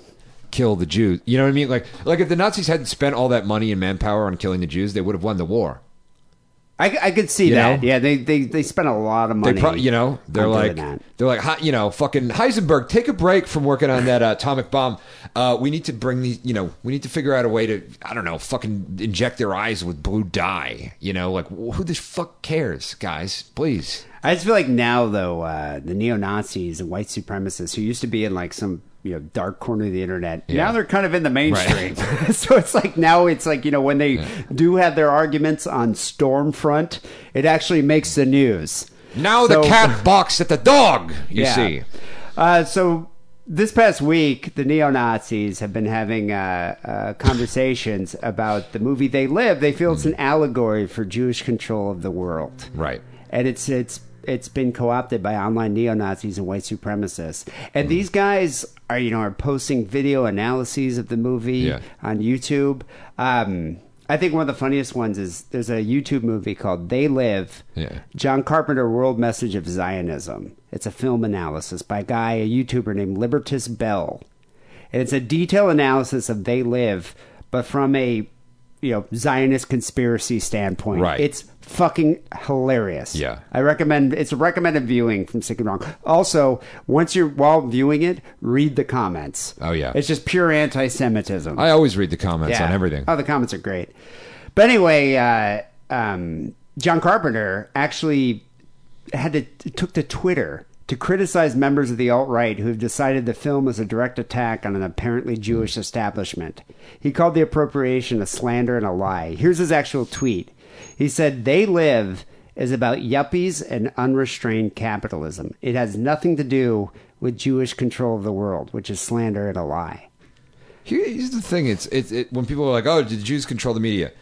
Speaker 5: kill the Jews? You know what I mean? Like, like if the Nazis hadn't spent all that money and manpower on killing the Jews, they would have won the war.
Speaker 4: I, I could see
Speaker 5: You
Speaker 4: that.
Speaker 5: know?
Speaker 4: Yeah, they, they they spent a lot of
Speaker 5: They
Speaker 4: money.
Speaker 5: pro- you know, they're
Speaker 4: on doing
Speaker 5: like,
Speaker 4: that.
Speaker 5: they're like, "Hi- you know, fucking Heisenberg, take a break from working on that uh, atomic bomb. Uh, we need to bring these, you know, we need to figure out a way to, I don't know, fucking inject their eyes with blue dye. You know, like wh- who the fuck cares, guys? Please.
Speaker 4: I just feel like now though, uh, the neo Nazis and white supremacists who used to be in like some you know dark corner of the internet, now they're kind of in the mainstream. so it's like now it's like you know when they do have their arguments on Stormfront, it actually makes the news.
Speaker 5: Now the
Speaker 4: So-
Speaker 5: cat barks at the dog. You
Speaker 4: Yeah.
Speaker 5: see.
Speaker 4: Uh, so this past week, the neo Nazis have been having uh, uh, conversations about the movie They Live. They feel it's an allegory for Jewish control of the world,
Speaker 5: Mm-hmm. Right.
Speaker 4: and it's it's it's been co opted by online neo Nazis and white supremacists.
Speaker 5: Mm-hmm.
Speaker 4: And these guys are you know are posting video analyses of the movie
Speaker 5: Yeah.
Speaker 4: on YouTube. Um, I think one of the funniest ones is there's a YouTube movie called They Live.
Speaker 5: Yeah.
Speaker 4: John Carpenter World Message of Zionism. It's a film analysis by a guy, a YouTuber named Libertus Bell. And it's a detailed analysis of They Live, but from a you know, Zionist conspiracy standpoint.
Speaker 5: Right.
Speaker 4: It's fucking hilarious.
Speaker 5: Yeah.
Speaker 4: I recommend it's a recommended viewing from Sick and Wrong. Also, once you're while viewing it, read the comments.
Speaker 5: Oh, yeah.
Speaker 4: It's just pure anti Semitism.
Speaker 5: I always read the comments on everything.
Speaker 4: Oh, the comments are great. But anyway, uh, um, John Carpenter actually had to took to Twitter to criticize members of the alt right who have decided the film is a direct attack on an apparently Jewish establishment. He called the appropriation a slander and a lie. Here's his actual tweet. He said, "They live." Is about yuppies and unrestrained capitalism. It has nothing to do with Jewish control of the world, which is slander and a lie.
Speaker 5: Here's the thing: it's it's it, when people are like, "Oh, did the Jews control the media?"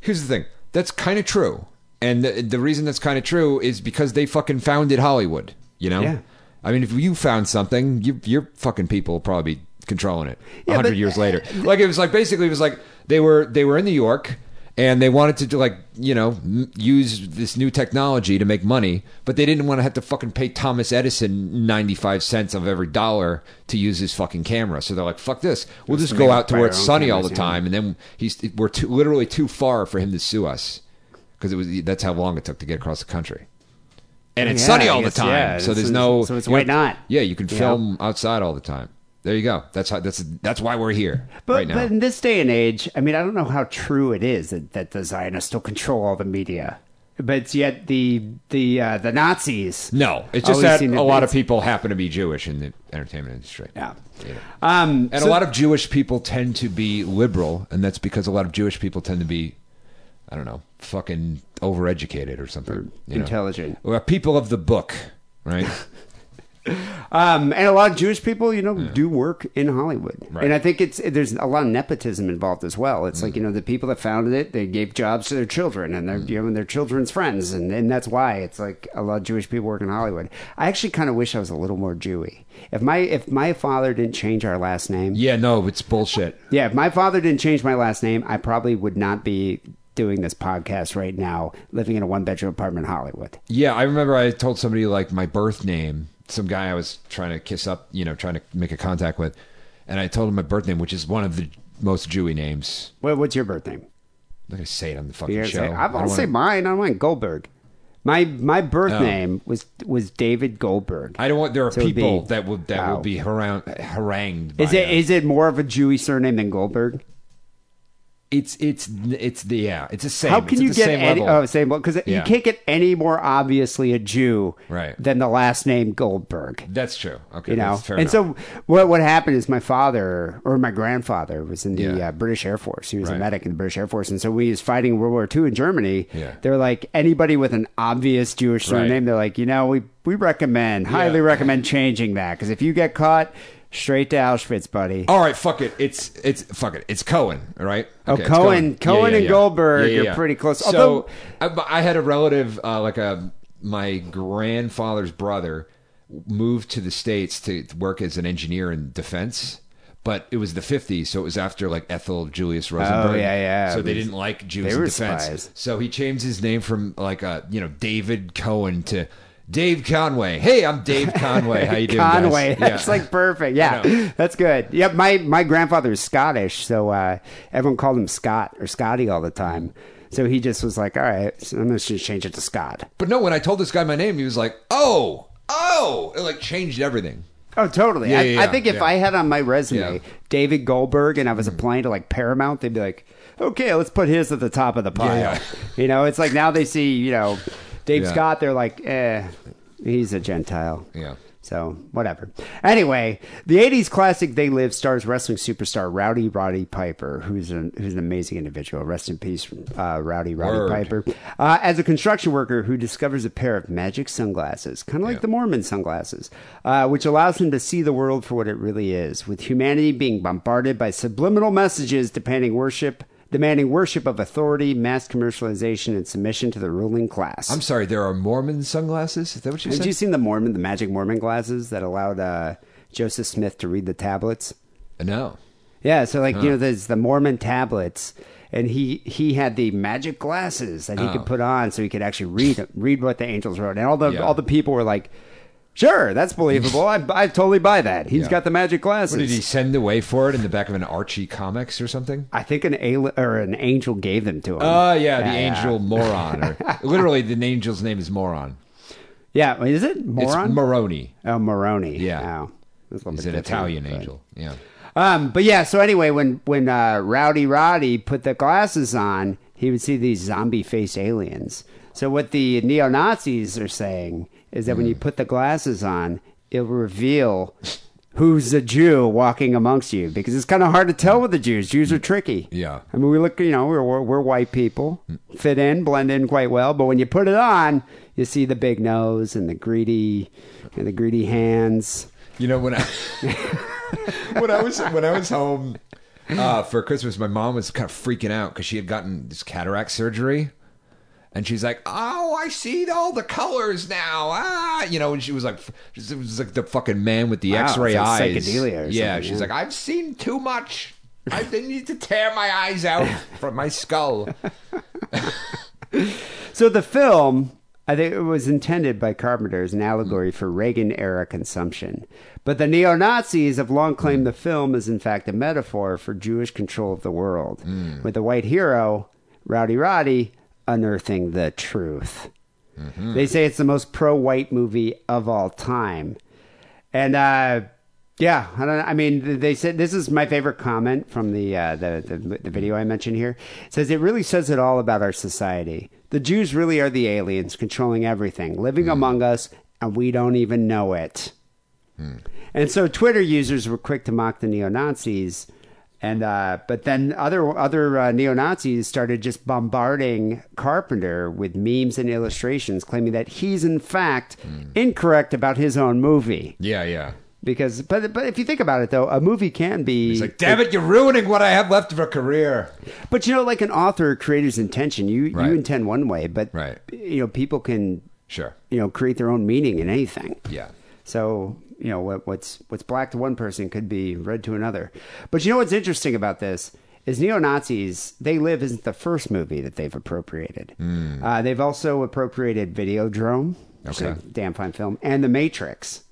Speaker 5: Here's the thing: that's kind of true, and the, the reason that's kind of true is because they fucking founded Hollywood. You know,
Speaker 4: Yeah.
Speaker 5: I mean, if you found something, you, your fucking people will probably be controlling it a
Speaker 4: Yeah,
Speaker 5: hundred
Speaker 4: but- uh,
Speaker 5: years later. Like it was like basically it was like they were they were in New York. And they wanted to do like you know m- use this new technology to make money, but they didn't want to have to fucking pay Thomas Edison ninety five cents of every dollar to use his fucking camera. So they're like, "Fuck this! We'll just go out to
Speaker 4: buy
Speaker 5: where
Speaker 4: our
Speaker 5: it's
Speaker 4: own
Speaker 5: sunny all the
Speaker 4: cameras, yeah.
Speaker 5: time." and then he's we're too, literally too far for him to sue us because it was that's how long it took to get across the country. And it's
Speaker 4: Yeah,
Speaker 5: sunny
Speaker 4: I
Speaker 5: all
Speaker 4: guess,
Speaker 5: the time,
Speaker 4: yeah.
Speaker 5: so there's
Speaker 4: So-
Speaker 5: no.
Speaker 4: so it's
Speaker 5: you know,
Speaker 4: why not?
Speaker 5: Yeah, you can
Speaker 4: You
Speaker 5: film outside all the time. There you go. That's how. That's that's why we're here
Speaker 4: But,
Speaker 5: right now.
Speaker 4: but in this day and age, I mean, I don't know how true it is that, that the Zionists still control all the media, but yet the the uh, the Nazis.
Speaker 5: no, it's just
Speaker 4: always
Speaker 5: that
Speaker 4: seem to-
Speaker 5: a lot of
Speaker 4: it's-
Speaker 5: people happen to be Jewish in the entertainment industry.
Speaker 4: Yeah. Um,
Speaker 5: And
Speaker 4: so-
Speaker 5: a lot of Jewish people tend to be liberal, and that's because a lot of Jewish people tend to be, I don't know, fucking overeducated or something. you know.
Speaker 4: intelligent.
Speaker 5: Or people of the book, right?
Speaker 4: um, and a lot of Jewish people, you know, do work in Hollywood,
Speaker 5: Right.
Speaker 4: and I think it's there's a lot of nepotism involved as well. It's like you know the people that founded it, they gave jobs to their children and their you know and their children's friends, and, and that's why it's like a lot of Jewish people work in Hollywood. I actually kind of wish I was a little more Jewy. If my if my father didn't change our last name,
Speaker 5: yeah, no, it's bullshit.
Speaker 4: Yeah, if my father didn't change my last name, I probably would not be doing this podcast right now, living in a one bedroom apartment in Hollywood.
Speaker 5: Yeah, I remember I told somebody like my birth name, some guy I was trying to kiss up, you know, trying to make a contact with, and I told him my birth name, which is one of the most Jewy names.
Speaker 4: What, what's your birth name?
Speaker 5: I'm not gonna say it on the fucking
Speaker 4: You're gonna
Speaker 5: show.
Speaker 4: say-
Speaker 5: I
Speaker 4: I'll
Speaker 5: don't wanna-
Speaker 4: say mine. I want Goldberg. My my birth
Speaker 5: Oh.
Speaker 4: name was was David Goldberg.
Speaker 5: I don't want. There are
Speaker 4: So it'd
Speaker 5: people
Speaker 4: be-
Speaker 5: that will that
Speaker 4: wow.
Speaker 5: will be haran- harangued. By
Speaker 4: Is it
Speaker 5: that.
Speaker 4: is it more of a Jewy surname than Goldberg?
Speaker 5: It's it's it's the yeah. It's the same.
Speaker 4: How can
Speaker 5: it's at
Speaker 4: you
Speaker 5: the
Speaker 4: get
Speaker 5: same
Speaker 4: any?
Speaker 5: level.
Speaker 4: Oh, same because you
Speaker 5: Yeah.
Speaker 4: can't get any more obviously a Jew
Speaker 5: Right.
Speaker 4: than the last name Goldberg.
Speaker 5: That's true. Okay,
Speaker 4: you know
Speaker 5: that's fair
Speaker 4: and
Speaker 5: enough.
Speaker 4: so what what happened is my father or my grandfather was in the
Speaker 5: Yeah.
Speaker 4: uh, british air force he was a
Speaker 5: Right.
Speaker 4: medic in the british air force and so when he was fighting in world war ii in germany
Speaker 5: Yeah.
Speaker 4: they're like anybody with an obvious jewish
Speaker 5: Right.
Speaker 4: surname they're like you know we we recommend highly recommend changing that because if you get caught straight to auschwitz buddy
Speaker 5: all right, fuck it. It's it's fuck it. It's Cohen, all right?
Speaker 4: Oh,
Speaker 5: it's
Speaker 4: Cohen. Cohen and Goldberg are pretty close. Although-
Speaker 5: so I, but I had a relative, uh, like a my grandfather's brother, moved to the states to work as an engineer in defense. But it was the 50s, so it was after like Ethel Julius
Speaker 4: Oh,
Speaker 5: Rosenberg.
Speaker 4: yeah, yeah.
Speaker 5: So they
Speaker 4: It was-
Speaker 5: didn't like Jews
Speaker 4: they
Speaker 5: in
Speaker 4: were
Speaker 5: defense.
Speaker 4: spies.
Speaker 5: So he changed his name from like uh, you know David Cohen to Dave Conway. Hey, I'm Dave Conway. How you doing, guys?
Speaker 4: Conway.
Speaker 5: Yeah.
Speaker 4: That's like perfect.
Speaker 5: I
Speaker 4: Yeah,
Speaker 5: know.
Speaker 4: that's good. Yep. My my grandfather is Scottish, so uh, everyone called him Scott or Scotty all the time. So he just was like, "All right, so I'm going to change it to Scott."
Speaker 5: But no, when I told this guy my name, he was like, "Oh, oh!" It like changed everything.
Speaker 4: Oh, totally.
Speaker 5: Yeah,
Speaker 4: I,
Speaker 5: yeah,
Speaker 4: I
Speaker 5: yeah,
Speaker 4: think if
Speaker 5: yeah. Mm-hmm.
Speaker 4: I had on my resume
Speaker 5: Yeah.
Speaker 4: David Goldberg and I was applying to like Paramount, they'd be like, okay, let's put his at the top of the pile.
Speaker 5: yeah.
Speaker 4: You know, it's like now they see, you know, Dave
Speaker 5: Yeah.
Speaker 4: Scott, they're like, eh, he's a Gentile.
Speaker 5: Yeah.
Speaker 4: So, whatever. Anyway, the 80s classic They Live stars wrestling superstar Rowdy Roddy Piper, who's an, who's an amazing individual. Rest in peace, uh, Rowdy Roddy
Speaker 5: Word.
Speaker 4: Piper. Uh, as a construction worker who discovers a pair of magic sunglasses, kind of like
Speaker 5: Yeah.
Speaker 4: the Mormon sunglasses, uh, which allows him to see the world for what it really is, with humanity being bombarded by subliminal messages demanding worship. Demanding worship of authority, mass commercialization, and submission to the ruling class.
Speaker 5: I'm sorry. There are Mormon sunglasses. Is that what you
Speaker 4: Have
Speaker 5: said?
Speaker 4: you seen the Mormon, the magic Mormon glasses that allowed uh, Joseph Smith to read the tablets?
Speaker 5: Uh, no.
Speaker 4: Yeah, so like you know, there's the Mormon tablets, and he he had the magic glasses that he
Speaker 5: Oh.
Speaker 4: could put on so he could actually read read what the angels wrote. And all the
Speaker 5: Yeah.
Speaker 4: all the people were like, "Sure, that's believable. I, I totally buy that. He's
Speaker 5: Yeah.
Speaker 4: got the magic glasses."
Speaker 5: What did he send away for it in the back of an Archie comics or something?
Speaker 4: I think an al- or an angel gave them to him.
Speaker 5: Oh yeah, the
Speaker 4: yeah.
Speaker 5: angel moron, or literally the angel's name is moron.
Speaker 4: yeah, is it moron?
Speaker 5: It's Moroni.
Speaker 4: oh, Moroni.
Speaker 5: Yeah.
Speaker 4: Oh, that's a little
Speaker 5: He's
Speaker 4: bit
Speaker 5: an
Speaker 4: different,
Speaker 5: Italian
Speaker 4: but-
Speaker 5: angel. Yeah.
Speaker 4: Um, but yeah, so anyway, when when uh, Rowdy Roddy put the glasses on, he would see these zombie face aliens. So what the neo Nazis are saying is that when you put the glasses on, it'll reveal who's a Jew walking amongst you because it's kind of hard to tell with the Jews. Jews are tricky.
Speaker 5: Yeah.
Speaker 4: I mean, we look, you know, we're we're, we're white people, fit in, blend in quite well. But when you put it on, you see the big nose and the greedy and the greedy hands.
Speaker 5: You know when I when I was when I was home uh, for Christmas, my mom was kind of freaking out because she had gotten this cataract surgery, and she's like, "Oh, I see all the colors now." Ah, you know, and she was like, she was like the fucking man with the
Speaker 4: Wow,
Speaker 5: X-ray
Speaker 4: it's like
Speaker 5: eyes.
Speaker 4: psychedelia or
Speaker 5: yeah,
Speaker 4: something,
Speaker 5: she's
Speaker 4: yeah.
Speaker 5: like, "I've seen too much. I they need to tear my eyes out from my skull."
Speaker 4: So the film, I think it was intended by Carpenter as an allegory for Reagan era consumption. But the neo Nazis have long claimed the film is, in fact, a metaphor for Jewish control of the world, with the white hero, Rowdy Roddy, unearthing the truth. They say it's the most pro white movie of all time. And uh, yeah, I don't. I mean, they said this is my favorite comment from the, uh, the the the video I mentioned here. It says it really says it all about our society. The Jews really are the aliens controlling everything, living among us, and we don't even know it. And so Twitter users were quick to mock the neo Nazis, and uh, but then other other uh, neo Nazis started just bombarding Carpenter with memes and illustrations, claiming that he's in fact incorrect about his own movie.
Speaker 5: yeah, yeah.
Speaker 4: Because, but but if you think about it though, a movie can be.
Speaker 5: It's like, damn it, you're ruining what I have left of a career.
Speaker 4: But you know, like an author or creator's intention, you
Speaker 5: Right.
Speaker 4: you intend one way, but
Speaker 5: Right.
Speaker 4: you know people can
Speaker 5: Sure.
Speaker 4: you know create their own meaning in anything.
Speaker 5: Yeah.
Speaker 4: So you know what, what's what's black to one person could be red to another. But you know what's interesting about this is neo Nazis. They Live isn't the first movie that they've appropriated. Uh, they've also appropriated Videodrome, which
Speaker 5: Hmm. Okay.
Speaker 4: is a damn fine film, and The Matrix.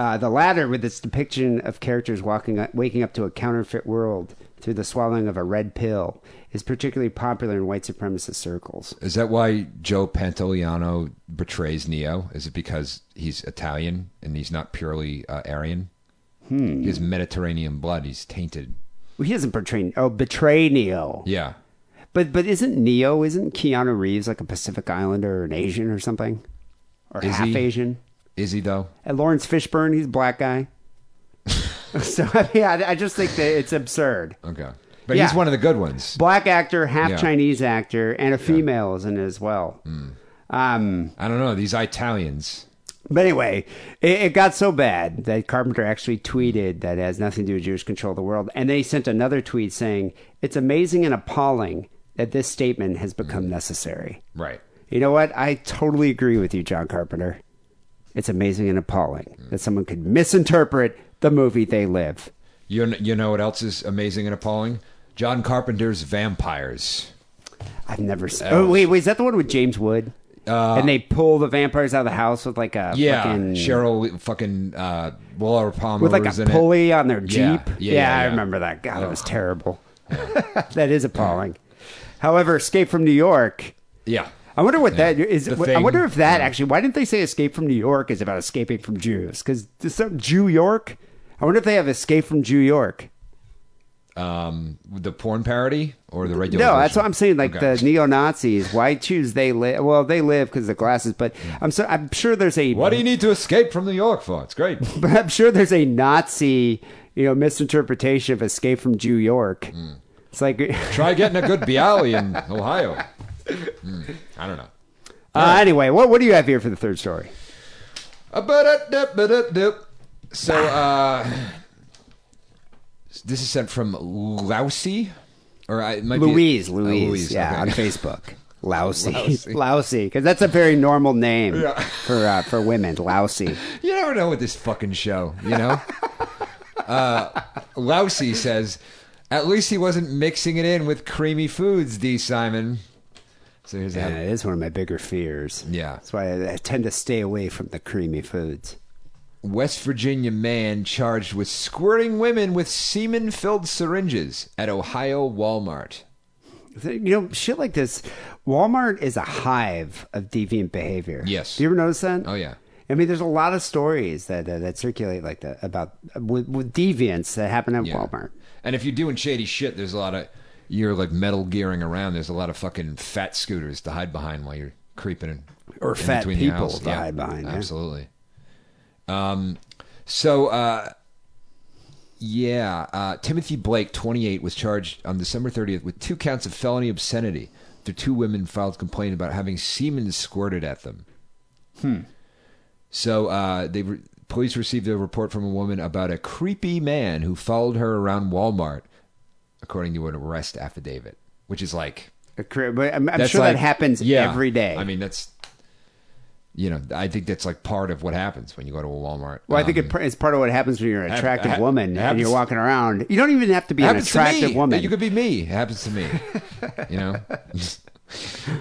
Speaker 4: Uh, the latter, with its depiction of characters walking, waking up to a counterfeit world through the swallowing of a red pill, is particularly popular in white supremacist circles.
Speaker 5: Is that why Joe Pantoliano betrays Neo? Is it because he's Italian and he's not purely uh, Aryan? Hmm. His Mediterranean blood, he's tainted.
Speaker 4: Well, he doesn't portray oh betray Neo.
Speaker 5: Yeah.
Speaker 4: But but isn't Neo isn't Keanu Reeves like a Pacific Islander or an Asian or something, or
Speaker 5: Is
Speaker 4: half
Speaker 5: he?
Speaker 4: Asian?
Speaker 5: Is he, though?
Speaker 4: And Lawrence Fishburne, he's a black guy. so I mean, I, I just think that it's absurd.
Speaker 5: Okay. But
Speaker 4: Yeah.
Speaker 5: he's one of the good ones.
Speaker 4: Black actor, half
Speaker 5: Yeah. Hmm.
Speaker 4: Chinese actor, and a female is in it as well. Um,
Speaker 5: I don't know. These Italians.
Speaker 4: but anyway, it, it got so bad that Carpenter actually tweeted that it has nothing to do with Jewish control of the world, and then he sent another tweet saying, "It's amazing and appalling that this statement has become
Speaker 5: Hmm.
Speaker 4: necessary."
Speaker 5: Right.
Speaker 4: You know what? I totally agree with you, John Carpenter. It's amazing and appalling that someone could misinterpret the movie they live.
Speaker 5: You, kn- you know what else is amazing and appalling? John Carpenter's Vampires.
Speaker 4: I've never seen.
Speaker 5: Oh.
Speaker 4: Oh, wait, wait, is that the one with James Wood?
Speaker 5: Uh,
Speaker 4: and they pull the vampires out of the house with like a
Speaker 5: Yeah.
Speaker 4: fucking,
Speaker 5: Cheryl fucking uh, Waller Palmer
Speaker 4: with like
Speaker 5: was
Speaker 4: a
Speaker 5: in it.
Speaker 4: pulley on their jeep.
Speaker 5: Yeah.
Speaker 4: Yeah,
Speaker 5: Yeah, yeah,
Speaker 4: I
Speaker 5: yeah.
Speaker 4: remember that. God, it was terrible. that is appalling. However, Escape from New York.
Speaker 5: Yeah.
Speaker 4: I wonder what that is.
Speaker 5: The
Speaker 4: I
Speaker 5: Thing.
Speaker 4: wonder if that actually. Why didn't they say "Escape from New York" is about escaping from Jews? Because some Jew York. I wonder if they have "Escape from Jew York."
Speaker 5: Um, the porn parody or the regular?
Speaker 4: No, that's
Speaker 5: version?
Speaker 4: what I'm saying. Like
Speaker 5: Okay.
Speaker 4: the neo Nazis. Why choose they live? Well, they live because the glasses. But I'm so I'm sure there's a.
Speaker 5: What do you need to escape from New York for? It's great.
Speaker 4: But I'm sure there's a Nazi, you know, misinterpretation of "Escape from Jew York."
Speaker 5: Hmm.
Speaker 4: It's like.
Speaker 5: Try getting a good Bialy in Ohio. Hmm, I don't know.
Speaker 4: Uh, anyway, what what do you have here for the third story?
Speaker 5: Uh, ba-da-dip, ba-da-dip. So uh, this is sent from Lousy, or I, it might
Speaker 4: Louise,
Speaker 5: be, uh,
Speaker 4: Oh, Louise, yeah,
Speaker 5: okay.
Speaker 4: on Facebook. Lousy, lousy, because that's a very normal name for uh, for women. Lousy.
Speaker 5: You never know with this fucking show, you know? uh, Lousy says, At least he wasn't mixing it in with creamy foods, D. Simon. So here's
Speaker 4: Yeah,
Speaker 5: that.
Speaker 4: it is one of my bigger fears.
Speaker 5: Yeah.
Speaker 4: That's why I, I tend to stay away from the creamy foods.
Speaker 5: West Virginia man charged with squirting women with semen filled syringes at Ohio Walmart.
Speaker 4: You know, shit like this. Walmart is a hive of deviant behavior.
Speaker 5: Yes.
Speaker 4: Do you ever notice that?
Speaker 5: Oh, yeah.
Speaker 4: I mean, there's a lot of stories that uh, that circulate like that about uh, with, with deviants that happen at
Speaker 5: Yeah.
Speaker 4: Walmart.
Speaker 5: And if you're doing shady shit, there's a lot of you're like metal gearing around. There's a lot of fucking fat scooters to hide behind while you're creeping in,
Speaker 4: Or
Speaker 5: in
Speaker 4: fat
Speaker 5: between the
Speaker 4: people
Speaker 5: aisles.
Speaker 4: to hide behind, yeah.
Speaker 5: Absolutely. Um, so uh, yeah, uh, Timothy Blake, 28, was charged on December 30th with two counts of felony obscenity after two women filed complaint about having semen squirted at them.
Speaker 4: Hmm.
Speaker 5: So uh, they re- police received a report from a woman about a creepy man who followed her around Walmart, according to an arrest affidavit, which is like
Speaker 4: A cre- but I'm, I'm
Speaker 5: that's
Speaker 4: sure
Speaker 5: like-
Speaker 4: that happens
Speaker 5: yeah.
Speaker 4: every day.
Speaker 5: I mean, that's you know, I think that's like part of what happens when you go to a Walmart.
Speaker 4: well, I think
Speaker 5: Um,
Speaker 4: it, pr- it's part of what happens when you're an
Speaker 5: hap-
Speaker 4: attractive
Speaker 5: hap-
Speaker 4: woman and
Speaker 5: happens-
Speaker 4: you're walking around. You don't even have to be
Speaker 5: it
Speaker 4: an
Speaker 5: happens to me.
Speaker 4: attractive woman.
Speaker 5: You could be me. It happens to me. you know,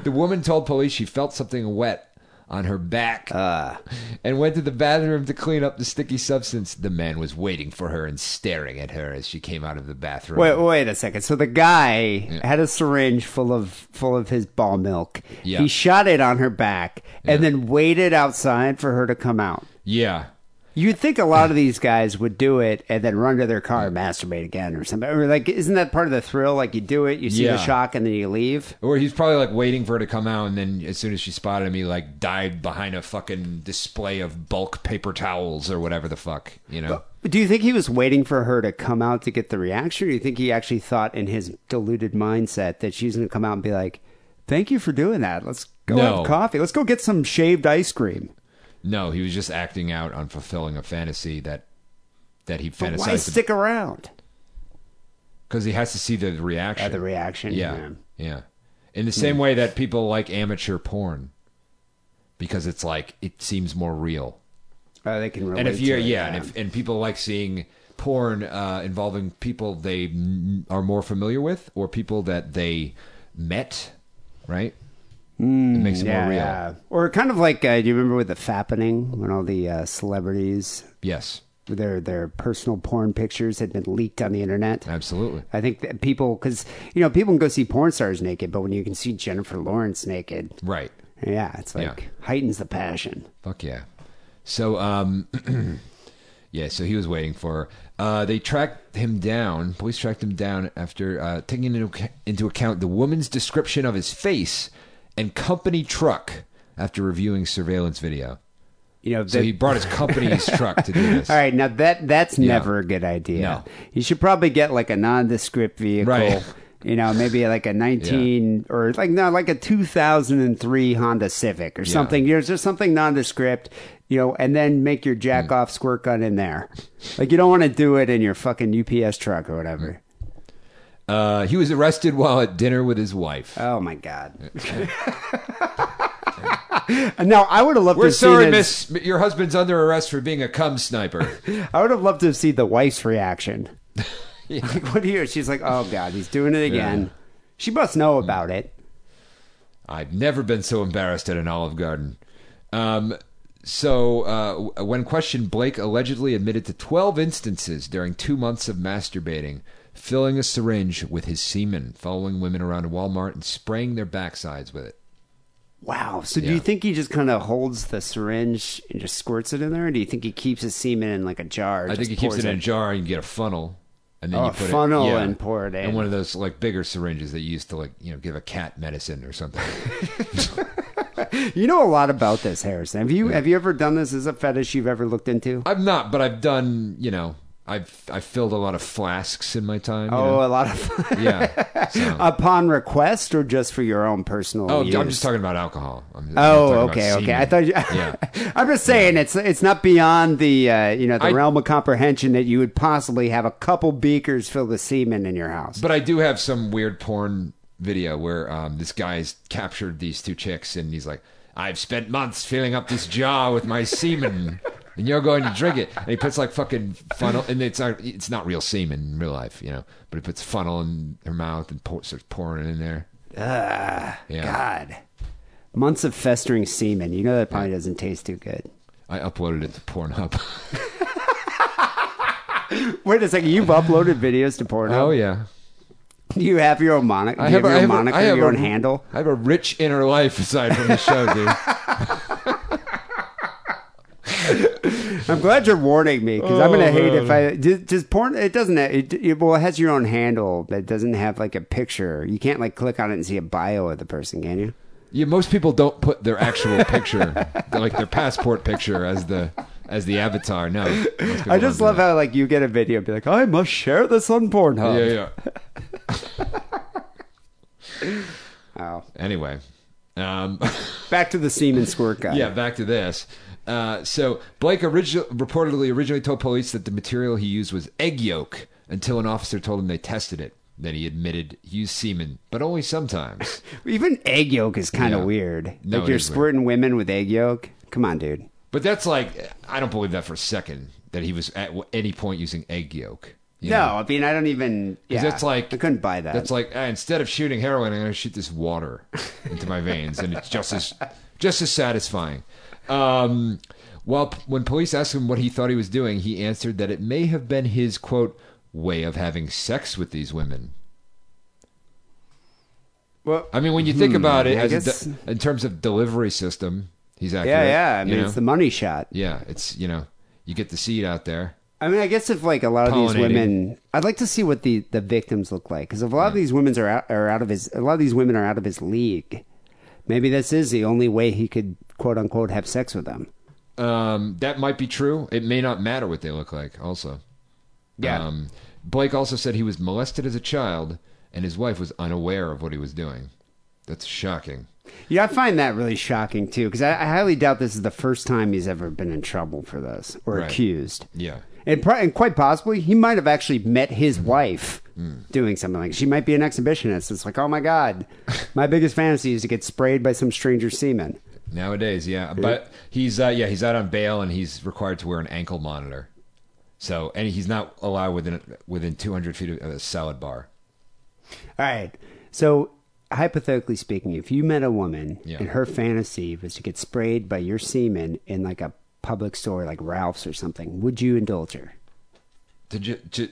Speaker 5: the woman told police she felt something wet on her back
Speaker 4: Uh.
Speaker 5: and went to the bathroom to clean up the sticky substance. The man was waiting for her and staring at her as she came out of the bathroom.
Speaker 4: Wait, wait a second. So the guy had a syringe full of full of his ball milk.
Speaker 5: Yeah.
Speaker 4: He shot it on her back and then waited outside for her to come out.
Speaker 5: Yeah.
Speaker 4: You'd think a lot of these guys would do it and then run to their car and masturbate again or something. Or like, isn't that part of the thrill? Like you do it, you see
Speaker 5: Yeah.
Speaker 4: the shock, and then you leave.
Speaker 5: Or he's probably like waiting for her to come out, and then as soon as she spotted him, he like dived behind a fucking display of bulk paper towels or whatever the fuck, you know?
Speaker 4: Do you think he was waiting for her to come out to get the reaction? Or do you think he actually thought in his deluded mindset that she's going to come out and be like, "Thank you for doing that. Let's go
Speaker 5: No.
Speaker 4: have coffee. Let's go get some shaved ice cream."
Speaker 5: No, he was just acting out on fulfilling a fantasy that that he
Speaker 4: But why
Speaker 5: fantasized
Speaker 4: stick around?
Speaker 5: because he has to see the reaction.
Speaker 4: At the reaction. Hmm.
Speaker 5: yeah, yeah. In the same way that people like amateur porn because it's like it seems more real.
Speaker 4: Oh, they can relate.
Speaker 5: and if you're
Speaker 4: to it,
Speaker 5: yeah, and if and people like seeing porn uh, involving people they n- are more familiar with or people that they met, right? it makes it
Speaker 4: Hmm,
Speaker 5: more real.
Speaker 4: Or kind of like, uh, do you remember with the fappening when all the uh, celebrities,
Speaker 5: Yes,
Speaker 4: their their personal porn pictures had been leaked on the internet?
Speaker 5: absolutely.
Speaker 4: I think that people, because you know, people can go see porn stars naked, but when you can see Jennifer Lawrence naked,
Speaker 5: Right.
Speaker 4: yeah, it's like
Speaker 5: Yeah.
Speaker 4: heightens the passion.
Speaker 5: Fuck yeah. So um yeah, so he was waiting for her. Uh they tracked him down. Police tracked him down after uh taking into, into account the woman's description of his face and company truck after reviewing surveillance video.
Speaker 4: You know,
Speaker 5: So
Speaker 4: the-
Speaker 5: he brought his company's truck to do this.
Speaker 4: All right, now that that's never a good idea.
Speaker 5: No.
Speaker 4: You should probably get like a nondescript vehicle.
Speaker 5: Right.
Speaker 4: You know, maybe like a 19 or like no, like a 2003 Honda Civic or something. You know, just something nondescript, you know, and then make your
Speaker 5: Hmm.
Speaker 4: jack off squirt gun in there. Like you don't want to do it in your fucking UPS truck or whatever.
Speaker 5: Uh he was arrested while at dinner with his wife.
Speaker 4: Oh my god. now I would have loved
Speaker 5: We're
Speaker 4: to see
Speaker 5: sorry, miss. Your husband's under arrest for being a cum sniper.
Speaker 4: I would have loved to have seen the wife's reaction. Like, what do you? She's like, "Oh God, he's doing it again." She must
Speaker 5: Mm.
Speaker 4: know about it.
Speaker 5: I've never been so embarrassed at an Olive Garden. Um, so, uh, w- when questioned, Blake allegedly admitted to 12 instances during two months of masturbating, filling a syringe with his semen, following women around a Walmart, and spraying their backsides with it.
Speaker 4: Wow. So, do you
Speaker 5: Yeah.
Speaker 4: think he just kind of holds the syringe and just squirts it in there? Or do you think he keeps his semen in like a jar?
Speaker 5: I think he keeps it in a jar and you get a funnel. And then
Speaker 4: Oh,
Speaker 5: you
Speaker 4: a
Speaker 5: put
Speaker 4: funnel
Speaker 5: it, yeah,
Speaker 4: and pour it in.
Speaker 5: one of those like bigger syringes that you used to like, you know, give a cat medicine or something.
Speaker 4: You know a lot about this, Harrison. Have you have you ever done this as a fetish you've ever looked into?
Speaker 5: I've not, but I've done, you know, I've I've filled a lot of flasks in my time. you
Speaker 4: Oh,
Speaker 5: know?
Speaker 4: a lot of
Speaker 5: yeah. So.
Speaker 4: upon request or just for your own personal.
Speaker 5: Oh,
Speaker 4: use?
Speaker 5: I'm just talking about alcohol. I'm, I'm
Speaker 4: Oh,
Speaker 5: talking about
Speaker 4: okay, okay. I
Speaker 5: semen.
Speaker 4: thought you.
Speaker 5: yeah.
Speaker 4: I'm just saying it's it's not beyond the uh, you know the
Speaker 5: I-
Speaker 4: realm of comprehension that you would possibly have a couple beakers filled with semen in your house.
Speaker 5: But I do have some weird porn video where um, this guy's captured these two chicks and he's like, I've spent months filling up this jar with my semen. and you're going to drink it. And he puts like fucking funnel, and it's not it's not real semen in real life, you know. But he puts funnel in her mouth and pour, starts pouring it in there.
Speaker 4: Ah,
Speaker 5: Yeah.
Speaker 4: God. Months of festering semen. You know that probably doesn't taste too good.
Speaker 5: I uploaded it to Pornhub.
Speaker 4: Wait a second. You've uploaded videos to Pornhub.
Speaker 5: oh yeah,
Speaker 4: Do you have your own moniker? Do you have,
Speaker 5: a-
Speaker 4: your own
Speaker 5: a-
Speaker 4: moniker,
Speaker 5: I have
Speaker 4: your
Speaker 5: a-
Speaker 4: own handle?
Speaker 5: I have a rich inner life aside from the show, dude.
Speaker 4: I'm glad you're warning me because I'm
Speaker 5: Oh,
Speaker 4: gonna hate if I does, does porn. It doesn't. It, it well, it has your own handle that doesn't have like a picture. You can't like click on it and see a bio of the person, can you?
Speaker 5: Yeah, most people don't put their actual picture, like their passport picture, as the as the avatar. No, most people
Speaker 4: I just
Speaker 5: don't do
Speaker 4: love
Speaker 5: that.
Speaker 4: how like you get a video and be like, I must share this on Pornhub.
Speaker 5: Yeah, yeah.
Speaker 4: Oh.
Speaker 5: Anyway, um,
Speaker 4: Back to the semen squirt guy.
Speaker 5: yeah, back to this. Uh, so Blake origi- reportedly originally told police that the material he used was egg yolk until an officer told him they tested it. Then he admitted he used semen, but only sometimes.
Speaker 4: Even egg yolk is kind of
Speaker 5: Yeah.
Speaker 4: weird.
Speaker 5: No,
Speaker 4: like
Speaker 5: it
Speaker 4: you're
Speaker 5: is weird.
Speaker 4: squirting women with egg yolk. Come on, dude.
Speaker 5: But that's like I don't believe that for a second that he was at any point using egg yolk. you
Speaker 4: No,
Speaker 5: know?
Speaker 4: I mean I don't even. Yeah,
Speaker 5: 'Cause that's like
Speaker 4: I couldn't buy that.
Speaker 5: That's like ah, instead of shooting heroin, I'm gonna shoot this water into my veins, and it's just as just as satisfying. Um, while when police asked him what he thought he was doing, he answered that it may have been his quote way of having sex with these women.
Speaker 4: well, hmm,
Speaker 5: I mean, when you think about it,
Speaker 4: I
Speaker 5: as a
Speaker 4: guess-
Speaker 5: de- in terms of delivery system, he's accurate.
Speaker 4: yeah, yeah. I mean,
Speaker 5: you know?
Speaker 4: it's the money shot.
Speaker 5: yeah, it's you know, you get the seed out there.
Speaker 4: I mean, I guess if like a lot of these
Speaker 5: Pollinating.
Speaker 4: women, I'd like to see what the, the victims look like because if a lot of these women are out, are out of his, a lot of these women are out of his league. Maybe this is the only way he could quote unquote have sex with them.
Speaker 5: Um, that might be true. It may not matter what they look like, also.
Speaker 4: Yeah.
Speaker 5: Um, Blake also said he was molested as a child and his wife was unaware of what he was doing. That's shocking.
Speaker 4: Yeah, I find that really shocking too because I, I highly doubt this is the first time he's ever been in trouble for this or
Speaker 5: Right.
Speaker 4: accused.
Speaker 5: Yeah.
Speaker 4: And, pro- and quite possibly, he might have actually met his wife
Speaker 5: Hmm.
Speaker 4: doing something like she might be an exhibitionist. It's like, oh my god, my biggest fantasy is to get sprayed by some stranger semen.
Speaker 5: Nowadays, yeah. But he's uh, yeah, he's out on bail and he's required to wear an ankle monitor. So and he's not allowed within within 200 feet of a salad bar.
Speaker 4: All right. So, hypothetically speaking, if you met a woman
Speaker 5: Yeah.
Speaker 4: and her fantasy was to get sprayed by your semen in like a public store like Ralph's or something, would you indulge her?
Speaker 5: To, ju- to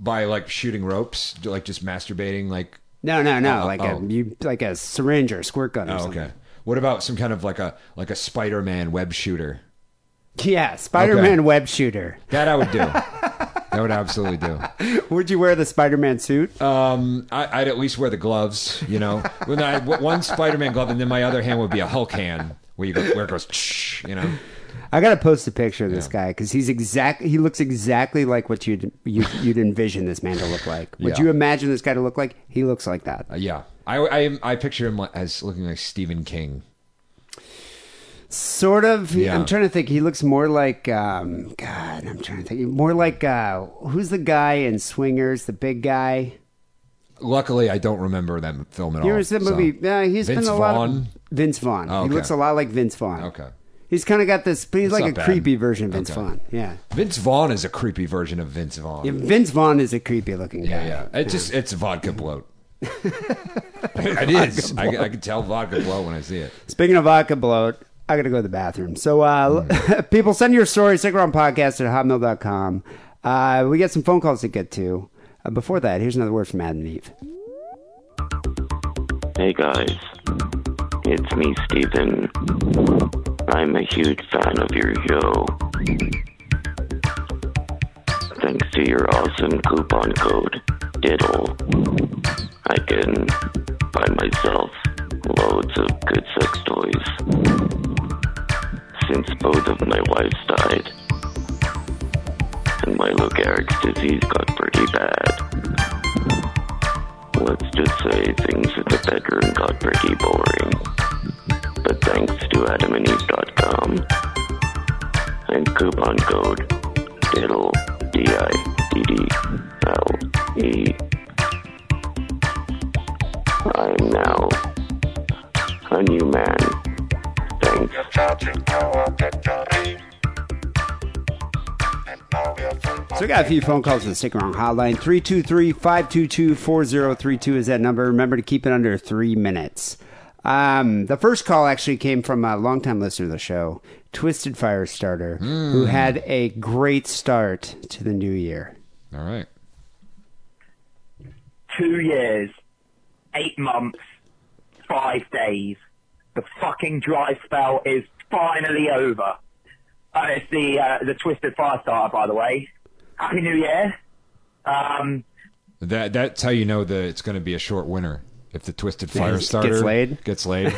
Speaker 5: by like shooting ropes, to, like just masturbating, like
Speaker 4: No, no, no.
Speaker 5: Oh,
Speaker 4: like
Speaker 5: oh.
Speaker 4: a you like a syringe or a squirt gun or
Speaker 5: oh,
Speaker 4: something.
Speaker 5: okay. What about some kind of like a like a Spider-Man web shooter?
Speaker 4: Yeah, Spider-Man web shooter.
Speaker 5: That I would do. that would absolutely do.
Speaker 4: Would you wear the Spider-Man suit?
Speaker 5: Um, I, I'd at least wear the gloves, you know. When I w- one Spider-Man glove, and then my other hand would be a Hulk hand, where you go, where it goes, "Tsh," you know.
Speaker 4: I gotta post a picture of this guy because he's exact. He looks exactly like what you'd you, you'd envision this man to look like. Would
Speaker 5: Yeah.
Speaker 4: you imagine this guy to look like? He looks like that.
Speaker 5: Uh, yeah, I, I I picture him li- as looking like Stephen King.
Speaker 4: Sort of.
Speaker 5: Yeah.
Speaker 4: I'm trying to think. He looks more like um, God. I'm trying to think. More like uh, who's the guy in Swingers? The big guy.
Speaker 5: Luckily, I don't remember that m- film at all.
Speaker 4: Here's the
Speaker 5: Oh, so-
Speaker 4: movie. Yeah, he's
Speaker 5: Vince
Speaker 4: been a lot.
Speaker 5: Vaughn?
Speaker 4: Of, Vince Vaughn.
Speaker 5: Oh,
Speaker 4: He
Speaker 5: okay.
Speaker 4: looks a lot like Vince Vaughn.
Speaker 5: Okay.
Speaker 4: He's kind of got this, but he's
Speaker 5: That's
Speaker 4: like a
Speaker 5: not bad.
Speaker 4: creepy version of Vince
Speaker 5: Okay.
Speaker 4: Vaughn. Yeah.
Speaker 5: Vince Vaughn is a creepy version of Vince Vaughn.
Speaker 4: Yeah,
Speaker 5: Yeah,
Speaker 4: Vince Vaughn is a creepy looking guy.
Speaker 5: yeah. It's just it's vodka bloat. it is. I, I can tell vodka bloat when I see it.
Speaker 4: Speaking of vodka bloat, I got to go to the bathroom. So, uh,
Speaker 5: Hmm.
Speaker 4: people, send your story, podcast at hotmail.com. Uh, we got some phone calls to get to. Uh, before that, here's another word from Adam and Eve.
Speaker 7: Hey guys, it's me, Steven. I'm a huge fan of your show. Thanks to your awesome coupon code, Diddle, I can buy myself loads of good sex toys. Since both of my wives died, and my Lou Gehrig's disease got pretty bad. Let's just say things in the bedroom got pretty boring. But thanks to adamandeve.com and coupon code DIDDLE, D-I-D-D-L-E, I'm now a new man. Thanks.
Speaker 4: So we got a few phone calls to the Stick Around Hotline. 323-522-4032 is that number. Remember to keep it under three minutes. Um, the first call actually came from a longtime listener of the show, Twisted Firestarter, who had a great start to the new year.
Speaker 5: All right.
Speaker 8: two years, eight months, five days. The fucking dry spell is finally over. Uh, it's the uh, the twisted firestarter, by the way. Happy New Year. Um,
Speaker 5: That that's how you know that it's going to be a short winter. If the twisted fire
Speaker 4: Gets
Speaker 5: starter
Speaker 4: laid.
Speaker 5: gets laid,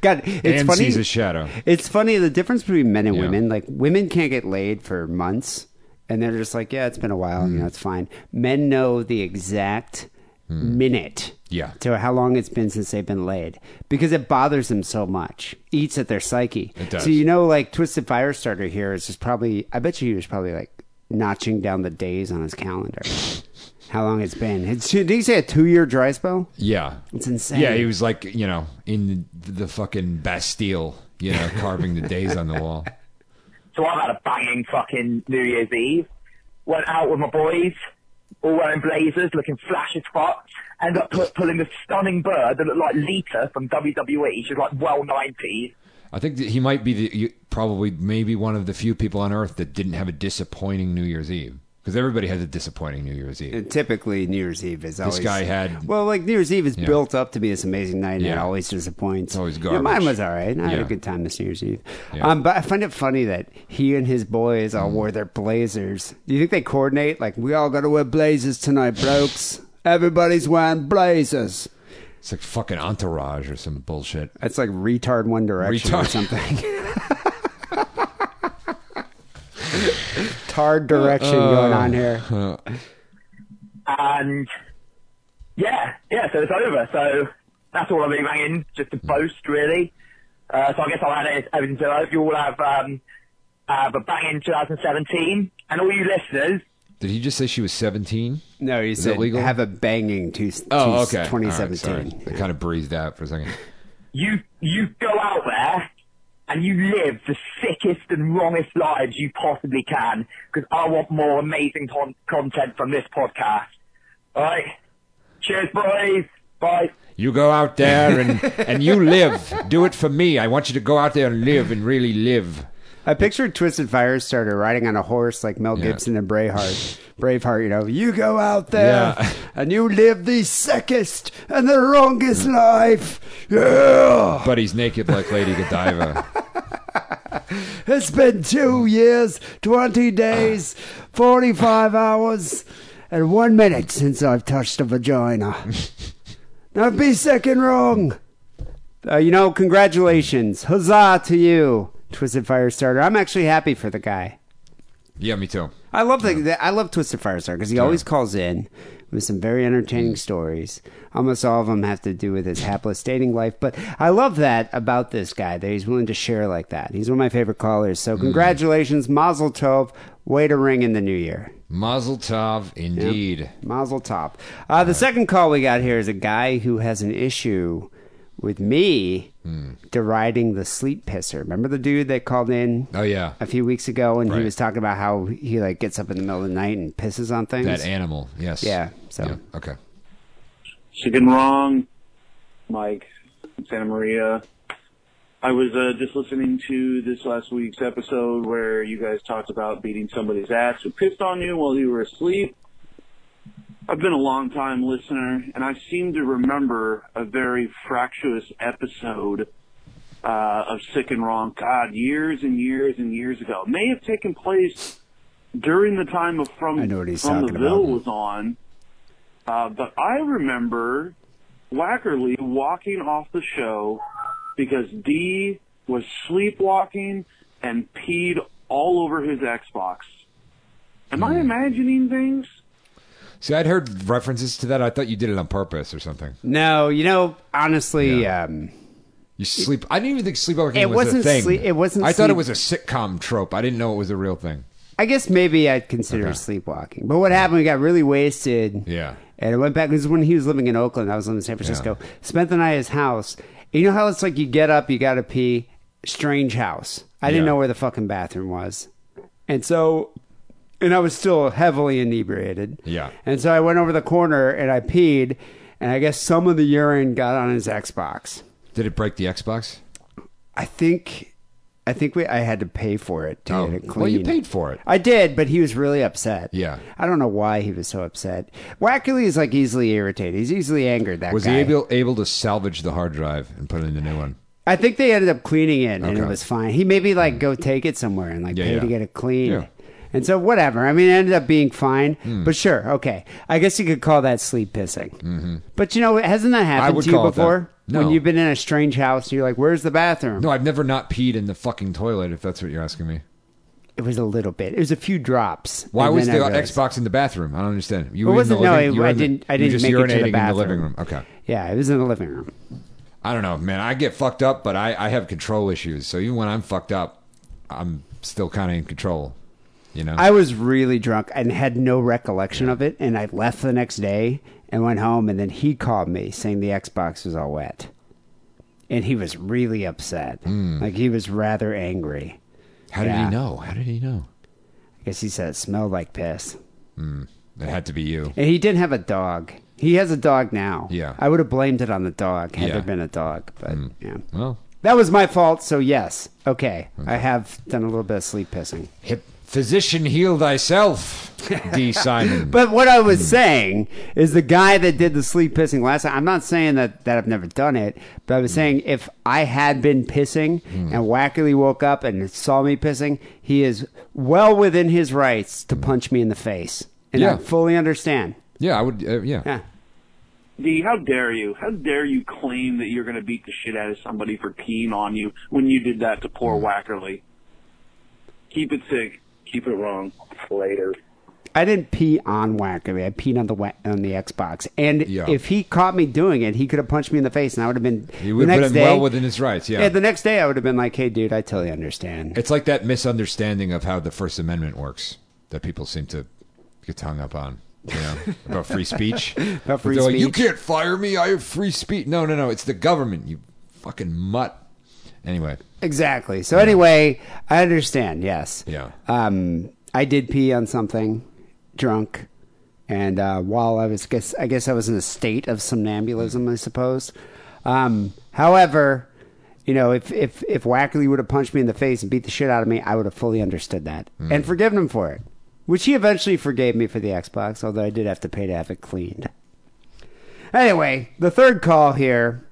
Speaker 4: God, it's
Speaker 5: and
Speaker 4: funny.
Speaker 5: sees a shadow.
Speaker 4: It's funny the difference between men and
Speaker 5: Yeah.
Speaker 4: women. Like women can't get laid for months, and they're just like, yeah, it's been a while.
Speaker 5: Hmm.
Speaker 4: You know, it's fine. Men know the exact minute.
Speaker 5: Hmm. Yeah.
Speaker 4: To how long it's been since they've been laid because it bothers them so much, eats at their psyche.
Speaker 5: It does.
Speaker 4: So you know, like Twisted Firestarter here is just probably. I bet you he was probably like notching down the days on his calendar. how long it's been? It's, did he say a two-year dry spell?
Speaker 5: Yeah,
Speaker 4: It's insane.
Speaker 5: Yeah, he was like you know in the, the fucking Bastille, you know, carving the days on the wall.
Speaker 8: so I've had a banging fucking New Year's Eve. Went out with my boys, all wearing blazers, looking flash as fuck. Ended up pu- pulling this stunning bird that looked like Lita from WWE. She's like well 90s.
Speaker 5: I think that he might be the, you- probably maybe one of the few people on earth that didn't have a disappointing New Year's Eve because everybody has a disappointing New Year's Eve.
Speaker 4: And typically New Year's Eve is always
Speaker 5: guy had-
Speaker 4: well, like New Year's Eve is
Speaker 5: Yeah.
Speaker 4: built up to be this amazing night, and it
Speaker 5: Yeah.
Speaker 4: always disappoints.
Speaker 5: It's always
Speaker 4: You know, mine
Speaker 5: garbage.
Speaker 4: was all right. I had a
Speaker 5: Yeah.
Speaker 4: good time this New Year's Eve.
Speaker 5: Yeah. Mm.
Speaker 4: Um, but I find it funny that he and his boys all wore their blazers. Do you think they coordinate? Like we all got to wear blazers tonight, blokes. Everybody's wearing blazers.
Speaker 5: It's like fucking entourage or some bullshit.
Speaker 4: That's like retard One Direction or
Speaker 5: Retard.
Speaker 4: something. Tard direction going
Speaker 5: Uh,
Speaker 4: on here.
Speaker 8: and yeah, yeah, so it's over. So that's all I've been ringing, just to boast, really. Uh, so I guess I'll add it- everything to I hope you all have, um, have a banging 2017. And all you listeners,
Speaker 5: Did he just say she was seventeen?
Speaker 4: No, you
Speaker 5: it
Speaker 4: said
Speaker 5: legal?
Speaker 4: have a banging two,
Speaker 5: Oh, okay. All right, sorry.
Speaker 4: 2017.
Speaker 5: I kind of breathed out for a second.
Speaker 8: you, you go out there and you live the sickest and wrongest lives you possibly can because I want more amazing con- content from this podcast. All right. Cheers, boys. Bye.
Speaker 5: You go out there and and you live. Do it for me. I want you to go out there and live and really live.
Speaker 4: I pictured Twisted Firestarter riding on a horse like Mel
Speaker 5: Yeah.
Speaker 4: Gibson and Braveheart. Braveheart, you know, you go out there
Speaker 5: Yeah.
Speaker 4: and you live the sickest and the wrongest life. Yeah.
Speaker 5: But he's naked like Lady Godiva.
Speaker 4: It's been two years, 20 days, 45 hours, and one minute since I've touched a vagina. Don't be sick and wrong. Uh, you know, congratulations. Huzzah to you, Twisted Firestarter. I'm actually happy for the guy.
Speaker 5: Yeah, me too.
Speaker 4: I love the, the I love Twisted Firestar because he always calls in with some very
Speaker 5: Mm.
Speaker 4: entertaining stories. Almost all of them have to do with his hapless dating life, but I love that about this guy that he's willing to share like that. He's one of my favorite callers.
Speaker 5: Mm.
Speaker 4: So congratulations, Mazel Tov! Way to ring in the new year.
Speaker 5: Mazel tov, indeed.
Speaker 4: Mazel Tov. Uh, the second call we got here is a guy who has an issue with me
Speaker 5: Mm.
Speaker 4: deriding the sleep pisser. Remember the dude that called in?
Speaker 5: Oh yeah,
Speaker 4: a few weeks ago, and he
Speaker 5: Right.
Speaker 4: was talking about how he like gets up in the middle of the night and pisses on things.
Speaker 5: that animal. Yes.
Speaker 4: Yeah, so-
Speaker 5: Okay.
Speaker 9: Chicken Wrong, Mike, Santa Maria. I was uh, just listening to this last week's episode where you guys talked about beating somebody's ass who pissed on you while you were asleep. I've been a long time listener, and I seem to remember a very fractious episode uh, of Sick and Wrong. God, years and years and years ago, may have taken place during the time of From
Speaker 4: I know what he's
Speaker 9: From the
Speaker 4: talking
Speaker 9: Bill
Speaker 4: about.
Speaker 9: was on. Uh, but I remember Wackerly walking off the show because D was sleepwalking and peed all over his Xbox. Am
Speaker 4: Hmm.
Speaker 9: I imagining things?
Speaker 5: See, I'd heard references to that. I thought you did it on purpose or something.
Speaker 4: No, you know, honestly,
Speaker 5: Yeah.
Speaker 4: um,
Speaker 5: You sleep. I didn't even think sleepwalking
Speaker 4: It
Speaker 5: was
Speaker 4: wasn't
Speaker 5: a thing.
Speaker 4: sleep- it wasn't
Speaker 5: I thought it
Speaker 4: sleep-
Speaker 5: was a sitcom trope. I didn't know it was a real thing.
Speaker 4: I guess maybe I'd consider sleepwalking. But what happened? We got really wasted.
Speaker 5: Yeah.
Speaker 4: And I went back. This is when he was living in Oakland. I was living in San Francisco. Spent the night at his house. You know how it's like you get up, you got to pee. Strange house. I didn't
Speaker 5: Yeah.
Speaker 4: know where the fucking bathroom was. And so and I was still heavily inebriated.
Speaker 5: Yeah.
Speaker 4: And so I went over the corner and I peed, and I guess some of the urine got on his Xbox.
Speaker 5: Did it break the Xbox?
Speaker 4: I think, I think we I had to pay for it to
Speaker 5: Oh,
Speaker 4: get it clean.
Speaker 5: well, you paid for it.
Speaker 4: I did, but he was really upset.
Speaker 5: Yeah.
Speaker 4: I don't know why he was so upset. Wackily is like easily irritated. He's easily angered. That
Speaker 5: Was
Speaker 4: guy.
Speaker 5: he able able to salvage the hard drive and put in the new one?
Speaker 4: I think they ended up cleaning it and it
Speaker 5: Okay.
Speaker 4: was fine. He maybe like go take it somewhere and like
Speaker 5: Yeah,
Speaker 4: pay
Speaker 5: yeah.
Speaker 4: to get it cleaned.
Speaker 5: Yeah. Hmm.
Speaker 4: And so whatever. I mean, it ended up being fine. But sure, okay. I guess you could call that sleep pissing. Mm-hmm. But you know, hasn't that happened
Speaker 5: would
Speaker 4: to you
Speaker 5: call it that.
Speaker 4: before?
Speaker 5: No.
Speaker 4: When you've been in a strange house, you're like, "Where's the bathroom?"
Speaker 5: No, I've never not peed in the fucking toilet. If that's what you're asking me,
Speaker 4: It was a little bit. It was a few drops.
Speaker 5: why
Speaker 4: And
Speaker 5: was the
Speaker 4: then I realized-
Speaker 5: Xbox in the bathroom? I don't understand. You
Speaker 4: It
Speaker 5: were in
Speaker 4: wasn't-
Speaker 5: the
Speaker 4: no,
Speaker 5: living-
Speaker 4: I-
Speaker 5: you were
Speaker 4: I
Speaker 5: in the-
Speaker 4: didn't- I
Speaker 5: you
Speaker 4: didn't
Speaker 5: just
Speaker 4: make it to the
Speaker 5: urinating in the living
Speaker 4: bathroom.
Speaker 5: room. Okay.
Speaker 4: Yeah, it was in the living room.
Speaker 5: I don't know, man. I get fucked up, but I, I have control issues. So even when I'm fucked up, I'm still kind of in control. You know,
Speaker 4: I was really drunk and had no recollection of it, and I left the next day and went home, and then he called me saying the Xbox was all wet, and he was really upset.
Speaker 5: Hmm.
Speaker 4: Like he was rather angry.
Speaker 5: how did
Speaker 4: yeah.
Speaker 5: he know? How did he know?
Speaker 4: I guess he said it smelled like piss,
Speaker 5: It had to be you.
Speaker 4: and he didn't have a dog. He has a dog now.
Speaker 5: Yeah.
Speaker 4: I would have blamed it on the dog had
Speaker 5: Yeah. Hmm.
Speaker 4: there been a dog, but yeah,
Speaker 5: Well,
Speaker 4: that was my fault. So yes, okay,
Speaker 5: Hmm.
Speaker 4: I have done a little bit of sleep pissing.
Speaker 5: hip physician, heal thyself, D. Simon.
Speaker 4: But what I was saying is the guy that did the sleep pissing last time. I'm not saying that, that I've never done it, but I was saying if I had been pissing and Wackily woke up and saw me pissing, he is well within his rights to punch me in the face. And I
Speaker 5: Yeah.
Speaker 4: fully understand.
Speaker 5: yeah, I would. Uh, yeah.
Speaker 4: Yeah.
Speaker 9: D, how dare you? How dare you claim that you're going to beat the shit out of somebody for peeing on you when you did that to poor Wackerly? Keep it sick. Keep it wrong. Later.
Speaker 4: I didn't pee on Wackily. I peed on the wa- on the Xbox. And
Speaker 5: Yeah.
Speaker 4: if he caught me doing it, he could have punched me in the face, and I would have been
Speaker 5: He would
Speaker 4: the
Speaker 5: have
Speaker 4: next
Speaker 5: been
Speaker 4: day,
Speaker 5: well within his rights. Yeah.
Speaker 4: Yeah, the next day I would have been like, "Hey, dude, I totally understand."
Speaker 5: it's like that misunderstanding of how the First Amendment works that people seem to get hung up on. You know, about free speech.
Speaker 4: About free
Speaker 5: They're like, you
Speaker 4: speech.
Speaker 5: can't fire me. I have free speech. No, no, no. It's the government. You fucking mutt. Anyway,
Speaker 4: Exactly. So anyway, I understand. Yes.
Speaker 5: Yeah.
Speaker 4: Um, I did pee on something, drunk, and uh, while I was guess I guess I was in a state of somnambulism, I suppose. Um, however, you know, if if if Wackley would have punched me in the face and beat the shit out of me, I would have fully understood that and forgiven him for it. Which he eventually forgave me for the Xbox, although I did have to pay to have it cleaned. Anyway, the third call here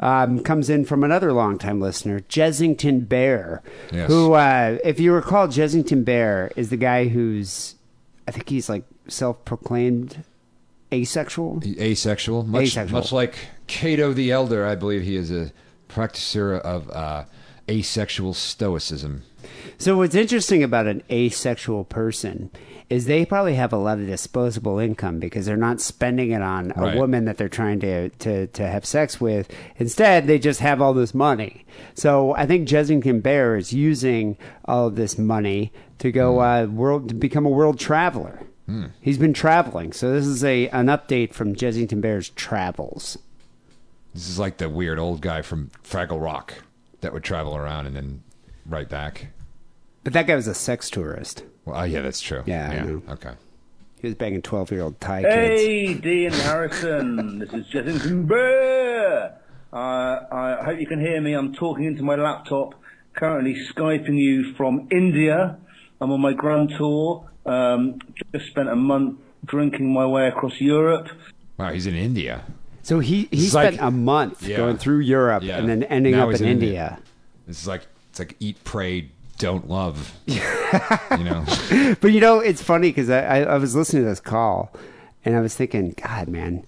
Speaker 4: um, comes in from another longtime listener, Jesington Bear,
Speaker 5: Yes.
Speaker 4: who, uh, if you recall, Jesington Bear is the guy who's, I think he's like self-proclaimed asexual.
Speaker 5: asexual, much
Speaker 4: Asexual.
Speaker 5: much like Cato the Elder, I believe he is a practitioner of uh, asexual stoicism.
Speaker 4: So what's interesting about an asexual person is they probably have a lot of disposable income because they're not spending it on a
Speaker 5: Right.
Speaker 4: woman that they're trying to, to, to have sex with. Instead, they just have all this money. So I think Jessington Bear is using all of this money to go uh, world to become a world traveler. He's been traveling. So this is a an update from Jessington Bear's travels.
Speaker 5: This is like the weird old guy from Fraggle Rock that would travel around and then right back.
Speaker 4: But that guy was a sex tourist.
Speaker 5: Well, oh, yeah, that's true.
Speaker 4: Yeah, I know.
Speaker 5: Okay.
Speaker 4: He was banging 12-year-old Thai kids.
Speaker 10: Hey, Dean Harrison. this is Jessington Burr. Uh, I hope you can hear me. I'm talking into my laptop, currently Skyping you from India. I'm on my grand tour. Um, just spent a month drinking my way across Europe.
Speaker 5: Wow, he's in India.
Speaker 4: So he, he
Speaker 5: It's
Speaker 4: spent
Speaker 5: like-
Speaker 4: a month
Speaker 5: Yeah.
Speaker 4: going through Europe
Speaker 5: Yeah.
Speaker 4: and then ending
Speaker 5: Now
Speaker 4: up
Speaker 5: he's
Speaker 4: in,
Speaker 5: in
Speaker 4: India.
Speaker 5: This is like it's like eat, pray, don't love. you know,
Speaker 4: But you know, it's funny because I, I, I was listening to this call and I was thinking, God, man,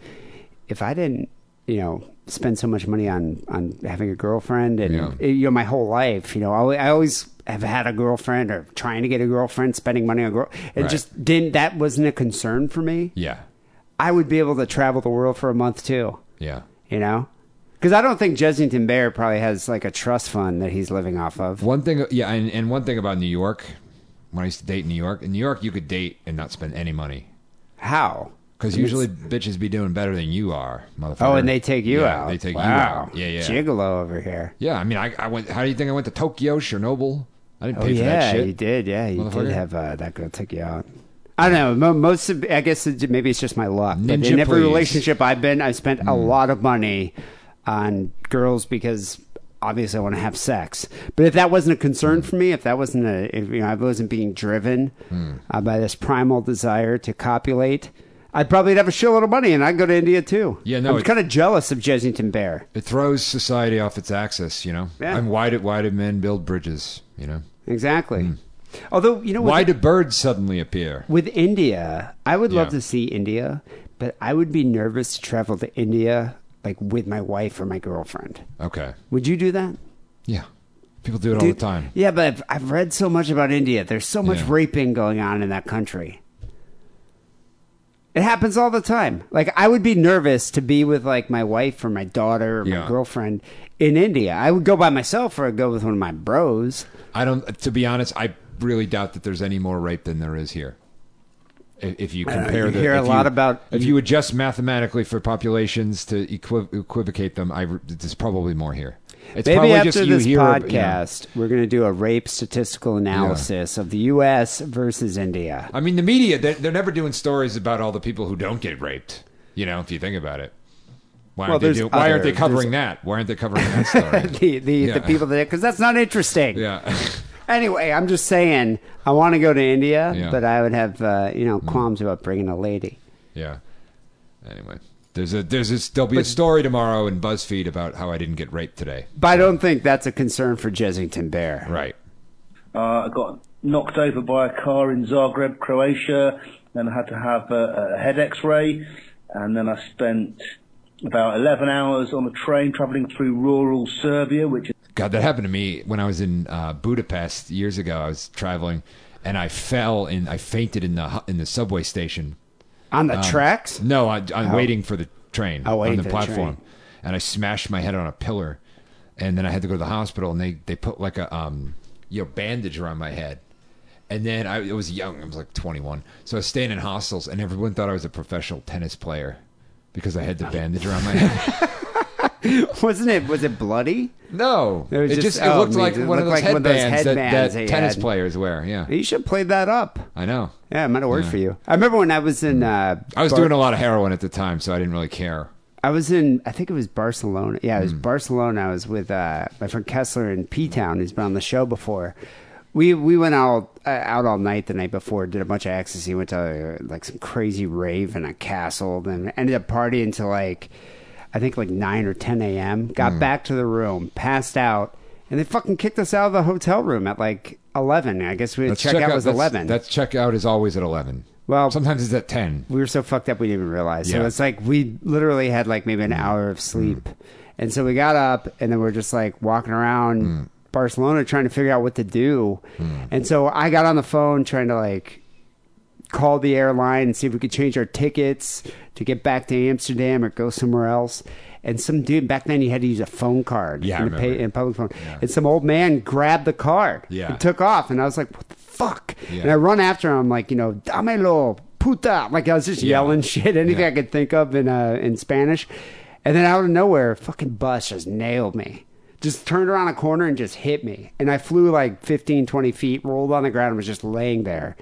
Speaker 4: if I didn't, you know, spend so much money on, on having a girlfriend and, eh,
Speaker 5: Yeah.
Speaker 4: you know, my whole life, you know, I, al- I always have had a girlfriend or trying to get a girlfriend, spending money on a girl. It
Speaker 5: Right.
Speaker 4: just didn't, that wasn't a concern for me.
Speaker 5: yeah,
Speaker 4: I would be able to travel the world for a month too.
Speaker 5: yeah.
Speaker 4: you know? Because I don't think Jessington Bear probably has like a trust fund that he's living off of.
Speaker 5: One thing, yeah, and, and one thing about New York. When I used to date in New York, in New York you could date and not spend any money
Speaker 4: How?
Speaker 5: because usually bitches be doing better than you are, motherfucker.
Speaker 4: Oh, and they take you
Speaker 5: Yeah,
Speaker 4: out.
Speaker 5: They take you
Speaker 4: Wow.
Speaker 5: out. Yeah, yeah,
Speaker 4: Gigolo over here.
Speaker 5: yeah. I mean, I, I went. How do you think I went to Tokyo, Chernobyl, I didn't
Speaker 4: Oh
Speaker 5: pay for
Speaker 4: yeah,
Speaker 5: that shit.
Speaker 4: you did. Yeah, you did
Speaker 5: Motherfucker.
Speaker 4: have uh, that girl take you out. I don't know. mo- Most of, I guess it, maybe it's just my luck. But
Speaker 5: Ninja
Speaker 4: in every
Speaker 5: please. Mm.
Speaker 4: relationship I've been, I spent a lot of money on girls because obviously I want to have sex. But if that wasn't a concern
Speaker 5: Mm.
Speaker 4: for me, if that wasn't a, if you know, I wasn't being driven
Speaker 5: Mm.
Speaker 4: uh, by this primal desire to copulate. I'd probably have a shitload of money, and I'd go to India too.
Speaker 5: Yeah, no,
Speaker 4: I'm
Speaker 5: it-
Speaker 4: kind of jealous of Jesington Bear.
Speaker 5: It throws society off its axis, you know.
Speaker 4: Yeah.
Speaker 5: And why did why do men build bridges? You know,
Speaker 4: Exactly. Although you know, with
Speaker 5: Hmm. why do birds suddenly appear?
Speaker 4: With India, I would love
Speaker 5: Yeah.
Speaker 4: to see India, but I would be nervous to travel to India like with my wife or my girlfriend.
Speaker 5: Okay,
Speaker 4: Would you do that?
Speaker 5: yeah, people do it all
Speaker 4: Dude,
Speaker 5: the time.
Speaker 4: Yeah, but I've, I've read so much about India. There's so much
Speaker 5: Yeah.
Speaker 4: raping going on in that country. It happens all the time. Like I would be nervous to be with like my wife or my daughter or my
Speaker 5: Yeah.
Speaker 4: girlfriend in India. I would go by myself or I'd go with one of my bros.
Speaker 5: I don't. To be honest, I really doubt that there's any more rape than there is here. If if you compare,
Speaker 4: Uh, you
Speaker 5: the,
Speaker 4: hear a
Speaker 5: if
Speaker 4: lot about-
Speaker 5: if you adjust mathematically for populations to equiv- equivocate them, I re- there's probably more here. It's
Speaker 4: Maybe
Speaker 5: probably
Speaker 4: after
Speaker 5: just you
Speaker 4: this
Speaker 5: hear ab- you know.
Speaker 4: podcast, we're going to do a rape statistical analysis of the U.S. versus India.
Speaker 5: I mean, the media, they're, they're never doing stories about all the people who don't get raped, you know, if you think about it. Why,
Speaker 4: Well,
Speaker 5: aren't, they
Speaker 4: there's
Speaker 5: do, why aren't they
Speaker 4: other-
Speaker 5: covering that? Why aren't they covering that story?
Speaker 4: The the,
Speaker 5: Uh, Yeah.
Speaker 4: the people that because that's not interesting.
Speaker 5: yeah.
Speaker 4: Anyway, I'm just saying I want to go to India,
Speaker 5: Yeah. Mm.
Speaker 4: but I would have uh, you know qualms about bringing a lady.
Speaker 5: yeah. Anyway, there's a, there's this, there'll be a story tomorrow in BuzzFeed about how I didn't get raped today.
Speaker 4: But I don't think that's a concern for Jesington Bear.
Speaker 5: Right.
Speaker 10: Uh, I got knocked over by a car in Zagreb, Croatia, and had to have a, a head X-ray. And then I spent about 11 hours on a train traveling through rural Serbia, which is
Speaker 5: God, that happened to me when I was in uh, Budapest years ago. I was traveling and I fell and I fainted in the, hu- in the subway station.
Speaker 4: On
Speaker 5: Um,
Speaker 4: the tracks,
Speaker 5: No, I, I'm waiting for the train
Speaker 4: Oh, waiting
Speaker 5: on the
Speaker 4: for the
Speaker 5: platform, and I smashed my head on a pillar, and then I had to go to the hospital, and they they put like a um you know bandage around my head, and then I, I was young, I was like 21, so I was staying in hostels, and everyone thought I was a professional tennis player because I had the bandage around my head.
Speaker 4: wasn't it? Was it bloody?
Speaker 5: No,
Speaker 4: It was
Speaker 5: it just,
Speaker 4: just-
Speaker 5: it
Speaker 4: oh,
Speaker 5: looked
Speaker 4: it
Speaker 5: like
Speaker 4: looked
Speaker 5: one of those
Speaker 4: like one of
Speaker 5: headbands,
Speaker 4: those
Speaker 5: that-
Speaker 4: headbands
Speaker 5: that,
Speaker 4: that you
Speaker 5: tennis
Speaker 4: had.
Speaker 5: players wear. Yeah,
Speaker 4: You should play that up.
Speaker 5: I know.
Speaker 4: Yeah, it might have worked for you. I remember when I was in. Uh,
Speaker 5: I was
Speaker 4: Bar-
Speaker 5: doing a lot of heroin at the time, so I didn't really care.
Speaker 4: I was in, I think it was Barcelona. Yeah, it was Barcelona. I was with uh, my friend Kessler in P Town, who's been on the show before. We we went out uh, out all night the night before, did a bunch of ecstasy, went to uh, like some crazy rave in a castle, then ended up partying until like I think like nine or ten a.m. Got back to the room, passed out, and they fucking kicked us out of the hotel room at like eleven. I guess we
Speaker 5: Let's
Speaker 4: check, out was
Speaker 5: that's-
Speaker 4: eleven.
Speaker 5: That's checkout is always at eleven.
Speaker 4: Well-
Speaker 5: sometimes it's at ten.
Speaker 4: we were so fucked up we didn't even realize. So
Speaker 5: Yeah. Mm.
Speaker 4: it's like we literally had like maybe an hour of sleep. And so we got up and then we're just like walking around
Speaker 5: Mm.
Speaker 4: Barcelona trying to figure out what to do. And so I got on the phone trying to like call the airline and see if we could change our tickets to get back to Amsterdam or go somewhere else. And some dude back then you had to use a phone card
Speaker 5: Yeah, I
Speaker 4: and a
Speaker 5: remember.
Speaker 4: and public phone. And some old man grabbed the card
Speaker 5: Yeah.
Speaker 4: and took off. And I was like, what the fuck?
Speaker 5: Yeah.
Speaker 4: And I run after him, like, you know, damelo, puta. Like, I was just
Speaker 5: Yeah.
Speaker 4: yelling shit, anything
Speaker 5: Yeah.
Speaker 4: I could think of in, uh, in Spanish. And then out of nowhere, a fucking bus just nailed me. Just turned around a corner and just hit me. And I flew like 15, 20 feet, rolled on the ground, and was just laying there,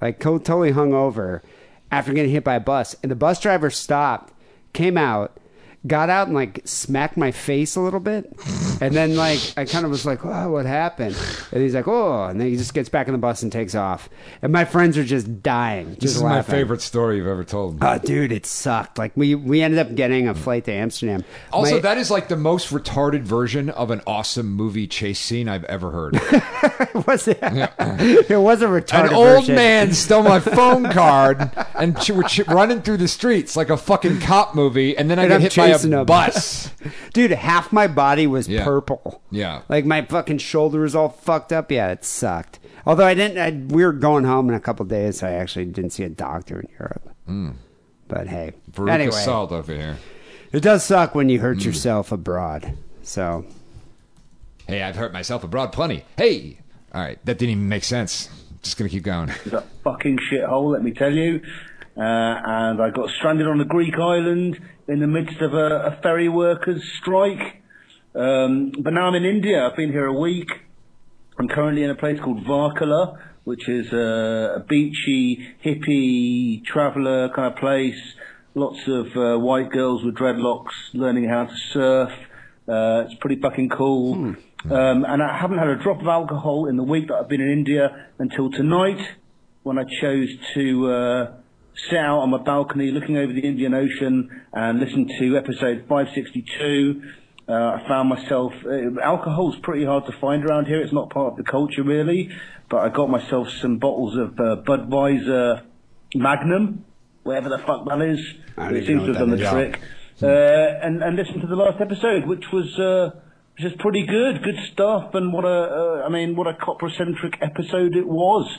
Speaker 4: like co- totally hung over after getting hit by a bus. And the bus driver stopped, came out, got out and like smacked my face a little bit. And then like I kind of was like, oh, what happened? And he's like, oh, and then he just gets back in the bus and takes off. And my friends are just dying. Just
Speaker 5: This is my
Speaker 4: laughing.
Speaker 5: favorite story you've ever told.
Speaker 4: Oh, dude, it sucked. Like we we ended up getting a flight to Amsterdam.
Speaker 5: Also,
Speaker 4: My-
Speaker 5: that is like the most retarded version of an awesome movie chase scene I've ever heard.
Speaker 4: was it. it was a retarded
Speaker 5: An old
Speaker 4: version.
Speaker 5: man stole my phone card and ch- were ch- running through the streets like a fucking cop movie, and then I
Speaker 4: And
Speaker 5: get
Speaker 4: I'm
Speaker 5: hit by
Speaker 4: chasing
Speaker 5: a
Speaker 4: him.
Speaker 5: bus.
Speaker 4: Dude, half my body was
Speaker 5: Yeah.
Speaker 4: purple.
Speaker 5: Yeah.
Speaker 4: Like my fucking shoulder was all fucked up. Yeah, it sucked. Although I didn't, I, we were going home in a couple days, so I actually didn't see a doctor in Europe. But hey,
Speaker 5: Hmm. Veruca
Speaker 4: anyway,
Speaker 5: Salt Hmm. over here.
Speaker 4: it does suck when you hurt yourself abroad. So
Speaker 5: Hey, I've hurt myself abroad plenty. Hey, all right, that didn't even make sense. Just gonna keep going.
Speaker 10: is a fucking shithole, let me tell you. Uh, and I got stranded on a Greek island in the midst of a, a ferry workers' strike. Um, but now I'm in India. I've been here a week. I'm currently in a place called Varkala, which is a, a beachy, hippie, traveller kind of place. Lots of uh, white girls with dreadlocks learning how to surf. Uh, it's pretty fucking cool. Um, and I haven't had a drop of alcohol in the week that I've been in India until tonight when I chose to uh, sit out on my balcony looking over the Indian Ocean and listen to episode 562. Uh, I found myself, uh, alcohol's pretty hard to find around here. It's not part of the culture really, but I got myself some bottles of uh, Budweiser Magnum, whatever the fuck that is.
Speaker 4: I don't
Speaker 10: It
Speaker 4: even know
Speaker 10: seems to have
Speaker 4: what
Speaker 10: done the
Speaker 4: that Hmm. is.
Speaker 10: trick. Uh, and, and listen to the last episode, which was, uh, just pretty good, good stuff, and what a, uh, I mean, what a copra-centric episode it was.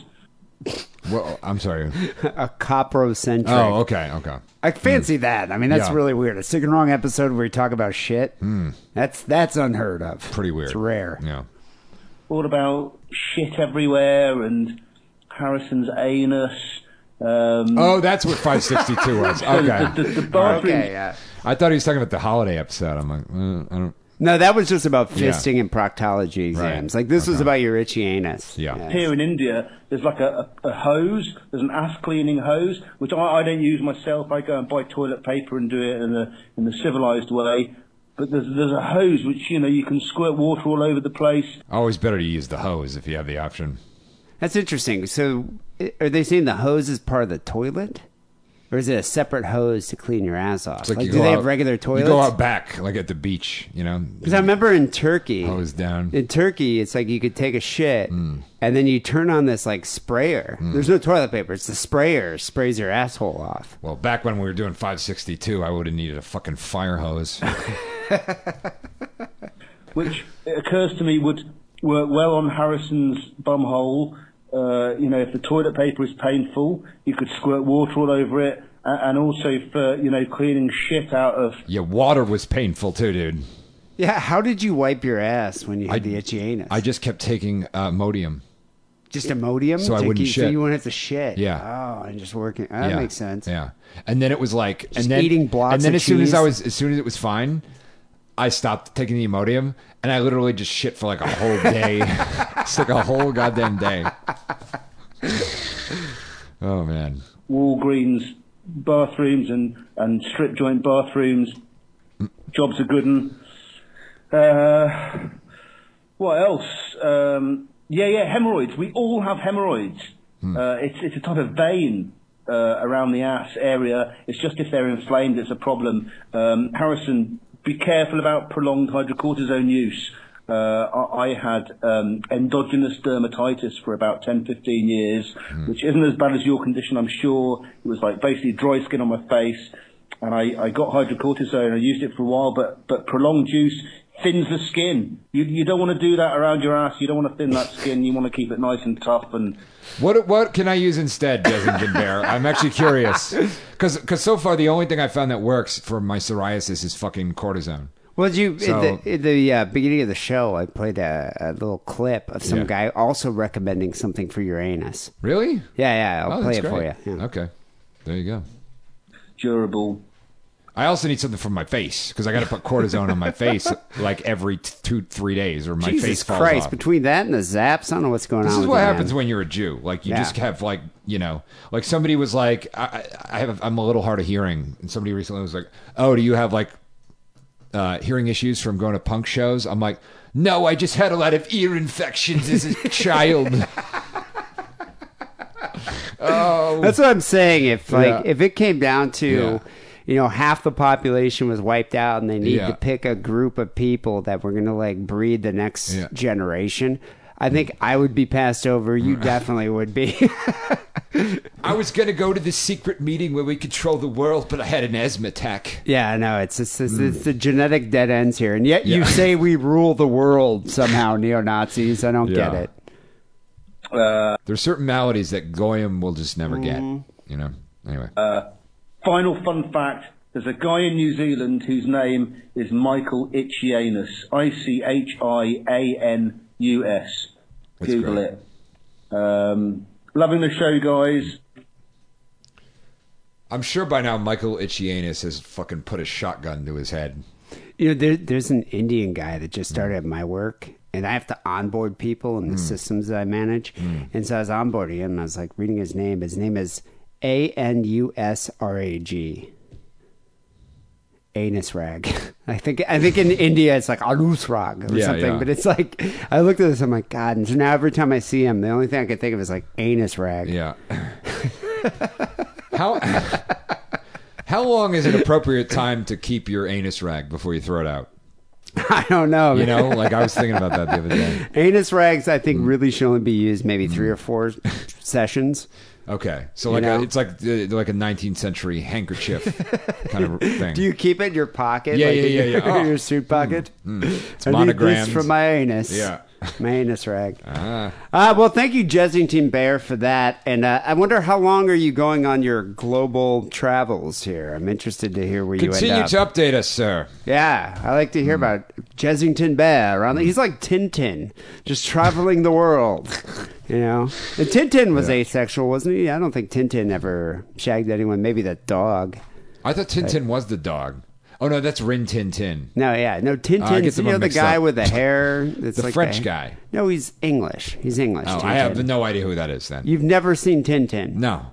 Speaker 5: Well, I'm sorry.
Speaker 4: a coprocentric.
Speaker 5: Oh, okay, okay.
Speaker 4: I fancy that. I mean, that's
Speaker 5: Yeah. Hmm.
Speaker 4: really weird. A sick and wrong episode where we talk about shit. That's that's unheard of.
Speaker 5: Pretty weird.
Speaker 4: It's rare.
Speaker 5: Yeah.
Speaker 10: all about shit everywhere and Harrison's anus. Um,
Speaker 5: Oh, that's what 562 was. Okay.
Speaker 10: the, the, the bathroom.
Speaker 4: Okay, yeah.
Speaker 5: I thought he was talking about the holiday episode. I'm like, uh, I don't.
Speaker 4: No, that was just about
Speaker 5: Yeah.
Speaker 4: fisting and proctology
Speaker 5: Right.
Speaker 4: exams. Like this was about your itchy anus.
Speaker 5: Yeah.
Speaker 10: Here in India, there's like a, a, a hose. There's an ass cleaning hose, which I, I don't use myself. I go and buy toilet paper and do it in the in the civilized way. But there's there's a hose which you know you can squirt water all over the place.
Speaker 5: Always better to use the hose if you have the option.
Speaker 4: That's interesting. So, i- are they saying the hose is part of the toilet, or is it a separate hose to clean your ass off?
Speaker 5: It's
Speaker 4: Like,
Speaker 5: you
Speaker 4: do
Speaker 5: go
Speaker 4: they
Speaker 5: out-
Speaker 4: have regular toilets?
Speaker 5: You go out back, like at the beach, you know.
Speaker 4: Because I remember in Turkey,
Speaker 5: Hose Mm. down.
Speaker 4: in Turkey, it's like you could take a shit and then you turn on this like sprayer.
Speaker 5: Mm.
Speaker 4: There's no toilet paper. It's the sprayer sprays your asshole off.
Speaker 5: Well, back when we were doing 562, I would have needed a fucking fire hose.
Speaker 10: which it occurs to me would work well on Harrison's bumhole. Uh, you know, if the toilet paper is painful, you could squirt water all over it, a- and also for you know cleaning shit out of.
Speaker 5: yeah, water was painful too, dude.
Speaker 4: Yeah. How did you wipe your ass when you had
Speaker 5: I-
Speaker 4: the itchy anus?
Speaker 5: I just kept taking uh, Modium.
Speaker 4: just Imodium.
Speaker 5: So I
Speaker 4: to
Speaker 5: wouldn't
Speaker 4: keep- So
Speaker 5: shit.
Speaker 4: you wouldn't have to shit.
Speaker 5: Yeah.
Speaker 4: Oh, and just working. That
Speaker 5: yeah.
Speaker 4: makes sense.
Speaker 5: Yeah, and then it was like
Speaker 4: Just
Speaker 5: and then,
Speaker 4: eating blocks
Speaker 5: And then
Speaker 4: of
Speaker 5: as soon as I
Speaker 4: cheese.
Speaker 5: was, as soon as it was fine, I stopped taking the Imodium, and I literally just shit for like a whole day. it's like a whole goddamn day. oh man,
Speaker 10: Walgreens bathrooms and, and strip joint bathrooms. Jobs are good. And, uh, what else? Um, yeah, yeah, hemorrhoids. We all have hemorrhoids.
Speaker 4: Hmm.
Speaker 10: Uh, it's, it's a type of vein uh, around the ass area. It's just if they're inflamed, it's a problem. Um, Harrison, be careful about prolonged hydrocortisone use. Uh, I I had um, endogenous dermatitis for about 10, 15 years, which isn't as bad as your condition, I'm sure. It was like basically dry skin on my face. And I, I got hydrocortisone. I used it for a while, but, but prolonged use thins the skin. You, you don't want to do that around your ass. You don't want to thin that skin. You want to keep it nice and tough. And
Speaker 5: what what can I use instead, Desmond Gimbear? I'm actually curious because so far the only thing I found that works for my psoriasis is fucking cortisone.
Speaker 4: Well, you
Speaker 5: So-
Speaker 4: at the, at the uh, beginning of the show, I played a, a little clip of some
Speaker 5: Yeah.
Speaker 4: guy also recommending something for your anus.
Speaker 5: Really?
Speaker 4: Yeah, yeah, I'll
Speaker 5: oh,
Speaker 4: play it
Speaker 5: that's
Speaker 4: for
Speaker 5: great.
Speaker 4: you. Yeah.
Speaker 5: Okay, there you go.
Speaker 10: durable.
Speaker 5: I also need something for my face because I got to put cortisone on my face like every t- two, three days, or my face
Speaker 4: Jesus
Speaker 5: falls
Speaker 4: Christ!
Speaker 5: off.
Speaker 4: Between that and the zaps, I don't know what's going
Speaker 5: This
Speaker 4: on.
Speaker 5: is
Speaker 4: with
Speaker 5: what
Speaker 4: you,
Speaker 5: happens
Speaker 4: man.
Speaker 5: when you're a Jew. Like you
Speaker 4: Yeah.
Speaker 5: just have like you know, like somebody was like, I, I I have, I'm a little hard of hearing, and somebody recently was like, oh, do you have like uh, hearing issues from going to punk shows? I'm like, no, I just had a lot of ear infections as a child.
Speaker 4: That's what I'm saying. If like
Speaker 5: Yeah.
Speaker 4: if it came down to,
Speaker 5: Yeah.
Speaker 4: you know, half the population was wiped out, and they need
Speaker 5: Yeah.
Speaker 4: to pick a group of people that were going to like breed the next
Speaker 5: Yeah.
Speaker 4: generation. I think I would be passed over. You definitely would be.
Speaker 5: I was gonna go to this secret meeting where we control the world, but I had an asthma attack.
Speaker 4: Yeah, no, it's it's, it's, it's the genetic dead ends here, and yet you
Speaker 5: Mm. Yeah.
Speaker 4: say we rule the world somehow, neo Nazis. I don't get
Speaker 5: Yeah.
Speaker 4: it.
Speaker 5: There's certain maladies that goyim will just never
Speaker 4: Mm.
Speaker 5: get. You know. Anyway.
Speaker 10: Final fun fact. There's a guy in New Zealand whose name is Michael Ichianus. I-C-H-I-A-N-U-S.
Speaker 5: That's
Speaker 10: Google
Speaker 5: great.
Speaker 10: it. Um, loving the show, guys.
Speaker 5: I'm sure by now Michael Ichianis has fucking put a shotgun to his head.
Speaker 4: You know, there, there's an Indian guy that just started at my work, and I have to onboard people and the
Speaker 5: Mm.
Speaker 4: systems that I manage. And so I was onboarding him and I was like reading his name. His name is A N U S R A G. Anus rag. I think I think in India it's like anus rag or
Speaker 5: Yeah,
Speaker 4: something,
Speaker 5: yeah.
Speaker 4: but it's like I looked at this. I'm like, God. And so now every time I see him, the only thing I can think of is like anus rag.
Speaker 5: Yeah. how how long is an appropriate time to keep your anus rag before you throw it out?
Speaker 4: I don't know.
Speaker 5: You
Speaker 4: man.
Speaker 5: know, Mm. like I was thinking about that the other day.
Speaker 4: Anus rags, I think, really should only be used maybe
Speaker 5: Mm.
Speaker 4: three or four sessions.
Speaker 5: Okay, so
Speaker 4: You
Speaker 5: like
Speaker 4: know?
Speaker 5: a, it's like the, like a 19th century handkerchief kind of thing.
Speaker 4: Do you keep it in your pocket?
Speaker 5: Yeah,
Speaker 4: like
Speaker 5: yeah,
Speaker 4: in
Speaker 5: yeah,
Speaker 4: your,
Speaker 5: yeah. Oh. Hmm.
Speaker 4: your suit pocket?
Speaker 5: it's
Speaker 4: I need this
Speaker 5: monogrammed.
Speaker 4: for my anus.
Speaker 5: Yeah. Ah.
Speaker 4: My anus rag. Uh, well, thank you, Jesington Bear, for that. And uh, I wonder how long are you going on your global travels here? I'm interested to hear where you
Speaker 5: Continue
Speaker 4: end
Speaker 5: to Hmm.
Speaker 4: up.
Speaker 5: update us, sir.
Speaker 4: yeah, I like to hear about Jesington Bear. Around he's like Tintin, just traveling the world. You know, and Tintin was asexual, wasn't he? I don't think Tintin ever shagged anyone. Maybe that dog.
Speaker 5: I thought Tintin was the dog. Oh no, that's Rin Tin Tin.
Speaker 4: No, yeah, no.
Speaker 5: Uh, I get
Speaker 4: Tintin's you
Speaker 5: them
Speaker 4: know the
Speaker 5: mixed
Speaker 4: guy
Speaker 5: up.
Speaker 4: with the hair. That's
Speaker 5: The
Speaker 4: like
Speaker 5: French
Speaker 4: ha-
Speaker 5: guy.
Speaker 4: No, he's English. He's English.
Speaker 5: Oh,
Speaker 4: Tintin.
Speaker 5: I have no idea who that is. Then
Speaker 4: You've never seen Tintin.
Speaker 5: no,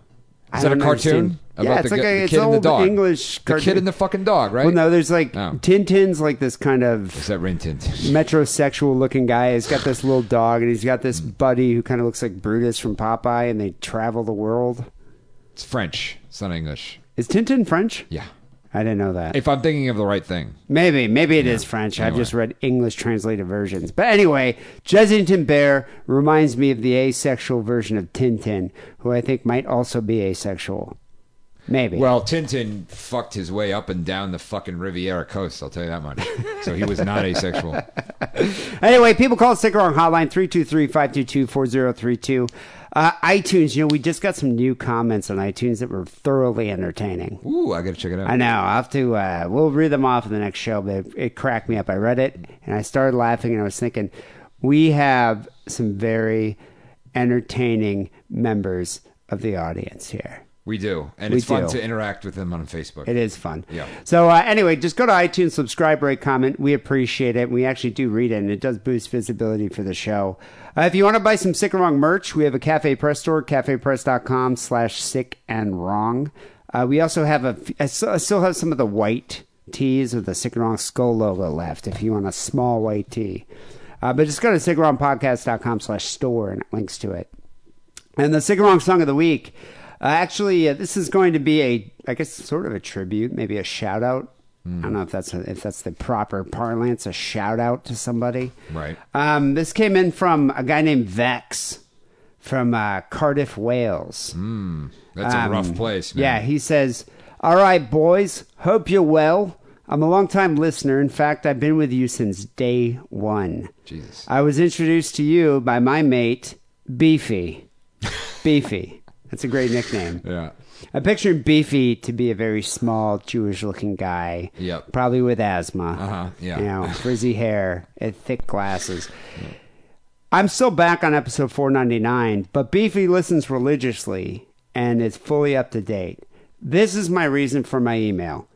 Speaker 4: I
Speaker 5: is that a
Speaker 4: don't
Speaker 5: cartoon
Speaker 4: understand. Yeah,
Speaker 5: about
Speaker 4: it's
Speaker 5: the,
Speaker 4: like
Speaker 5: g-
Speaker 4: a-
Speaker 5: the
Speaker 4: it's
Speaker 5: kid and the
Speaker 4: old
Speaker 5: dog?
Speaker 4: English
Speaker 5: the kid
Speaker 4: cartoon.
Speaker 5: and the fucking dog, right?
Speaker 4: Well, no, there's like
Speaker 5: Oh.
Speaker 4: Tintin's like this kind of
Speaker 5: is that Rin Tin Tin?
Speaker 4: metrosexual looking guy. He's got this little dog, and he's got this
Speaker 5: Mm.
Speaker 4: buddy who kind of looks like Brutus from Popeye, and they travel the world.
Speaker 5: It's French. It's not English.
Speaker 4: Is Tintin French?
Speaker 5: Yeah.
Speaker 4: I didn't know that.
Speaker 5: If I'm thinking of the right thing,
Speaker 4: Maybe, maybe it is French. I've just read English translated versions. But anyway, Jesington Bear reminds me of the asexual version of Tintin, who I think might also be asexual. Maybe.
Speaker 5: Well, Tintin fucked his way up and down the fucking Riviera coast. I'll tell you that much. So he was not asexual.
Speaker 4: Anyway, people call Stick Around Hotline 323 522 4032. Uh, iTunes, you know, we just got some new comments on iTunes that were thoroughly entertaining.
Speaker 5: Ooh, I gotta check it out.
Speaker 4: I know. I'll have to, uh, we'll read them off in the next show, but it, it cracked me up. I read it and I started laughing and I was thinking, we have some very entertaining members of the audience here.
Speaker 5: We do, and
Speaker 4: We
Speaker 5: it's fun
Speaker 4: do.
Speaker 5: to interact with them on Facebook.
Speaker 4: It is fun.
Speaker 5: Yeah.
Speaker 4: So uh, anyway, just go to iTunes, subscribe, rate, comment. We appreciate it. We actually do read it, and it does boost visibility for the show. Uh, if you want to buy some Sick and Wrong merch, we have a Cafe Press store, cafepress.com slash sick and wrong. Uh, we also have a, I s- I still have some of the white tees with the Sick and Wrong skull logo left if you want a small white tee. Uh, but just go to sickandwrongpodcast.com slash store and it links to it. And the Sigarong song of the week. Uh, actually, uh, this is going to be a, I guess, sort of a tribute, maybe a shout out. I don't know if that's if that's the proper parlance, a shout out to somebody.
Speaker 5: Right.
Speaker 4: Um, this came in from a guy named Vex from uh, Cardiff, Wales.
Speaker 5: That's a rough place, man.
Speaker 4: Um, Yeah, he says, All right, boys, hope you're well. I'm a longtime listener. In fact, I've been with you since day one.
Speaker 5: Jesus.
Speaker 4: I was introduced to you by my mate, Beefy. Beefy. That's a great nickname.
Speaker 5: yeah.
Speaker 4: I picture Beefy to be a very small Jewish looking guy.
Speaker 5: Yep.
Speaker 4: Probably with asthma.
Speaker 5: Uh-huh, yeah.
Speaker 4: You know, frizzy hair and thick glasses. I'm still back on episode 499, but Beefy listens religiously and is fully up to date. This is my reason for my email.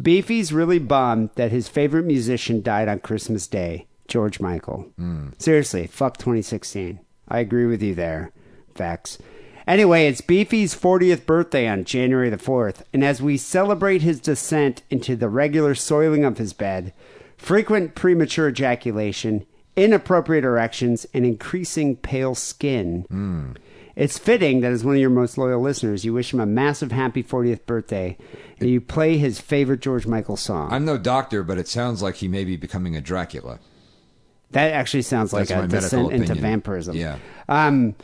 Speaker 4: Beefy's really bummed that his favorite musician died on Christmas Day, George Michael.
Speaker 5: Hmm.
Speaker 4: Seriously, fuck 2016. I agree with you there, Vex. Anyway, it's Beefy's 40th birthday on January the 4th, and as we celebrate his descent into the regular soiling of his bed, frequent premature ejaculation, inappropriate erections, and increasing pale skin, it's fitting that as one of your most loyal listeners, you wish him a massive happy 40th birthday, and you play his favorite George Michael song.
Speaker 5: I'm no doctor, but it sounds like he may be becoming a Dracula.
Speaker 4: That actually sounds like
Speaker 5: That's my
Speaker 4: a
Speaker 5: medical
Speaker 4: descent into
Speaker 5: opinion.
Speaker 4: vampirism.
Speaker 5: Yeah.
Speaker 4: Um,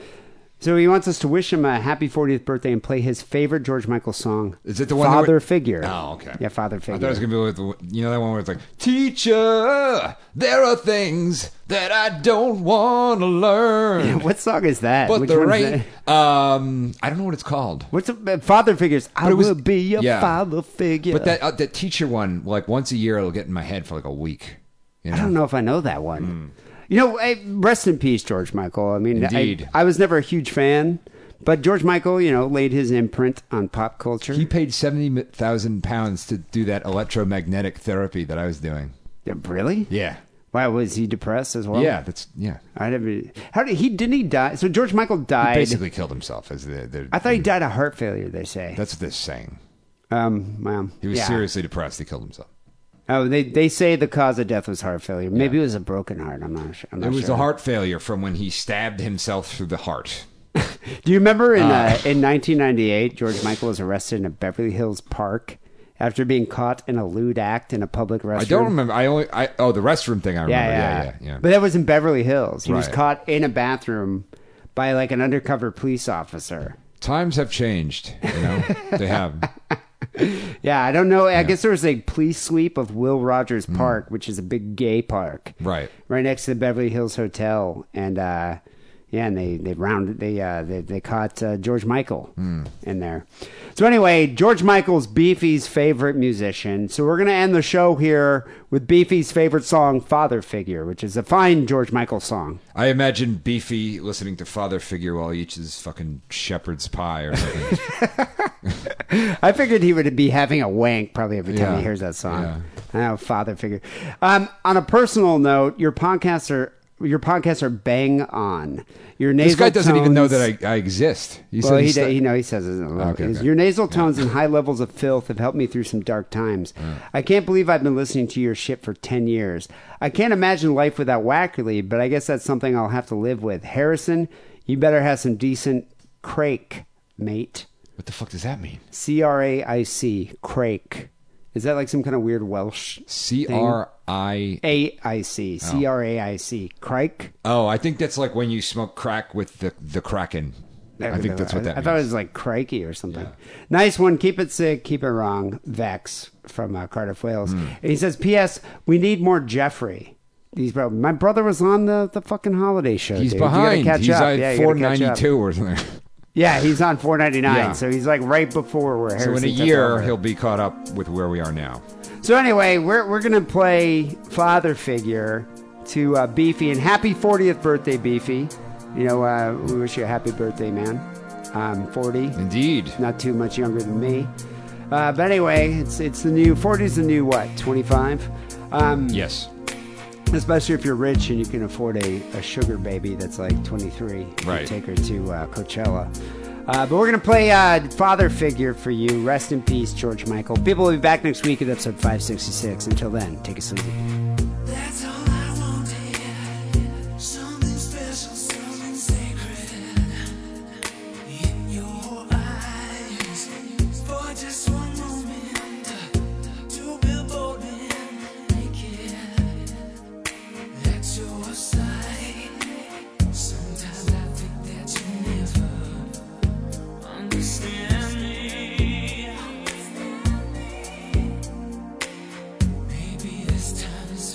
Speaker 4: so he wants us to wish him a happy 40th birthday and play his favorite George Michael song.
Speaker 5: Is it the one that
Speaker 4: Father
Speaker 5: we-
Speaker 4: Figure?
Speaker 5: Oh, okay.
Speaker 4: Yeah, Father
Speaker 5: I thought
Speaker 4: Figure.
Speaker 5: it was gonna be with the- you know that one where it's like, teacher, there are things that I don't want to learn,
Speaker 4: what song is that?
Speaker 5: but
Speaker 4: Which
Speaker 5: there
Speaker 4: one is
Speaker 5: ain't.
Speaker 4: that?
Speaker 5: Um, I don't know what it's called.
Speaker 4: What's a, Father Figures? I
Speaker 5: it was-
Speaker 4: will be a
Speaker 5: yeah.
Speaker 4: father figure.
Speaker 5: But that uh, that teacher one, like once a year, it'll get in my head for like a week. You know?
Speaker 4: I don't know if I know that
Speaker 5: Hmm.
Speaker 4: one. You know, eh, rest in peace, George Michael. I mean, I-
Speaker 5: Indeed.
Speaker 4: I was never a huge fan, but George Michael, you know, laid his imprint on pop culture.
Speaker 5: He paid seventy thousand pounds to do that electromagnetic therapy that I was doing.
Speaker 4: Yeah, really?
Speaker 5: Yeah,
Speaker 4: Wow, was he depressed as well?
Speaker 5: yeah, that's yeah.
Speaker 4: I never. How did he? Didn't he die? So George Michael died.
Speaker 5: Basically killed himself. As the, the,
Speaker 4: I thought he died of heart failure. They say.
Speaker 5: That's what they're saying.
Speaker 4: um, wow.
Speaker 5: He was
Speaker 4: Yeah.
Speaker 5: seriously depressed. He killed himself.
Speaker 4: Oh, they they say the cause of death was heart failure. Maybe it was a broken heart. I'm not sure. I'm not
Speaker 5: It was
Speaker 4: sure.
Speaker 5: a heart failure from when he stabbed himself through the heart.
Speaker 4: Do you remember in
Speaker 5: Ah.
Speaker 4: uh, in 1998, George Michael was arrested in a Beverly Hills park after being caught in a lewd act in a public restroom.
Speaker 5: I don't remember. I only. I oh, the restroom thing. I remember.
Speaker 4: Yeah, yeah,
Speaker 5: Yeah, yeah, yeah.
Speaker 4: But that was in Beverly Hills. He was
Speaker 5: Right.
Speaker 4: caught in a bathroom by like an undercover police officer.
Speaker 5: Times have changed. You know, they have.
Speaker 4: Yeah, I don't know. I guess there was a police sweep of Will Rogers Park, which is a big gay park,
Speaker 5: Right.
Speaker 4: right next to the Beverly Hills Hotel, and uh, yeah, and they they rounded they uh, they they caught uh, George Michael in there. So anyway, George Michael's Beefy's favorite musician. So we're gonna end the show here with Beefy's favorite song, "Father Figure," which is a fine George Michael song.
Speaker 5: I imagine Beefy listening to Father Figure while he eats his fucking shepherd's pie or something.
Speaker 4: I figured he would be having a wank probably every time
Speaker 5: Yeah.
Speaker 4: he hears that song. Oh, father figure. Um, on a personal note, your podcasts are your podcasts are bang on. Your nasal
Speaker 5: this guy doesn't even know
Speaker 4: tones-
Speaker 5: that I, I exist. He
Speaker 4: well,
Speaker 5: said
Speaker 4: he,
Speaker 5: he's
Speaker 4: d-
Speaker 5: st-
Speaker 4: he know he says it. in a little-
Speaker 5: Okay,
Speaker 4: his-
Speaker 5: okay.
Speaker 4: Your nasal tones and high levels of filth have helped me through some dark times. I can't believe I've been listening to your shit for ten years. I can't imagine life without Wackerly, but I guess that's something I'll have to live with. Harrison, you better have some decent crake, mate.
Speaker 5: what the fuck does that mean?
Speaker 4: C R A I C, crake. Is that like some kind of weird Welsh?
Speaker 5: C R I.
Speaker 4: A I C, C R A I C, crake.
Speaker 5: Oh, I think that's like when you smoke crack with the the kraken. I think that's what that
Speaker 4: I
Speaker 5: means.
Speaker 4: thought it was like crikey or something. Nice one. Keep it sick. Keep it wrong. Vex from uh, Cardiff, Wales.
Speaker 5: Hmm.
Speaker 4: And he says, P.S. We need more Jeffrey. These bro- my brother was on the, the fucking holiday show.
Speaker 5: He's
Speaker 4: dude. You gotta
Speaker 5: behind.
Speaker 4: catch
Speaker 5: He's
Speaker 4: up.
Speaker 5: at
Speaker 4: Yeah, you gotta
Speaker 5: four
Speaker 4: catch up.
Speaker 5: ninety two or something.
Speaker 4: Yeah, he's on 499.
Speaker 5: Yeah.
Speaker 4: So he's like right before where
Speaker 5: So
Speaker 4: Harrison
Speaker 5: in a
Speaker 4: took
Speaker 5: year,
Speaker 4: over.
Speaker 5: he'll be caught up with where we are now.
Speaker 4: So anyway, we're we're gonna play father figure to uh, Beefy, and happy 40th birthday, Beefy. You know, uh, we wish you a happy birthday, man. I'm 40,
Speaker 5: Indeed.
Speaker 4: not too much younger than me. Uh, but anyway, it's it's the new 40s, the new what 25. Um,
Speaker 5: Yes.
Speaker 4: especially if you're rich and you can afford a, a sugar baby that's like 23 You
Speaker 5: Right.
Speaker 4: take her to uh, coachella uh, but we're gonna play uh, father figure for you rest in peace george michael people will be back next week at episode 566 until then take a sleep
Speaker 2: That's all I want to hear. Something special, something sacred in your eyes. For just one moment, to be bold and naked at your side. Sometimes I think that you never understand me. Maybe this time is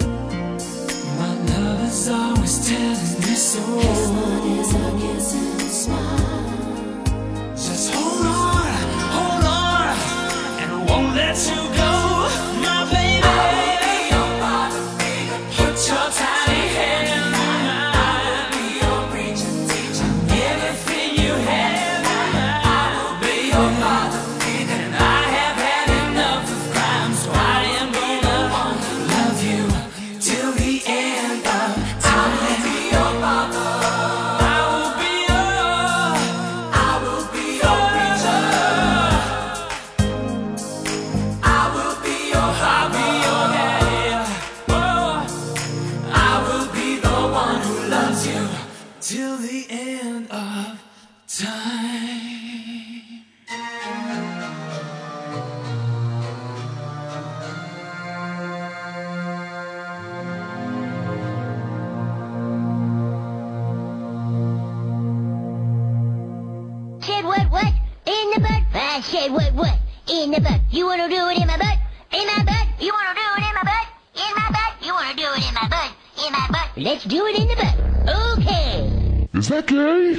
Speaker 10: My lover's always telling me so. Just hold on, hold on, and I won't let you go, my baby. Put your tiny hand in mine. Everything you have, I will be your father. And I have had enough of crime, so I am gonna love you till the end of time. I will be your father. I will be your. I will be your preacher. I will be your I'll be your daddy. Oh, I will be the one who loves you till the end of time.
Speaker 7: Said what what? In the butt? I said what what? In the butt. You wanna do it in my butt? In my butt? You wanna do it in my butt? In my butt? You wanna do it in my butt? In my butt? Let's do it in the butt. Okay.
Speaker 1: Is that gay?